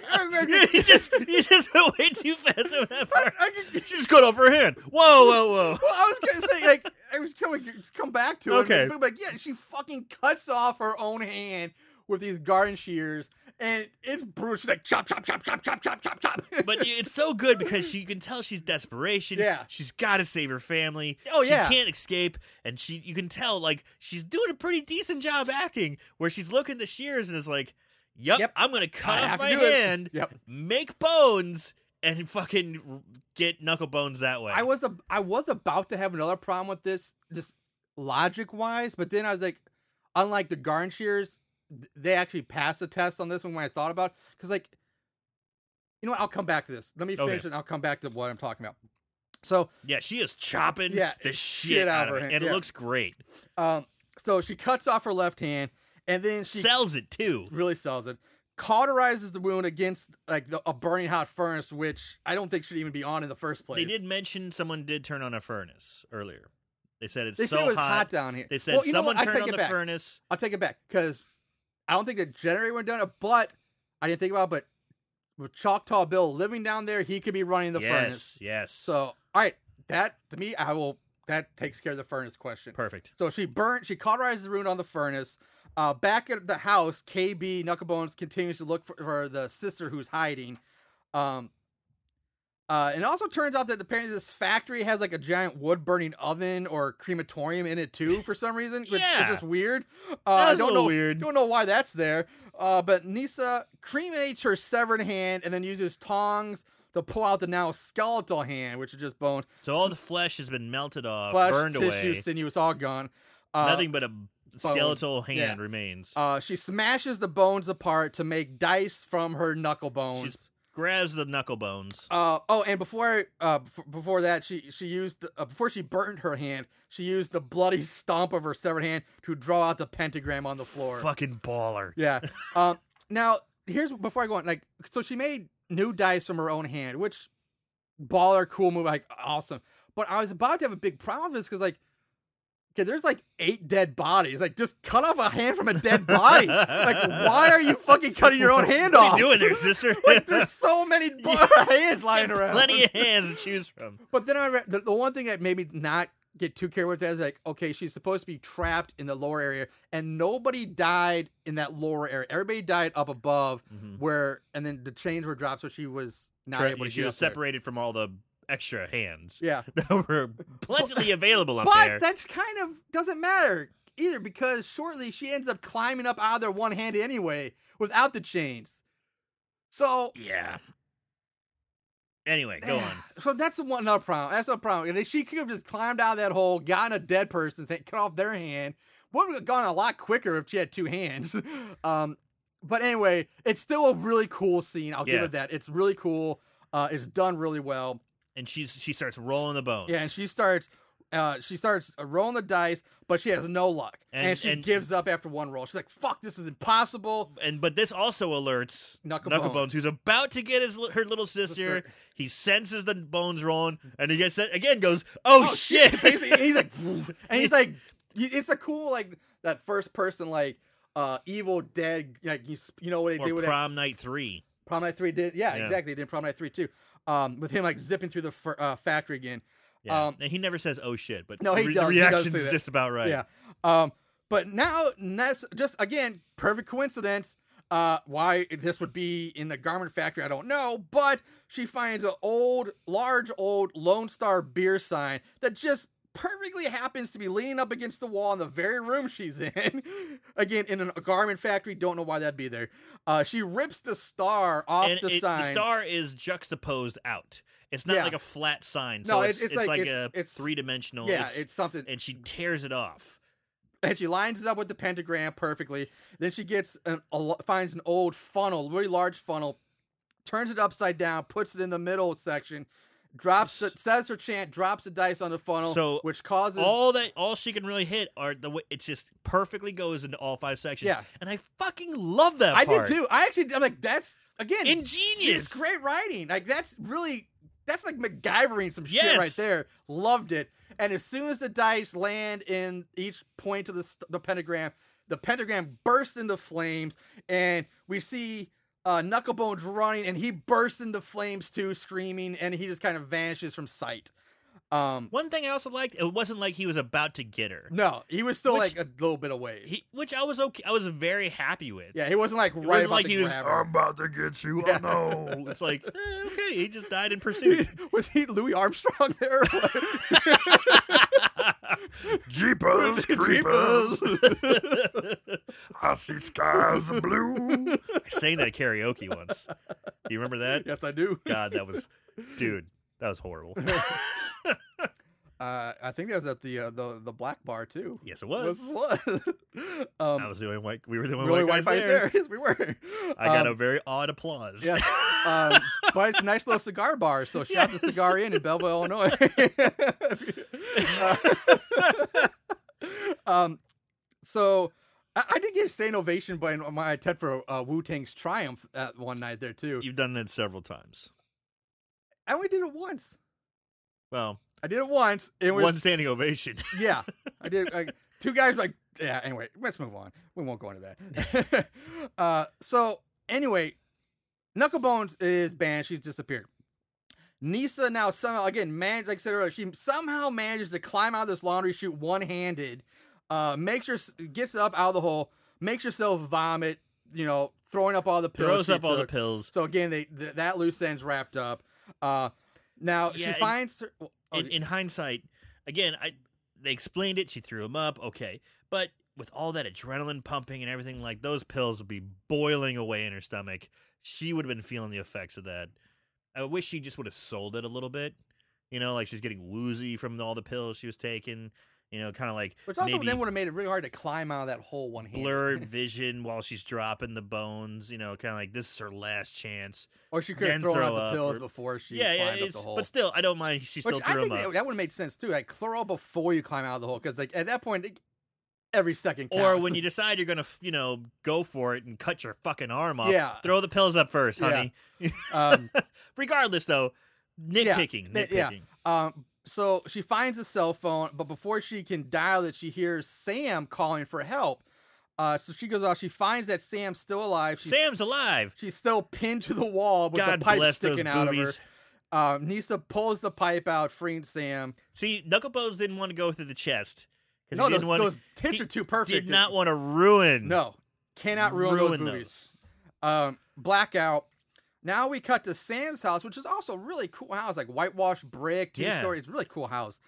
[SPEAKER 3] you just you just went way too fast over that part.
[SPEAKER 1] <laughs> I just-
[SPEAKER 3] She just cut off her hand. Whoa, whoa, whoa.
[SPEAKER 1] well, I was gonna say like I was coming come back to it.
[SPEAKER 3] Okay.
[SPEAKER 1] but like yeah, she fucking cuts off her own hand with these garden shears, and it's brutal. She's like chop, chop, chop, chop, chop, chop, chop, chop.
[SPEAKER 3] <laughs>
[SPEAKER 1] <laughs>
[SPEAKER 3] But it's so good because she you can tell she's desperation.
[SPEAKER 1] Yeah.
[SPEAKER 3] she's got to save her family.
[SPEAKER 1] Oh, yeah.
[SPEAKER 3] she can't escape, and she you can tell like she's doing a pretty decent job acting, where she's looking to Shears and is like, "Yep,
[SPEAKER 1] Yep.
[SPEAKER 3] I'm gonna cut
[SPEAKER 1] I
[SPEAKER 3] off
[SPEAKER 1] have to
[SPEAKER 3] my
[SPEAKER 1] do it."
[SPEAKER 3] hand,
[SPEAKER 1] Yep.
[SPEAKER 3] make bones, and fucking r- get knuckle bones that way."
[SPEAKER 1] I was a, I was about to have another problem with this, just logic wise, but then I was like, unlike the Garn Shears, th- they actually passed the test on this one when I thought about because like, you know what? I'll come back to this. Let me
[SPEAKER 3] Okay.
[SPEAKER 1] finish it. and I'll come back to what I'm talking about. So
[SPEAKER 3] Yeah, she is chopping
[SPEAKER 1] Yeah,
[SPEAKER 3] the
[SPEAKER 1] shit
[SPEAKER 3] shit, out of it, and
[SPEAKER 1] yeah.
[SPEAKER 3] it looks great.
[SPEAKER 1] um, so she cuts off her left hand, and then <laughs> she
[SPEAKER 3] Sells it too.
[SPEAKER 1] really sells it. Cauterizes the wound against like the, a burning hot furnace, which I don't think should even be on in the first place.
[SPEAKER 3] They did mention someone did turn on a furnace earlier. They said it's
[SPEAKER 1] They
[SPEAKER 3] so
[SPEAKER 1] said it was hot.
[SPEAKER 3] hot.
[SPEAKER 1] down here.
[SPEAKER 3] They said
[SPEAKER 1] Well, you know
[SPEAKER 3] someone
[SPEAKER 1] what? I
[SPEAKER 3] turned
[SPEAKER 1] take
[SPEAKER 3] on
[SPEAKER 1] it
[SPEAKER 3] the
[SPEAKER 1] back.
[SPEAKER 3] furnace.
[SPEAKER 1] I'll take it back because I don't think the generator went down. But I didn't think about, it, but with Choctaw Bill living down there, he could be running the
[SPEAKER 3] yes,
[SPEAKER 1] furnace.
[SPEAKER 3] yes.
[SPEAKER 1] So all right, that to me, I will. That takes care of the furnace question.
[SPEAKER 3] Perfect.
[SPEAKER 1] So she burnt, she cauterizes the wound on the furnace. Uh, back at the house, KB Knucklebones continues to look for, for the sister who's hiding. Um, uh, and it also turns out that apparently this factory has like a giant wood burning oven or crematorium in it too for some reason, which
[SPEAKER 3] Yeah.
[SPEAKER 1] is just weird. Uh,
[SPEAKER 3] That was a
[SPEAKER 1] don't
[SPEAKER 3] little
[SPEAKER 1] know,
[SPEAKER 3] weird.
[SPEAKER 1] Don't know why that's there. Uh, but Nisa cremates her severed hand and then uses tongs to pull out the now skeletal hand, which is just bone,
[SPEAKER 3] So all the flesh has been melted off,
[SPEAKER 1] flesh,
[SPEAKER 3] burned
[SPEAKER 1] tissue,
[SPEAKER 3] away.
[SPEAKER 1] sinew, it's all gone. Uh,
[SPEAKER 3] Nothing but a skeletal hand
[SPEAKER 1] Yeah.
[SPEAKER 3] remains.
[SPEAKER 1] Uh, she smashes the bones apart to make dice from her knuckle bones.
[SPEAKER 3] She's- Grabs the knuckle bones.
[SPEAKER 1] Uh, oh, and before uh, bef- before that, she she used uh, before she burned her hand, she used the bloody stomp of her severed hand to draw out the pentagram on the floor.
[SPEAKER 3] Fucking baller.
[SPEAKER 1] Yeah. um. Now here's before I go on. Like, so she made new dice from her own hand, which baller, cool move, like awesome. But I was about to have a big problem with this because like, okay, there's like eight dead bodies. Like, just cut off a hand from a dead body. like, why are you fucking cutting your own hand
[SPEAKER 3] What are
[SPEAKER 1] off?
[SPEAKER 3] you
[SPEAKER 1] <laughs>
[SPEAKER 3] doing there, sister?
[SPEAKER 1] like,
[SPEAKER 3] <laughs>
[SPEAKER 1] there's so many bo- <laughs> hands lying around.
[SPEAKER 3] Plenty of hands to choose from.
[SPEAKER 1] But then I re- the, the one thing that made me not get too carried with that is like, okay, she's supposed to be trapped in the lower area, and nobody died in that lower area. Everybody died up above
[SPEAKER 3] Mhm.
[SPEAKER 1] where, and then the chains were dropped, so she was not
[SPEAKER 3] Tra-
[SPEAKER 1] able to
[SPEAKER 3] she
[SPEAKER 1] get
[SPEAKER 3] was
[SPEAKER 1] up there.
[SPEAKER 3] separated from all the extra hands
[SPEAKER 1] Yeah,
[SPEAKER 3] <laughs> that were plentifully available up
[SPEAKER 1] but
[SPEAKER 3] there.
[SPEAKER 1] that's kind of doesn't matter either because shortly she ends up climbing up out of there one handed anyway without the chains. So
[SPEAKER 3] yeah. Anyway, go on.
[SPEAKER 1] So that's the one another problem. That's a problem. And she could have just climbed out of that hole, gotten a dead person's hand, cut off their hand. Would have gone a lot quicker if she had two hands. <laughs> um, but anyway, it's still a really cool scene. I'll give
[SPEAKER 3] Yeah.
[SPEAKER 1] it that. It's really cool. Uh, it's done really well.
[SPEAKER 3] And she's she starts rolling the bones.
[SPEAKER 1] Yeah, and she starts. Uh, she starts rolling the dice, but she has no luck, and,
[SPEAKER 3] And-
[SPEAKER 1] she
[SPEAKER 3] and-
[SPEAKER 1] gives up after one roll. She's like, "Fuck, this is impossible."
[SPEAKER 3] and but this also alerts
[SPEAKER 1] Knucklebones.
[SPEAKER 3] Knucklebones, who's about to get his li- her little sister.
[SPEAKER 1] Sister. Mm-hmm.
[SPEAKER 3] He senses the bones rolling, and he gets it again. Goes, oh, shit!
[SPEAKER 1] he's, he's
[SPEAKER 3] <laughs>
[SPEAKER 1] like, <laughs> and he's like, it's a cool like that first person like uh evil dead like you s- you know what they
[SPEAKER 3] or
[SPEAKER 1] did with that
[SPEAKER 3] prom night three.
[SPEAKER 1] prom night three did yeah,
[SPEAKER 3] Yeah.
[SPEAKER 1] exactly they did prom night three too um with him like zipping through the fir- uh, factory again
[SPEAKER 3] Yeah,
[SPEAKER 1] Um,
[SPEAKER 3] and he never says oh shit, but
[SPEAKER 1] No, he
[SPEAKER 3] re-
[SPEAKER 1] does.
[SPEAKER 3] the
[SPEAKER 1] He does
[SPEAKER 3] reaction's
[SPEAKER 1] say that.
[SPEAKER 3] just about right.
[SPEAKER 1] yeah um but now that's just again perfect coincidence uh why this would be in the garment factory I don't know but she finds an old large old Lone Star beer sign that just perfectly happens to be leaning up against the wall in the very room she's <laughs> in again in a garment factory don't know why that'd be there uh she rips the star off
[SPEAKER 3] and
[SPEAKER 1] the
[SPEAKER 3] it-
[SPEAKER 1] sign
[SPEAKER 3] star is juxtaposed out. It's not
[SPEAKER 1] Yeah.
[SPEAKER 3] like a flat sign. So
[SPEAKER 1] No,
[SPEAKER 3] it's,
[SPEAKER 1] it's- it's
[SPEAKER 3] it's
[SPEAKER 1] like-
[SPEAKER 3] like,
[SPEAKER 1] it's-
[SPEAKER 3] a
[SPEAKER 1] it's-
[SPEAKER 3] three dimensional.
[SPEAKER 1] yeah it's, something
[SPEAKER 3] and she tears it off.
[SPEAKER 1] and she lines it up with the pentagram perfectly. Then she gets an, a, lo- finds an old funnel, really large funnel, turns it upside down, puts it in the middle section, drops the, says her chant, drops the dice on the funnel,
[SPEAKER 3] So,
[SPEAKER 1] which causes
[SPEAKER 3] all that all she can really hit are the way it just perfectly goes into all five sections.
[SPEAKER 1] Yeah.
[SPEAKER 3] and I fucking love that.
[SPEAKER 1] I
[SPEAKER 3] part.
[SPEAKER 1] did too. I actually I'm like that's again
[SPEAKER 3] Ingenious.
[SPEAKER 1] It's great writing. Like that's really that's like MacGyvering some shit
[SPEAKER 3] Yes.
[SPEAKER 1] right there. Loved it. And as soon as the dice land in each point of the st- the pentagram, the pentagram bursts into flames, and we see uh, Knucklebones running, and he bursts into flames too, screaming, and he just kind of vanishes from sight. Um,
[SPEAKER 3] One thing I also liked, it wasn't like he was about to get her,
[SPEAKER 1] no, he was still
[SPEAKER 3] Which-
[SPEAKER 1] like a little bit away.
[SPEAKER 3] he, which I was okay. I was very happy with.
[SPEAKER 1] yeah, he wasn't like
[SPEAKER 3] It
[SPEAKER 1] right
[SPEAKER 3] wasn't
[SPEAKER 1] about
[SPEAKER 3] like
[SPEAKER 1] to
[SPEAKER 3] he was.
[SPEAKER 1] grab her.
[SPEAKER 3] I'm about to get you. I <laughs> know.
[SPEAKER 1] <laughs>
[SPEAKER 3] It's like eh, okay, he just died in pursuit.
[SPEAKER 1] was he Louis Armstrong there? <laughs> or what?
[SPEAKER 4] Jeepers creepers, I see skies
[SPEAKER 3] <laughs>
[SPEAKER 4] of blue.
[SPEAKER 3] I sang that at karaoke once. Do you remember that?
[SPEAKER 1] yes, I
[SPEAKER 3] <laughs>
[SPEAKER 1] do.
[SPEAKER 3] God, that was, dude, that
[SPEAKER 1] <laughs>
[SPEAKER 3] was horrible.
[SPEAKER 1] Uh, I think that was at the uh, the the black bar too.
[SPEAKER 3] yes, it
[SPEAKER 1] This
[SPEAKER 3] was.
[SPEAKER 1] is what- <laughs>
[SPEAKER 3] I
[SPEAKER 1] um,
[SPEAKER 3] was the only white. We were the
[SPEAKER 1] we
[SPEAKER 3] only
[SPEAKER 1] only <laughs>
[SPEAKER 3] white guys
[SPEAKER 1] white guys
[SPEAKER 3] there.
[SPEAKER 1] there. Yes, we were.
[SPEAKER 3] I got
[SPEAKER 1] Um,
[SPEAKER 3] a very odd applause.
[SPEAKER 1] yes, um, but it's a nice little cigar bar. So shout
[SPEAKER 3] Yes.
[SPEAKER 1] the cigar in in Belleville, Illinois. <laughs> <laughs> um, so I, I did get a stand ovation by my attempt for uh, Wu Tang's Triumph at one night there too.
[SPEAKER 3] You've done that several times.
[SPEAKER 1] I only did it once.
[SPEAKER 3] Well,
[SPEAKER 1] I did it once. It was
[SPEAKER 3] one
[SPEAKER 1] <laughs>
[SPEAKER 3] standing ovation.
[SPEAKER 1] yeah. I did. Like, two guys like yeah. Anyway, let's move on. We won't go into that. <laughs> uh, so anyway, Knucklebones is banned. She's disappeared. Nisa now somehow again managed, like I said earlier, she somehow manages to climb out of this laundry chute one handed. Uh, makes her gets up out of the hole, makes herself vomit. You know, throwing up all the pills.
[SPEAKER 3] Throws
[SPEAKER 1] she
[SPEAKER 3] up all the
[SPEAKER 1] took.
[SPEAKER 3] pills.
[SPEAKER 1] So again, they th- that loose end's wrapped up. Uh, now
[SPEAKER 3] Yeah, and-
[SPEAKER 1] she finds her. oh,
[SPEAKER 3] in, in hindsight, again, I they explained it. She threw him up. Okay, but with all that adrenaline pumping and everything, like those pills would be boiling away in her stomach. She would have been feeling the effects of that. I wish she just would have sold it a little bit. You know, like she's getting woozy from all the pills she was taking. You know, kind of like
[SPEAKER 1] Which also
[SPEAKER 3] maybe
[SPEAKER 1] then would have made it really hard to climb out of that hole one hand.
[SPEAKER 3] blurred vision while she's dropping the bones. You know, kind of like this is her last chance.
[SPEAKER 1] <laughs> Or she could
[SPEAKER 3] then
[SPEAKER 1] have thrown
[SPEAKER 3] throw
[SPEAKER 1] out the
[SPEAKER 3] up
[SPEAKER 1] pills
[SPEAKER 3] or-
[SPEAKER 1] before she
[SPEAKER 3] yeah, yeah.
[SPEAKER 1] climbed up
[SPEAKER 3] It's,
[SPEAKER 1] the hole.
[SPEAKER 3] but still, I don't mind. She still
[SPEAKER 1] Which I
[SPEAKER 3] threw
[SPEAKER 1] think
[SPEAKER 3] him up.
[SPEAKER 1] that, that would have made sense too. Like throw up before you climb out of the hole, because like at that point, it- every second. Counts.
[SPEAKER 3] Or
[SPEAKER 1] <laughs>
[SPEAKER 3] when you decide you're gonna, you know, go for it and cut your fucking arm off.
[SPEAKER 1] Yeah.
[SPEAKER 3] Throw the pills up first,
[SPEAKER 1] Yeah.
[SPEAKER 3] honey.
[SPEAKER 1] um,
[SPEAKER 3] Regardless, though, nitpicking,
[SPEAKER 1] Yeah,
[SPEAKER 3] nitpicking.
[SPEAKER 1] yeah. um, so she finds a cell phone, but before she can dial it, she hears Sam calling for help. Uh, so she goes out. She finds that Sam's still alive. She's,
[SPEAKER 3] Sam's alive.
[SPEAKER 1] she's still pinned to the wall with
[SPEAKER 3] God
[SPEAKER 1] the pipe
[SPEAKER 3] bless those
[SPEAKER 1] sticking out of her.
[SPEAKER 3] boobies.
[SPEAKER 1] Um, Nisa pulls the pipe out, freeing Sam.
[SPEAKER 3] See, Knucklebones didn't want to go through the chest because
[SPEAKER 1] No,
[SPEAKER 3] he
[SPEAKER 1] those,
[SPEAKER 3] didn't want.
[SPEAKER 1] those tits
[SPEAKER 3] he
[SPEAKER 1] are too perfect.
[SPEAKER 3] Did not want to ruin.
[SPEAKER 1] No, cannot ruin, those movies. Um, blackout. Now we cut to Sam's house, which is also a really cool house, like whitewashed brick, two
[SPEAKER 3] Yeah.
[SPEAKER 1] story. It's a really cool house.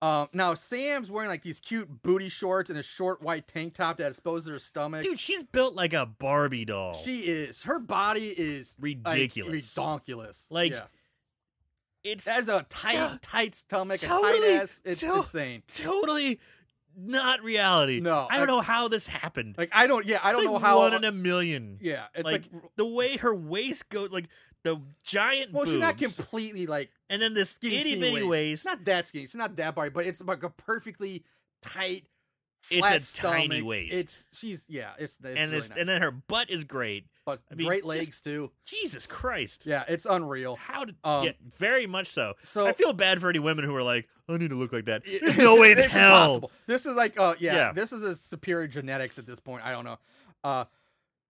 [SPEAKER 1] Um, now Sam's wearing like these cute booty shorts and a short white tank top that exposes her stomach.
[SPEAKER 3] Dude, she's built like a Barbie doll.
[SPEAKER 1] she is. Her body is like,
[SPEAKER 3] Ridiculous.
[SPEAKER 1] redonkulous.
[SPEAKER 3] Like,
[SPEAKER 1] yeah.
[SPEAKER 3] it's
[SPEAKER 1] that's a tight,
[SPEAKER 3] to-
[SPEAKER 1] tight stomach, a
[SPEAKER 3] totally-
[SPEAKER 1] tight ass. It's
[SPEAKER 3] to-
[SPEAKER 1] insane.
[SPEAKER 3] totally not reality.
[SPEAKER 1] No,
[SPEAKER 3] I don't
[SPEAKER 1] I-
[SPEAKER 3] know how this happened.
[SPEAKER 1] Like I don't. Yeah, I don't
[SPEAKER 3] It's
[SPEAKER 1] know
[SPEAKER 3] like
[SPEAKER 1] how.
[SPEAKER 3] one in a million.
[SPEAKER 1] yeah, it's like.
[SPEAKER 3] like, the way her waist goes, like the giant
[SPEAKER 1] well,
[SPEAKER 3] boobs,
[SPEAKER 1] she's not completely like
[SPEAKER 3] and then this
[SPEAKER 1] skinny,
[SPEAKER 3] itty
[SPEAKER 1] skinny
[SPEAKER 3] bitty waist.
[SPEAKER 1] It's not that skinny. It's not that body, but it's like a perfectly tight,
[SPEAKER 3] It's
[SPEAKER 1] flat
[SPEAKER 3] a tiny
[SPEAKER 1] stomach.
[SPEAKER 3] waist.
[SPEAKER 1] It's she's yeah. It's, it's
[SPEAKER 3] and
[SPEAKER 1] really
[SPEAKER 3] this,
[SPEAKER 1] nice.
[SPEAKER 3] and then her butt is great.
[SPEAKER 1] but
[SPEAKER 3] I mean,
[SPEAKER 1] great
[SPEAKER 3] just-
[SPEAKER 1] legs too.
[SPEAKER 3] Jesus Christ!
[SPEAKER 1] Yeah, it's unreal.
[SPEAKER 3] How did?
[SPEAKER 1] Um,
[SPEAKER 3] yeah, very much so.
[SPEAKER 1] so- <laughs>
[SPEAKER 3] I feel bad for any women who are like, I need to look like that. There's no way in
[SPEAKER 1] It's
[SPEAKER 3] hell.
[SPEAKER 1] impossible. This is like uh yeah,
[SPEAKER 3] Yeah.
[SPEAKER 1] This is a superior genetics at this point. I don't know. Uh,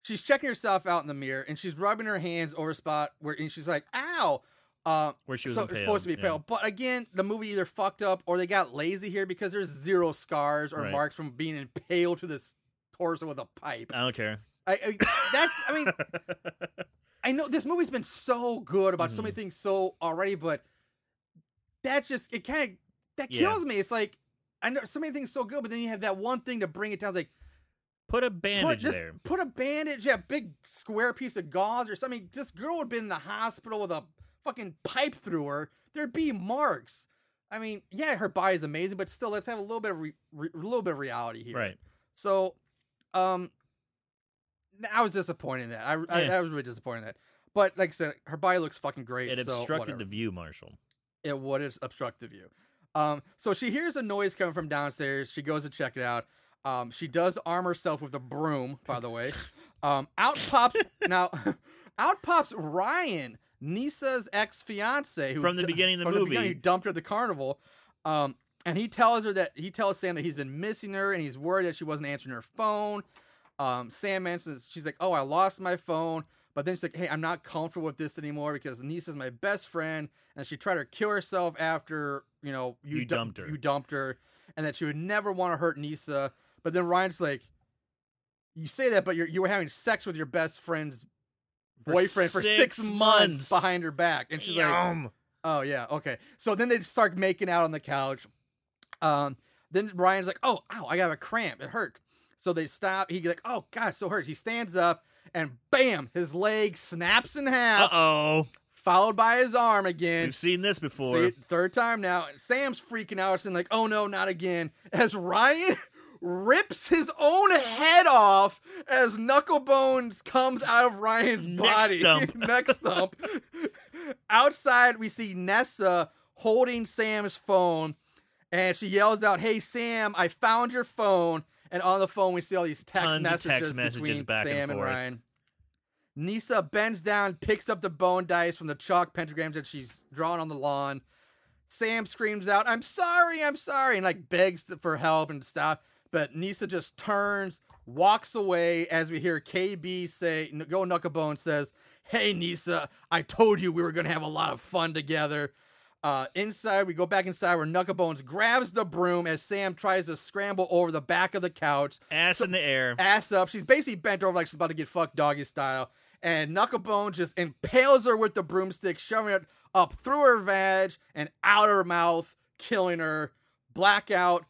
[SPEAKER 1] she's checking herself out in the mirror and she's rubbing her hands over a spot where and she's like, ow. Uh,
[SPEAKER 3] Where she was
[SPEAKER 1] so it's
[SPEAKER 3] impaled,
[SPEAKER 1] supposed to be
[SPEAKER 3] yeah.
[SPEAKER 1] pale, but again, the movie either fucked up or they got lazy here because there's zero scars or
[SPEAKER 3] Right.
[SPEAKER 1] marks from being impaled to this torso with a pipe.
[SPEAKER 3] I don't care.
[SPEAKER 1] I, I that's I
[SPEAKER 3] <laughs>
[SPEAKER 1] mean I know this movie's been so good about
[SPEAKER 3] Mm.
[SPEAKER 1] so many things so already, but that's just it kind of that
[SPEAKER 3] Yeah.
[SPEAKER 1] kills me. It's like I know so many things so good, but then you have that one thing to bring it down. It's like
[SPEAKER 3] Put a
[SPEAKER 1] put,
[SPEAKER 3] bandage
[SPEAKER 1] just
[SPEAKER 3] there.
[SPEAKER 1] put a bandage, yeah, big square piece of gauze or something. This girl would have been in the hospital with a fucking pipe through her. There'd be marks. I mean, yeah, her body's amazing, but still, let's have a little bit of re, re, a little bit of reality here.
[SPEAKER 3] Right.
[SPEAKER 1] So, um, I was disappointed in that. I, I,
[SPEAKER 3] Yeah.
[SPEAKER 1] I was really disappointed in that. But like I said, her body looks fucking great.
[SPEAKER 3] It
[SPEAKER 1] so
[SPEAKER 3] obstructed
[SPEAKER 1] whatever.
[SPEAKER 3] the view, Marshall.
[SPEAKER 1] It would have obstructed the view. Um, so she hears a noise coming from downstairs. She goes to check it out. Um, she does arm herself with a broom, by the
[SPEAKER 3] <laughs>
[SPEAKER 1] way. Um, out pops now, <laughs> out pops Ryan, Nisa's ex fiance,
[SPEAKER 3] From the beginning of the
[SPEAKER 1] from
[SPEAKER 3] movie.
[SPEAKER 1] the beginning, who dumped her at the carnival. Um, and he tells her that he tells Sam that he's been missing her, and he's worried that she wasn't answering her phone. Um, Sam mentions she's like, "Oh, I lost my phone," but then she's like, "Hey, I'm not comfortable with this anymore because Nisa's my best friend, and she tried to kill herself after you know you,
[SPEAKER 3] You
[SPEAKER 1] dump-
[SPEAKER 3] dumped her.
[SPEAKER 1] you dumped her, and that she would never want to hurt Nisa." But then Ryan's like, "You say that, but you're you were having sex with your best friend's boyfriend for six, months. behind her back," and she's like,
[SPEAKER 3] Yum.
[SPEAKER 1] Oh yeah, okay. So then they start making out on the couch. Um, then Brian's like, "Oh, ow, I got a cramp. It hurt." So they stop. He's like, "Oh God, it so hurts." He stands up, and bam, his leg snaps in
[SPEAKER 3] Uh
[SPEAKER 1] half,
[SPEAKER 3] oh.
[SPEAKER 1] followed by his arm again.
[SPEAKER 3] We've seen this before.
[SPEAKER 1] See, third time now. And Sam's freaking out, and like, "Oh no, not again!" As Ryan <laughs> rips his own head off as Knucklebones comes out of Ryan's
[SPEAKER 3] Neck
[SPEAKER 1] body. <laughs>
[SPEAKER 3] stump.
[SPEAKER 1] Neck stump. Outside, we see Nessa holding Sam's phone, and she yells out, "Hey Sam, I found your phone!" And on the phone, we see all these text
[SPEAKER 3] Tons of text
[SPEAKER 1] messages
[SPEAKER 3] messages
[SPEAKER 1] between
[SPEAKER 3] back and
[SPEAKER 1] Sam and,
[SPEAKER 3] forth.
[SPEAKER 1] Ryan. Nisa bends down, picks up the bone dice from the chalk pentagrams that she's drawn on the lawn. Sam screams out, "I'm sorry, I'm sorry," and like begs for help and stuff. But Nisa just turns, walks away as we hear KB say, "Go Knucklebone says, "Hey Nisa, I told you we were gonna have a lot of fun together." Uh, inside, we go back inside where Knucklebones grabs the broom as Sam tries to scramble over the back of the couch
[SPEAKER 3] Ass in the air.
[SPEAKER 1] ass up. She's basically bent over like she's about to get fucked doggy style. And Knucklebone just impales her with the broomstick, shoving it up through her vag and out her mouth, killing her. Blackout,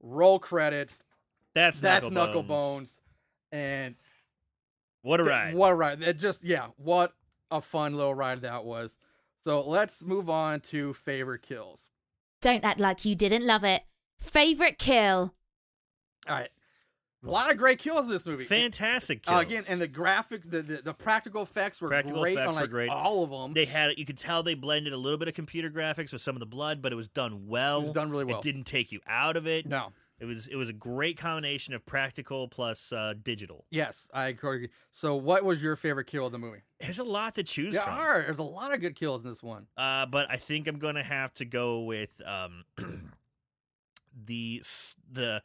[SPEAKER 1] roll credits.
[SPEAKER 3] That's
[SPEAKER 1] That's
[SPEAKER 3] knuckle
[SPEAKER 1] Knucklebones. And
[SPEAKER 3] What a
[SPEAKER 1] th-
[SPEAKER 3] ride.
[SPEAKER 1] what a ride. That just, yeah, what a fun little ride that was. So let's move on to favorite kills.
[SPEAKER 5] Don't act like you didn't love it. Favorite kill.
[SPEAKER 1] All right. A lot of great kills in this movie.
[SPEAKER 3] Fantastic
[SPEAKER 1] Uh,
[SPEAKER 3] kills.
[SPEAKER 1] again, and the graphic, the, the, the practical effects were
[SPEAKER 3] Practical
[SPEAKER 1] great
[SPEAKER 3] effects
[SPEAKER 1] on
[SPEAKER 3] were
[SPEAKER 1] like
[SPEAKER 3] great.
[SPEAKER 1] all of them.
[SPEAKER 3] they had you could tell they blended a little bit of computer graphics with some of the blood, but it was done well.
[SPEAKER 1] It was done really well.
[SPEAKER 3] It didn't take you out of it.
[SPEAKER 1] no.
[SPEAKER 3] It was it was a great combination of practical plus uh, digital.
[SPEAKER 1] Yes, I agree. So, what was your favorite kill of the movie?
[SPEAKER 3] There's a lot to choose
[SPEAKER 1] There
[SPEAKER 3] from.
[SPEAKER 1] are. There's a lot of good kills in this one.
[SPEAKER 3] Uh, but I think I'm gonna have to go with um, <clears throat> the s- the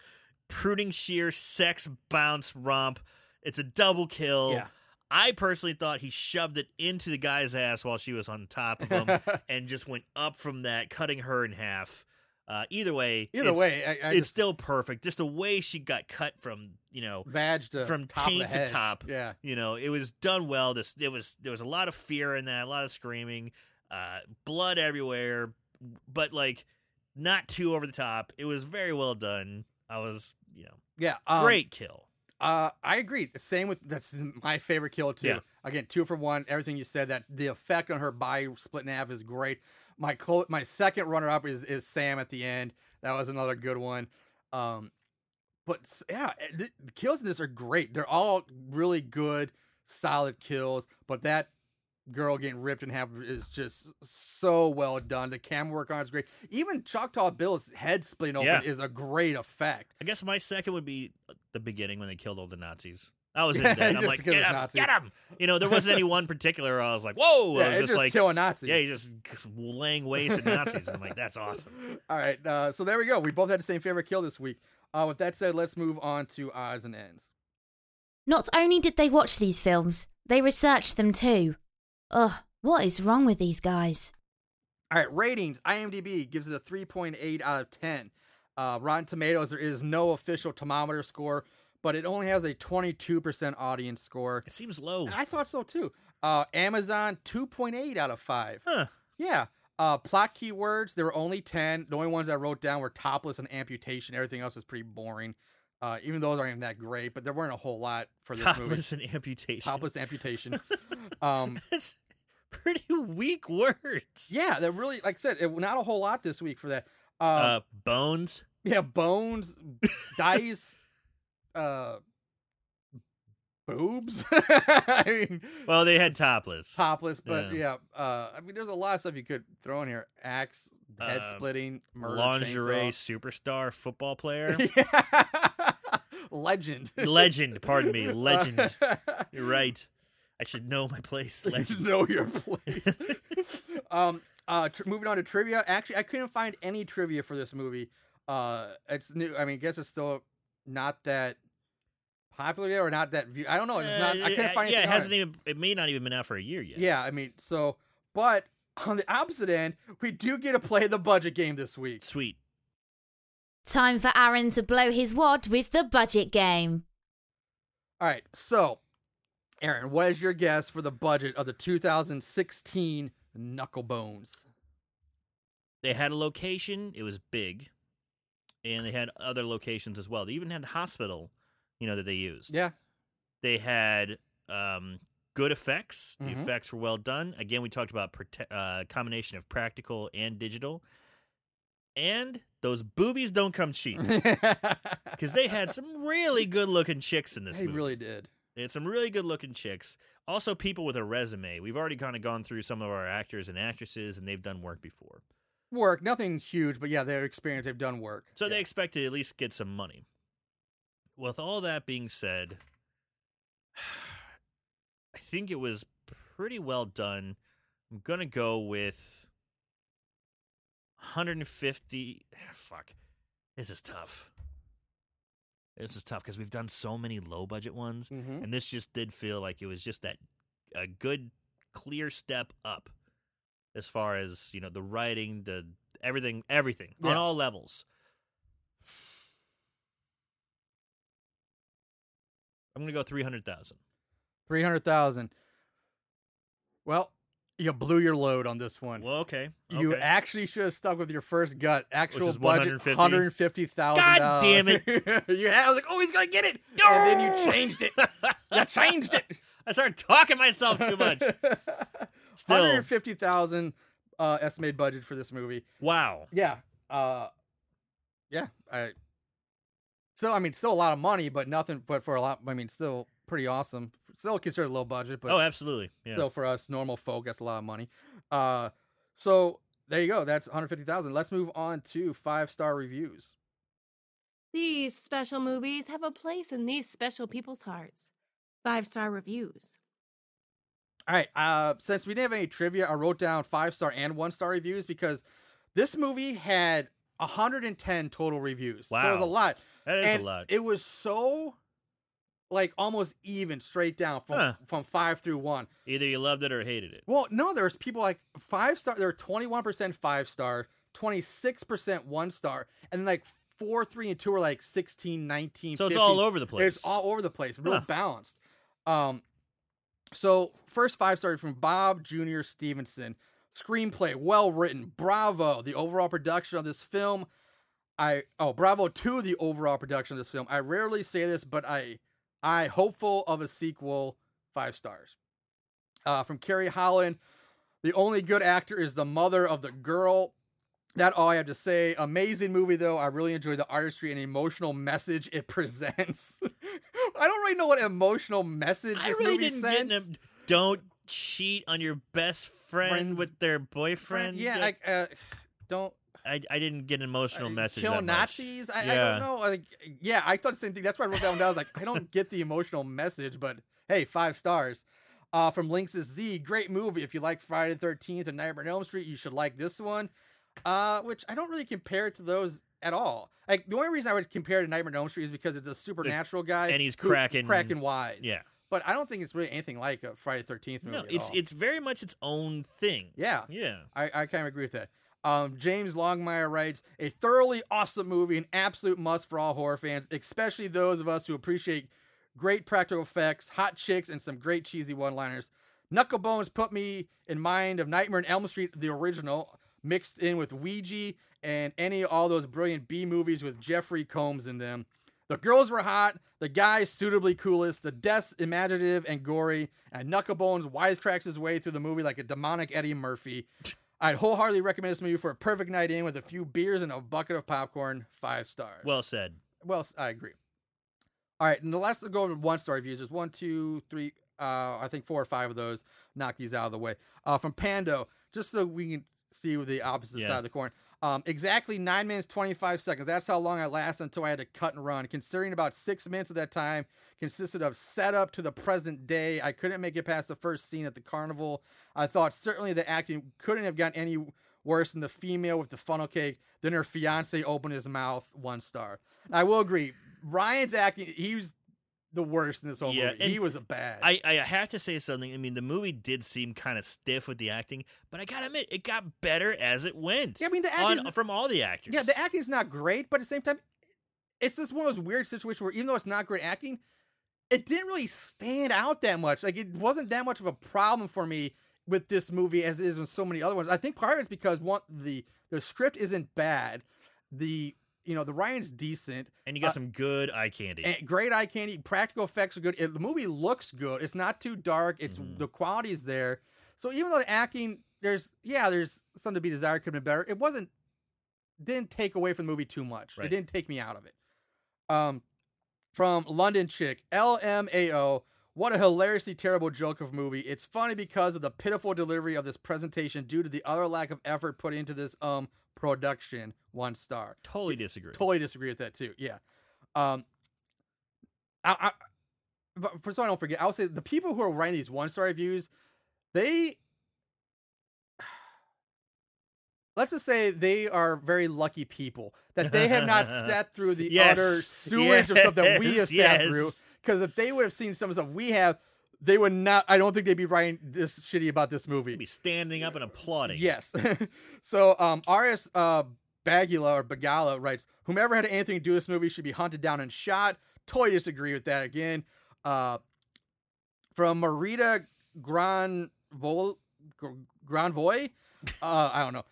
[SPEAKER 3] pruning shear sex bounce romp. It's a double kill.
[SPEAKER 1] Yeah.
[SPEAKER 3] I personally thought he shoved it into the guy's ass while she was on
[SPEAKER 1] <laughs>
[SPEAKER 3] top of him, and just went up from that, cutting her in half. Uh, either way,
[SPEAKER 1] Either
[SPEAKER 3] it's-
[SPEAKER 1] way, I, I
[SPEAKER 3] it's
[SPEAKER 1] just
[SPEAKER 3] still perfect. Just the way she got cut from, you know,
[SPEAKER 1] badged to
[SPEAKER 3] from
[SPEAKER 1] top of
[SPEAKER 3] taint
[SPEAKER 1] the
[SPEAKER 3] to
[SPEAKER 1] head.
[SPEAKER 3] top.
[SPEAKER 1] Yeah,
[SPEAKER 3] you know, it was done well. This it was there was a lot of fear in that, a lot of screaming, uh, blood everywhere, but like not too over the top. It was very well done. I was, you know,
[SPEAKER 1] yeah. Um,
[SPEAKER 3] great kill.
[SPEAKER 1] Uh, I agree. Same with that's my favorite kill too.
[SPEAKER 3] Yeah.
[SPEAKER 1] Again, two for one. Everything you said that the effect on her body split in half is great. My clo- my second runner up is is Sam at the end. That was another good one. Um, but s- yeah, eh, the, the kills in this are great. They're all really good, solid kills. But that girl getting ripped in half is just so well done. The camera work on it's great. Even Choctaw Bill's head splitting open
[SPEAKER 3] Yeah.
[SPEAKER 1] is a great effect.
[SPEAKER 3] I guess my second would be the beginning when they killed all the Nazis. I was in
[SPEAKER 1] <laughs> Yeah,
[SPEAKER 3] that. I'm
[SPEAKER 1] just
[SPEAKER 3] like,
[SPEAKER 1] because
[SPEAKER 3] get
[SPEAKER 1] of
[SPEAKER 3] him,
[SPEAKER 1] Nazis.
[SPEAKER 3] get him. You know,
[SPEAKER 1] <laughs>
[SPEAKER 3] there wasn't any one particular. Where I was like, whoa.
[SPEAKER 1] yeah,
[SPEAKER 3] I was
[SPEAKER 1] it's
[SPEAKER 3] just,
[SPEAKER 1] just
[SPEAKER 3] like,
[SPEAKER 1] killing Nazis.
[SPEAKER 3] yeah, he's just laying waste to Nazis. And I'm like, that's awesome.
[SPEAKER 1] <laughs> All right, uh, so there we go. We both had the same favorite kill this week. Uh, with that said, let's move on to odds and ends.
[SPEAKER 5] Not only did they watch these films, they researched them too. Ugh, what is wrong with these guys?
[SPEAKER 1] All right, ratings. IMDb gives it a 3.8 out of 10. Uh, Rotten Tomatoes, there is no official thermometer score, but it only has a 22% audience score.
[SPEAKER 3] It seems low.
[SPEAKER 1] And I thought so too. Uh, Amazon, 2.8 out of 5.
[SPEAKER 3] Huh.
[SPEAKER 1] Yeah. Uh, plot keywords, there were only 10. The only ones I wrote down were topless and amputation. Everything else is pretty boring. Uh, even those aren't even that great, but there weren't a whole lot for this movie.
[SPEAKER 3] Topless and amputation.
[SPEAKER 1] topless
[SPEAKER 3] <laughs>
[SPEAKER 1] amputation. um,
[SPEAKER 3] That's pretty weak words.
[SPEAKER 1] yeah, that really, like I said, it, not a whole lot this week for that. Uh,
[SPEAKER 3] Uh, bones,
[SPEAKER 1] yeah, bones, dice, uh, boobs. <laughs> I mean,
[SPEAKER 3] Well, they had topless.
[SPEAKER 1] topless, but yeah.
[SPEAKER 3] yeah.
[SPEAKER 1] uh, I mean, there's a lot of stuff you could throw in here: axe, head
[SPEAKER 3] Uh,
[SPEAKER 1] splitting, murder,
[SPEAKER 3] lingerie
[SPEAKER 1] chainsaw.
[SPEAKER 3] superstar
[SPEAKER 1] <laughs>
[SPEAKER 3] football player.
[SPEAKER 1] yeah. legend,
[SPEAKER 3] legend,
[SPEAKER 1] <laughs>
[SPEAKER 3] pardon me, legend.
[SPEAKER 1] Uh, <laughs>
[SPEAKER 3] You're right. I should know my place. Legend.
[SPEAKER 1] know your
[SPEAKER 3] <laughs>
[SPEAKER 1] place. <laughs> um, uh, tr- moving on to trivia. Actually, I couldn't find any trivia for this movie. Uh, it's new. I mean, I guess it's still not that popular yet, or not that view. I don't know. It's not. I couldn't
[SPEAKER 3] Uh,
[SPEAKER 1] find.
[SPEAKER 3] Yeah, it
[SPEAKER 1] anything on
[SPEAKER 3] hasn't even. It may not even been out for a year yet.
[SPEAKER 1] Yeah, I mean, so but on the opposite end, we do get to play the budget game this week.
[SPEAKER 3] Sweet.
[SPEAKER 5] Time for Aaron to blow his wad with the budget game.
[SPEAKER 1] All right, so Aaron, what is your guess for the budget of the 2016 Knucklebones?
[SPEAKER 3] They had a location. It was big, and they had other locations as well. They even had the hospital. You know that they
[SPEAKER 1] <laughs>
[SPEAKER 3] used.
[SPEAKER 1] Yeah,
[SPEAKER 3] They had um, good effects. The
[SPEAKER 1] Mhm.
[SPEAKER 3] effects were well done. Again, we talked about prote- uh, combination of practical and digital. And those boobies
[SPEAKER 1] <laughs>
[SPEAKER 3] don't come cheap
[SPEAKER 1] because
[SPEAKER 3] because they had some really good looking chicks in this
[SPEAKER 1] they
[SPEAKER 3] movie.
[SPEAKER 1] really did.
[SPEAKER 3] They had some really good looking chicks. Also, people with a resume. We've already kind of gone through some of our actors and actresses, and they've done work before.
[SPEAKER 1] Work, nothing huge, but yeah, their experience, they've done work.
[SPEAKER 3] So
[SPEAKER 1] yeah.
[SPEAKER 3] they expect to at least get some money. With all that being said, <sighs> I think it was pretty well done. I'm going to go with 150. ah, Fuck. This is tough. This is tough because we've done so many low budget ones,
[SPEAKER 1] Mhm.
[SPEAKER 3] and this just did feel like it was just that a good, clear step up as far as you know the writing, the everything, everything
[SPEAKER 1] Yeah.
[SPEAKER 3] on all levels. I'm gonna go three hundred thousand.
[SPEAKER 1] 300,000. Well, you blew your load on this one.
[SPEAKER 3] Well, okay.
[SPEAKER 1] You
[SPEAKER 3] <laughs> okay.
[SPEAKER 1] actually should have stuck with your first gut. Actual
[SPEAKER 3] is
[SPEAKER 1] budget,
[SPEAKER 3] 150?
[SPEAKER 1] hundred fifty thousand.
[SPEAKER 3] God damn it.
[SPEAKER 1] <laughs> you had. I was like, oh, he's gonna get it, and then you changed it. you changed
[SPEAKER 3] <laughs>
[SPEAKER 1] it.
[SPEAKER 3] I started talking
[SPEAKER 1] <laughs>
[SPEAKER 3] myself too much. Still,
[SPEAKER 1] Hundred fifty thousand uh, estimated budget for this movie.
[SPEAKER 3] wow.
[SPEAKER 1] Yeah, uh, yeah. I still, I mean, still a lot of money, but nothing. But for a lot, I mean, still pretty awesome. Still considered low budget, but
[SPEAKER 3] oh, absolutely. Yeah.
[SPEAKER 1] so for us normal folk, that's a lot of money. Uh, so there you go. That's 150,000. Let's move on to five star reviews.
[SPEAKER 6] These special movies have a place in these special people's hearts. Five star reviews.
[SPEAKER 1] All right. Uh, since we didn't have any trivia, I wrote down five star and one star reviews because this movie had 110 total reviews. So it was
[SPEAKER 3] Wow.
[SPEAKER 1] a lot.
[SPEAKER 3] that is
[SPEAKER 1] and
[SPEAKER 3] a lot.
[SPEAKER 1] It was so like almost even straight down from
[SPEAKER 3] Huh.
[SPEAKER 1] from five through one.
[SPEAKER 3] Either you loved it or hated it.
[SPEAKER 1] Well, no, there's people like five star. There are twenty one percent five star, twenty six percent one star, and like four, three, and two are like 16, 19.
[SPEAKER 3] So it's
[SPEAKER 1] 15.
[SPEAKER 3] all over the place.
[SPEAKER 1] It's all over the place, real
[SPEAKER 3] Huh.
[SPEAKER 1] balanced. Um, so first five star from Bob Junior Stevenson. Screenplay well written. Bravo. The overall production of this film. I oh bravo to the overall production of this film. I rarely say this, but I I hopeful of a sequel. Five stars. Uh, from Carrie Holland. The only good actor is the mother of the girl. That all I have to say. Amazing movie though. I really enjoyed the artistry and emotional message it <laughs> presents. I don't really know what emotional message
[SPEAKER 3] I
[SPEAKER 1] this
[SPEAKER 3] really
[SPEAKER 1] movie
[SPEAKER 3] didn't
[SPEAKER 1] sends.
[SPEAKER 3] get them. Don't cheat on your best friend
[SPEAKER 1] Friends-
[SPEAKER 3] with their boyfriend.
[SPEAKER 1] yeah, like uh, don't
[SPEAKER 3] I, I didn't get an emotional
[SPEAKER 1] uh,
[SPEAKER 3] message.
[SPEAKER 1] kill
[SPEAKER 3] that much.
[SPEAKER 1] Nazis. I, I
[SPEAKER 3] Yeah.
[SPEAKER 1] don't know. Like, yeah, I thought the same thing. That's why I wrote that one down. I was like, I don't get the emotional message, but hey, five stars. Uh, from Lynx's Z, great movie. If you like Friday the Thirteenth and Nightmare on Elm Street, you should like this one. Uh, which I don't really compare it to those at all. Like the only reason I would compare it to Nightmare on Elm Street is because it's a supernatural guy
[SPEAKER 3] and he's
[SPEAKER 1] who-
[SPEAKER 3] cracking-
[SPEAKER 1] cracking wise.
[SPEAKER 3] Yeah.
[SPEAKER 1] but I don't think it's really anything like a Friday the Thirteenth movie.
[SPEAKER 3] No,
[SPEAKER 1] at
[SPEAKER 3] it's
[SPEAKER 1] all.
[SPEAKER 3] it's very much its own thing.
[SPEAKER 1] yeah,
[SPEAKER 3] Yeah.
[SPEAKER 1] I, I kind of agree with that. Um, James Longmire writes a thoroughly awesome movie, an absolute must for all horror fans, especially those of us who appreciate great practical effects, hot chicks, and some great cheesy one-liners. Knucklebones put me in mind of Nightmare on Elm Street, the original, mixed in with Ouija and any of all those brilliant B movies with Jeffrey Combs in them. The girls were hot, the guys suitably coolest, the deaths imaginative and gory, and Knucklebones wisecracks his way through the movie like a demonic Eddie Murphy. I'd wholeheartedly recommend this movie for a perfect night in with a few beers and a bucket of popcorn. Five stars.
[SPEAKER 3] Well said.
[SPEAKER 1] well, s- I agree. All right, and the last go over one star reviews. There's one, two, three, uh, I think four or five of those. Knock these out of the way. Uh, from Pando, just so we can see the opposite
[SPEAKER 3] Yeah.
[SPEAKER 1] side of the coin. Um, exactly nine minutes twenty five seconds. That's how long I lasted until I had to cut and run. Considering about six minutes of that time consisted of setup to the present day, I couldn't make it past the first scene at the carnival. I thought certainly the acting couldn't have gotten any worse than the female with the funnel cake. Then her fiance opened his mouth. One star. I will agree. Ryan's acting. He was the worst in this whole
[SPEAKER 3] Yeah,
[SPEAKER 1] movie. He
[SPEAKER 3] and
[SPEAKER 1] was a bad.
[SPEAKER 3] I, I have to say something. I mean, the movie did seem kind of stiff with the acting, but I gotta admit, it got better as it went.
[SPEAKER 1] Yeah, I mean, the
[SPEAKER 3] on-
[SPEAKER 1] acting's-
[SPEAKER 3] from all the actors.
[SPEAKER 1] Yeah, the acting's not great, but at the same time, it's just one of those weird situations where even though it's not great acting, it didn't really stand out that much. Like it wasn't that much of a problem for me with this movie as it is with so many other ones. I think part of it's because one the the script isn't bad. The you know, the Ryan's decent.
[SPEAKER 3] and you got
[SPEAKER 1] uh,
[SPEAKER 3] some good eye candy.
[SPEAKER 1] And great eye candy. Practical effects are good. It, the movie looks good. It's not too dark. It's
[SPEAKER 3] Mhm.
[SPEAKER 1] the quality is there. So even though the acting, there's yeah, there's something to be desired. Could have been better. It wasn't didn't take away from the movie too much. It
[SPEAKER 3] Right.
[SPEAKER 1] didn't take me out of it. Um, from London chick LMAO. What a hilariously terrible joke of a movie. It's funny because of the pitiful delivery of this presentation due to the utter lack of effort put into this um production. One star.
[SPEAKER 3] Totally disagree.
[SPEAKER 1] Totally disagree with that too. Yeah. Um I, I but for so I don't forget, I would say the people who are writing these one star reviews, they <sighs> let's just say they are very lucky people that they have
[SPEAKER 3] <laughs>
[SPEAKER 1] not sat through the
[SPEAKER 3] Yes.
[SPEAKER 1] utter sewage of stuff that we have
[SPEAKER 3] Yes,
[SPEAKER 1] sat
[SPEAKER 3] yes.
[SPEAKER 1] through. Because if they would have seen some of the stuff we have, they would not. I don't think they'd be writing this shitty about this movie.
[SPEAKER 3] Be standing up and applauding.
[SPEAKER 1] Yes. <laughs> so um Arias uh Bagula or Bagala writes, Whomever had anything to do with this movie should be hunted down and shot. Totally disagree with that again. Uh from Marita Granvol Gr- Granvoy? Uh I don't know.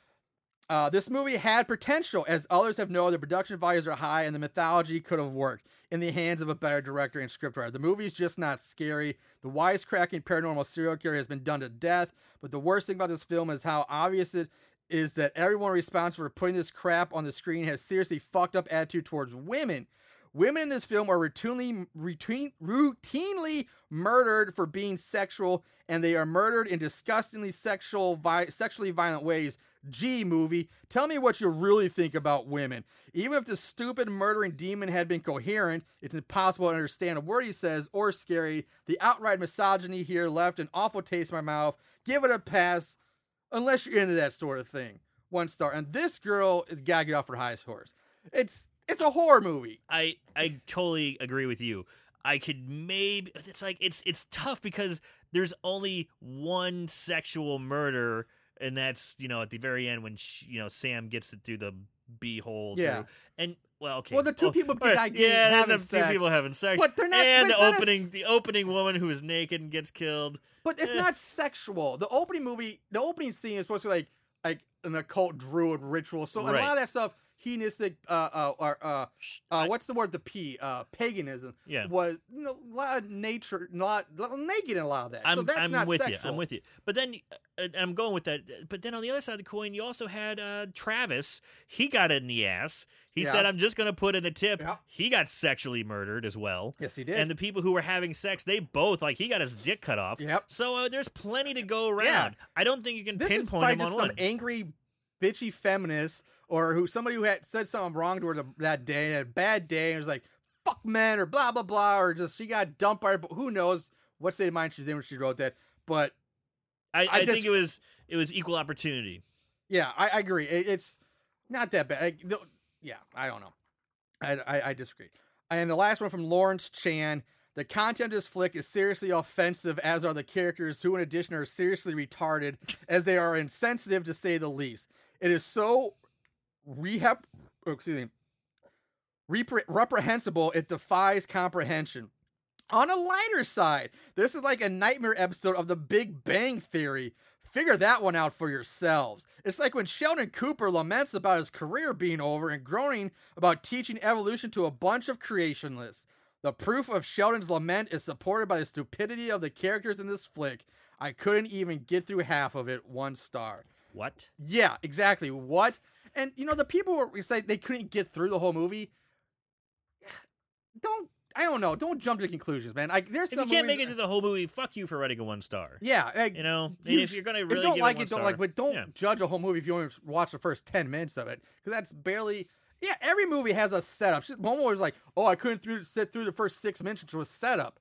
[SPEAKER 1] Uh, this movie had potential, as others have noted. The production values are high, and the mythology could have worked in the hands of a better director and scriptwriter. The movie's just not scary. The wisecracking paranormal serial killer has been done to death. But the worst thing about this film is how obvious it is that everyone responsible for putting this crap on the screen has seriously fucked up attitude towards women. Women in this film are routinely, routine, routinely murdered for being sexual, and they are murdered in disgustingly sexual, vi- sexually violent ways. Gee, movie, tell me what you really think about women. Even if the stupid murdering demon had been coherent, it's impossible to understand a word he says or scary. The outright misogyny here left an awful taste in my mouth. Give it a pass, unless you're into that sort of thing. One star. And this girl is gotta get off her highest horse. It's it's a horror movie.
[SPEAKER 3] I I totally agree with you. I could maybe it's like it's it's tough because there's only one sexual murder, and that's you know at the very end when she, you know Sam gets it through the bee hole.
[SPEAKER 1] Yeah.
[SPEAKER 3] through- and well, okay. Oh,
[SPEAKER 1] Well, the two people
[SPEAKER 3] all right,
[SPEAKER 1] I get
[SPEAKER 3] yeah,
[SPEAKER 1] having
[SPEAKER 3] the two
[SPEAKER 1] sex.
[SPEAKER 3] people having sex,
[SPEAKER 1] But they're not- but
[SPEAKER 3] And the
[SPEAKER 1] it's not a
[SPEAKER 3] opening,
[SPEAKER 1] s-
[SPEAKER 3] the opening woman who is naked and gets killed.
[SPEAKER 1] But it's
[SPEAKER 3] Eh.
[SPEAKER 1] not sexual. The opening movie, the opening scene is supposed to be like like an occult druid ritual. So a
[SPEAKER 3] Right.
[SPEAKER 1] lot of that stuff, hedonistic, uh, uh, or, uh, uh, what's the word? The P, uh, paganism.
[SPEAKER 3] Yeah.
[SPEAKER 1] was you know, a lot of nature, not lot naked in a lot of that.
[SPEAKER 3] I'm,
[SPEAKER 1] so that's
[SPEAKER 3] I'm
[SPEAKER 1] not
[SPEAKER 3] with
[SPEAKER 1] sexual.
[SPEAKER 3] you. I'm with you. But then uh, I'm going with that. But then on the other side of the coin, you also had uh, Travis. He got it in the ass. He
[SPEAKER 1] Yeah.
[SPEAKER 3] said, "I'm just going to put in the tip."
[SPEAKER 1] Yeah.
[SPEAKER 3] He got sexually murdered as well.
[SPEAKER 1] Yes, he did.
[SPEAKER 3] And the people who were having sex, they both like he got his dick cut off.
[SPEAKER 1] Yep.
[SPEAKER 3] So uh, there's plenty to go around. I don't think you can
[SPEAKER 1] this is
[SPEAKER 3] pinpoint
[SPEAKER 1] probably
[SPEAKER 3] him on
[SPEAKER 1] just
[SPEAKER 3] one.
[SPEAKER 1] some angry, bitchy feminist or who somebody who had said something wrong to her th- that day and had a bad day and was like, "Fuck men" or blah blah blah, or just she got dumped by. But who knows what state of mind she's in when she wrote that? But
[SPEAKER 3] I, I,
[SPEAKER 1] I
[SPEAKER 3] think
[SPEAKER 1] just-
[SPEAKER 3] it was it was equal opportunity.
[SPEAKER 1] Yeah, I, I agree. It, it's not that bad. I, no, yeah, I don't know. I, I, I disagree. And the last one from Lawrence Chan. The content of this flick is seriously offensive, as are the characters, who, in addition, are seriously retarded, as they are insensitive to say the least. It is so rehab, oh, excuse me, repre- reprehensible. It defies comprehension. On a lighter side, this is like a nightmare episode of The Big Bang Theory. Figure that one out for yourselves. It's like when Sheldon Cooper laments about his career being over and groaning about teaching evolution to a bunch of creationists. The proof of Sheldon's lament is supported by the stupidity of the characters in this flick. I couldn't even get through half of it. One star.
[SPEAKER 3] What?
[SPEAKER 1] Yeah, exactly. What? And you know the people were say they couldn't get through the whole movie. Don't I don't know. Don't jump to conclusions, man. Like there's
[SPEAKER 3] If
[SPEAKER 1] some
[SPEAKER 3] you can't
[SPEAKER 1] movies-
[SPEAKER 3] make it to the whole movie, fuck you for rating a one star.
[SPEAKER 1] <laughs> yeah, like,
[SPEAKER 3] You know,
[SPEAKER 1] you-
[SPEAKER 3] and if you're going to
[SPEAKER 1] if
[SPEAKER 3] really
[SPEAKER 1] you don't
[SPEAKER 3] give
[SPEAKER 1] like
[SPEAKER 3] it, one
[SPEAKER 1] don't like,
[SPEAKER 3] star-
[SPEAKER 1] but don't
[SPEAKER 3] Yeah.
[SPEAKER 1] judge a whole movie if you only watch the first ten minutes of it because that's barely. Yeah, every movie has a setup. She, Momo was like, "Oh, I couldn't through, sit through the first six minutes, which was setup."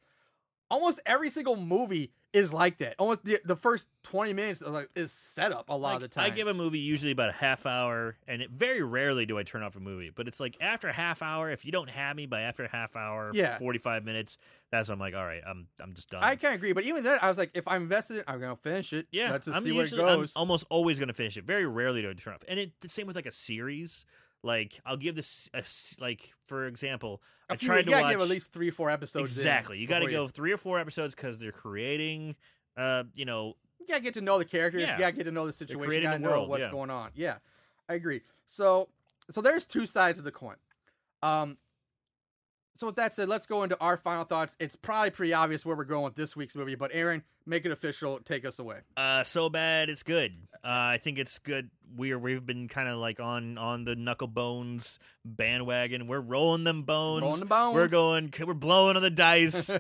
[SPEAKER 1] Almost every single movie is like that. Almost the, the first twenty minutes is like is setup a lot of the
[SPEAKER 3] Like,
[SPEAKER 1] time.
[SPEAKER 3] I give a movie usually about a half hour, and it, very rarely do I turn off a movie. But it's like after a half hour, if you don't have me by after a half hour,
[SPEAKER 1] Yeah.
[SPEAKER 3] forty five minutes, that's when I'm like, all right, I'm I'm just done.
[SPEAKER 1] I kind of agree, but even then, I was like, if I'm invested, in- I'm gonna finish it.
[SPEAKER 3] yeah,
[SPEAKER 1] let's just
[SPEAKER 3] I'm
[SPEAKER 1] see where it
[SPEAKER 3] usually- I'm
[SPEAKER 1] goes.
[SPEAKER 3] almost always gonna finish it. Very rarely do I turn off. And it the same with like a series. Like I'll give this a s like for example,
[SPEAKER 1] A
[SPEAKER 3] I
[SPEAKER 1] few-
[SPEAKER 3] tried
[SPEAKER 1] you
[SPEAKER 3] to
[SPEAKER 1] gotta
[SPEAKER 3] watch
[SPEAKER 1] give at least three, four episodes. in
[SPEAKER 3] exactly. You got to
[SPEAKER 1] before
[SPEAKER 3] go three or four episodes because they're creating, uh, you know,
[SPEAKER 1] you gotta get to know the characters.
[SPEAKER 3] Yeah.
[SPEAKER 1] You gotta get to know the situation. You
[SPEAKER 3] creating
[SPEAKER 1] gotta
[SPEAKER 3] the
[SPEAKER 1] know
[SPEAKER 3] world,
[SPEAKER 1] what's
[SPEAKER 3] yeah.
[SPEAKER 1] going on. Yeah, I agree. So, so there's two sides of the coin. Um, So with that said, let's go into our final thoughts. It's probably pretty obvious where we're going with this week's movie, but Aaron, make it official. Take us away.
[SPEAKER 3] Uh, so bad it's good. Uh, I think it's good. We're we've been kind of like on on the knuckle bones bandwagon. We're rolling them bones.
[SPEAKER 1] Rolling the bones.
[SPEAKER 3] We're going. We're blowing on
[SPEAKER 1] <laughs>
[SPEAKER 3] the dice.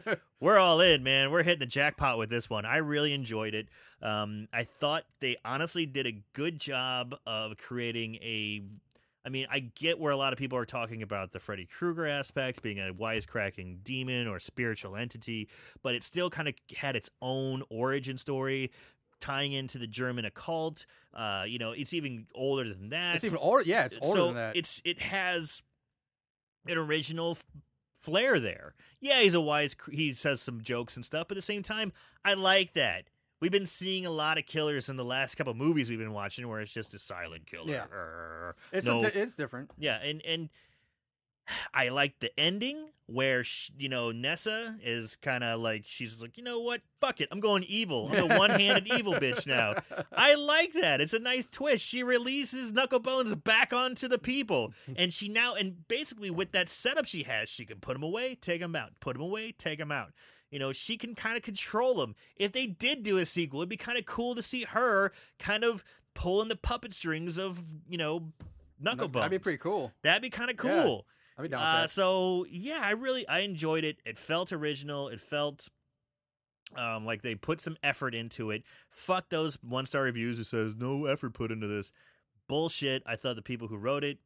[SPEAKER 3] we're all in, man. We're hitting the jackpot with this one. I really enjoyed it. Um, I thought they honestly did a good job of creating a. I mean, I get where a lot of people are talking about the Freddy Krueger aspect being a wisecracking demon or spiritual entity, but it still kind of had its own origin story, tying into the German occult. Uh, you know, it's even older than that.
[SPEAKER 1] It's even older. Yeah, it's older
[SPEAKER 3] so
[SPEAKER 1] than that.
[SPEAKER 3] It's it has an original f- flair there. Yeah, he's a wise. cr- He says some jokes and stuff, but at the same time, I like that. We've been seeing a lot of killers in the last couple movies we've been watching, where it's just a silent killer.
[SPEAKER 1] Yeah.
[SPEAKER 3] Err.
[SPEAKER 1] It's
[SPEAKER 3] No-
[SPEAKER 1] a di- it's different.
[SPEAKER 3] yeah, and and I like the ending where sh you know Nessa is kind of like she's like, you know what, fuck it, I'm going evil. I'm
[SPEAKER 1] <laughs>
[SPEAKER 3] a one-handed evil bitch now. I like that. It's a nice twist. She releases Knucklebones back onto the people,
[SPEAKER 1] <laughs>
[SPEAKER 3] and she now and basically with that setup she has, she can put him away, take him out, put him away, take him out. You know, she can kind of control him. If they did do a sequel, it'd be kind of cool to see her kind of pulling the puppet strings of you know. Knucklebones.
[SPEAKER 1] That'd be pretty cool.
[SPEAKER 3] That'd be kind of
[SPEAKER 1] Yeah,
[SPEAKER 3] cool.
[SPEAKER 1] I'd be down with
[SPEAKER 3] uh,
[SPEAKER 1] that.
[SPEAKER 3] so yeah, I really I enjoyed it. It felt original. It felt um, like they put some effort into it. Fuck those one star reviews that says no effort put into this bullshit. I thought the people who wrote it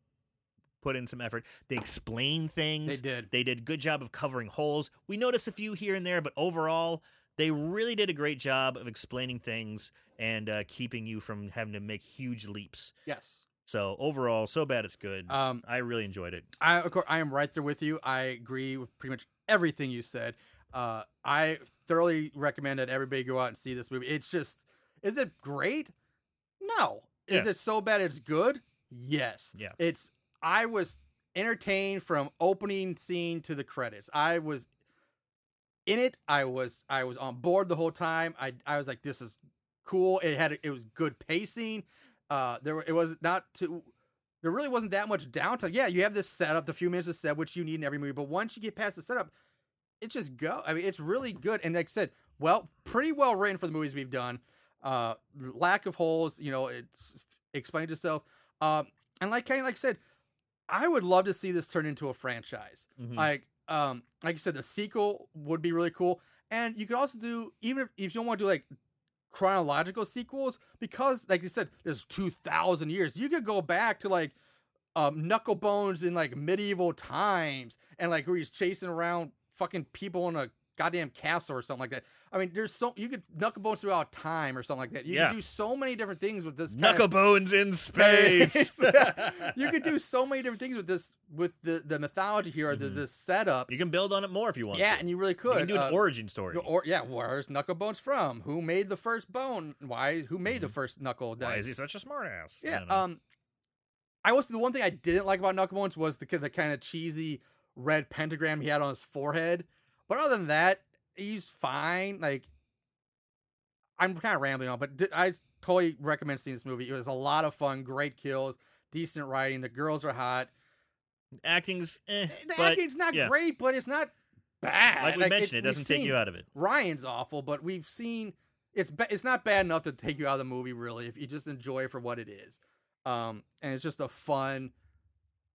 [SPEAKER 3] put in some effort. They explained things.
[SPEAKER 1] They did.
[SPEAKER 3] They did a good job of covering holes. We noticed a few here and there, but overall, they really did a great job of explaining things and uh, keeping you from having to make huge leaps.
[SPEAKER 1] Yes.
[SPEAKER 3] So overall, so bad it's good.
[SPEAKER 1] Um,
[SPEAKER 3] I really enjoyed it.
[SPEAKER 1] I of course I am right there with you. I agree with pretty much everything you said. Uh, I thoroughly recommend that everybody go out and see this movie. It's just, is it great? No. Is
[SPEAKER 3] Yeah.
[SPEAKER 1] it so bad it's good? Yes.
[SPEAKER 3] Yeah.
[SPEAKER 1] It's. I was entertained from opening scene to the credits. I was in it. I was I was on board the whole time. I I was like, this is cool. It had it was good pacing. Uh, there were- it was not too. There really wasn't that much downtime. Yeah, you have this setup, the few minutes of set, which you need in every movie. But once you get past the setup, it just go. I mean, it's really good. And like I said, well, pretty well written for the movies we've done. Uh, lack of holes, you know, it's explained itself. Um, and like Kenny, like I said, I would love to see this turn into a franchise.
[SPEAKER 3] Mm-hmm.
[SPEAKER 1] Like, um, like you said, the sequel would be really cool. And you could also do even if, if you don't want to do like chronological sequels because, like you said, there's two thousand years. You could go back to like um, knuckle bones in like medieval times and like where he's chasing around fucking people in a goddamn castle or something like that. I mean, there's so you could knuckle bones throughout time or something like that. You
[SPEAKER 3] Yeah.
[SPEAKER 1] could do so many different things with this. kind of-
[SPEAKER 3] Knucklebones
[SPEAKER 1] <laughs>
[SPEAKER 3] in space.
[SPEAKER 1] you could do so many different things with this with the the mythology here, or the, the setup.
[SPEAKER 3] <laughs> Mm-hmm. you can build on it more if you want.
[SPEAKER 1] yeah,
[SPEAKER 3] to.
[SPEAKER 1] and you really
[SPEAKER 3] you
[SPEAKER 1] could.
[SPEAKER 3] can do an
[SPEAKER 1] Uh,
[SPEAKER 3] origin story.
[SPEAKER 1] the or yeah, where's Knucklebones from? Who made the first bone? Why? Who made the first knuckle?
[SPEAKER 3] Mm-hmm. Why
[SPEAKER 1] dice?
[SPEAKER 3] is he such a smartass? I
[SPEAKER 1] Yeah.
[SPEAKER 3] don't know.
[SPEAKER 1] Um, I was the one thing I didn't like about Knucklebones was the ki- the kind of cheesy red pentagram he had on his forehead. But other than that, he's fine. Like, I'm kind of rambling on, but di- I totally recommend seeing this movie. It was a lot of fun, great kills, decent writing. The girls are hot.
[SPEAKER 3] acting's eh,
[SPEAKER 1] The
[SPEAKER 3] but,
[SPEAKER 1] acting's not
[SPEAKER 3] yeah.
[SPEAKER 1] great, but it's not bad.
[SPEAKER 3] Like we mentioned, it
[SPEAKER 1] we've
[SPEAKER 3] doesn't take
[SPEAKER 1] seen-
[SPEAKER 3] you out of it.
[SPEAKER 1] Ryan's awful, but we've seen it's ba- it's not bad enough to take you out of the movie really if you just enjoy it for what it is. Um, and it's just a fun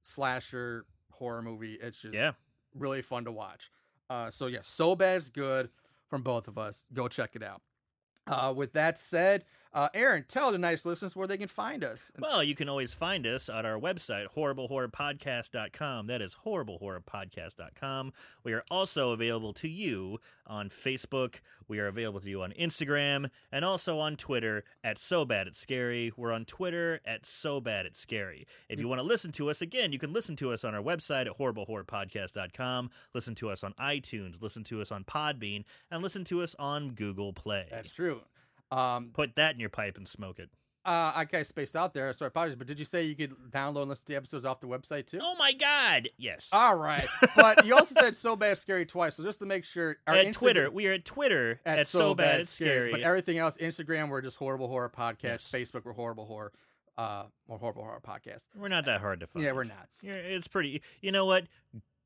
[SPEAKER 1] slasher horror movie. It's just
[SPEAKER 3] Yeah.
[SPEAKER 1] really fun to watch. Uh, so yeah, so bad it's good from both of us. Go check it out. Uh, with that said, uh, Aaron, tell the nice listeners where they can find us. And-
[SPEAKER 3] Well, you can always find us at our website, horriblehorrorpodcast.com. That is horriblehorrorpodcast.com. We are also available to you on Facebook. We are available to you on Instagram and also on Twitter at So Bad It's Scary. We're on Twitter at So Bad It's Scary. If you want to listen to us again, you can listen to us on our website at horriblehorrorpodcast.com. Listen to us on iTunes, listen to us on Podbean, and listen to us on Google Play.
[SPEAKER 1] that's true. Um,
[SPEAKER 3] Put that in your pipe and smoke it.
[SPEAKER 1] uh, I kind of spaced out there, so I apologize. But did you say you could download and listen to the episodes off the website too?
[SPEAKER 3] Oh my God! Yes.
[SPEAKER 1] All right, but you also said so bad it's scary twice. So just to make sure, our
[SPEAKER 3] at
[SPEAKER 1] Instagram-
[SPEAKER 3] Twitter. We are at Twitter at, so, bad, it's scary.
[SPEAKER 1] But er everything else, Instagram, we're just horrible horror podcast.
[SPEAKER 3] Yes.
[SPEAKER 1] Facebook, we're horrible horror, uh, or horrible horror podcast.
[SPEAKER 3] we're not that hard to find.
[SPEAKER 1] Yeah, we're not.
[SPEAKER 3] You're- It's pretty. You know what?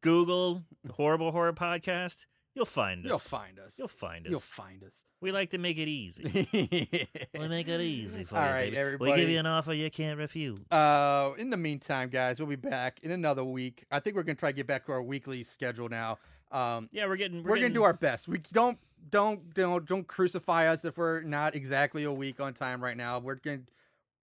[SPEAKER 3] Google the Horrible Horror Podcast. You'll find us.
[SPEAKER 1] You'll find us.
[SPEAKER 3] You'll find us.
[SPEAKER 1] You'll find us.
[SPEAKER 3] we like to make
[SPEAKER 1] <laughs>
[SPEAKER 3] it easy. we make it easy for
[SPEAKER 1] All
[SPEAKER 3] you.
[SPEAKER 1] right,
[SPEAKER 3] baby. We
[SPEAKER 1] everybody.
[SPEAKER 3] give you an offer you can't refuse.
[SPEAKER 1] Uh, in the meantime, guys, we'll be back in another week. I think we're gonna try to get back to our weekly schedule now. Um,
[SPEAKER 3] yeah, we're getting.
[SPEAKER 1] we're, gonna do our best. We don't don't don't don't crucify us if we're not exactly a week on time right now. We're gonna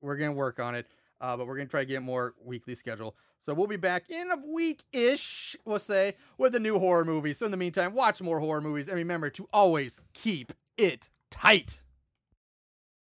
[SPEAKER 1] we're gonna work on it, uh, but we're gonna try to get more weekly schedule. So we'll be back in a week ish. We'll say with a new horror movie. So in the meantime, watch more horror movies and remember to always keep it tight.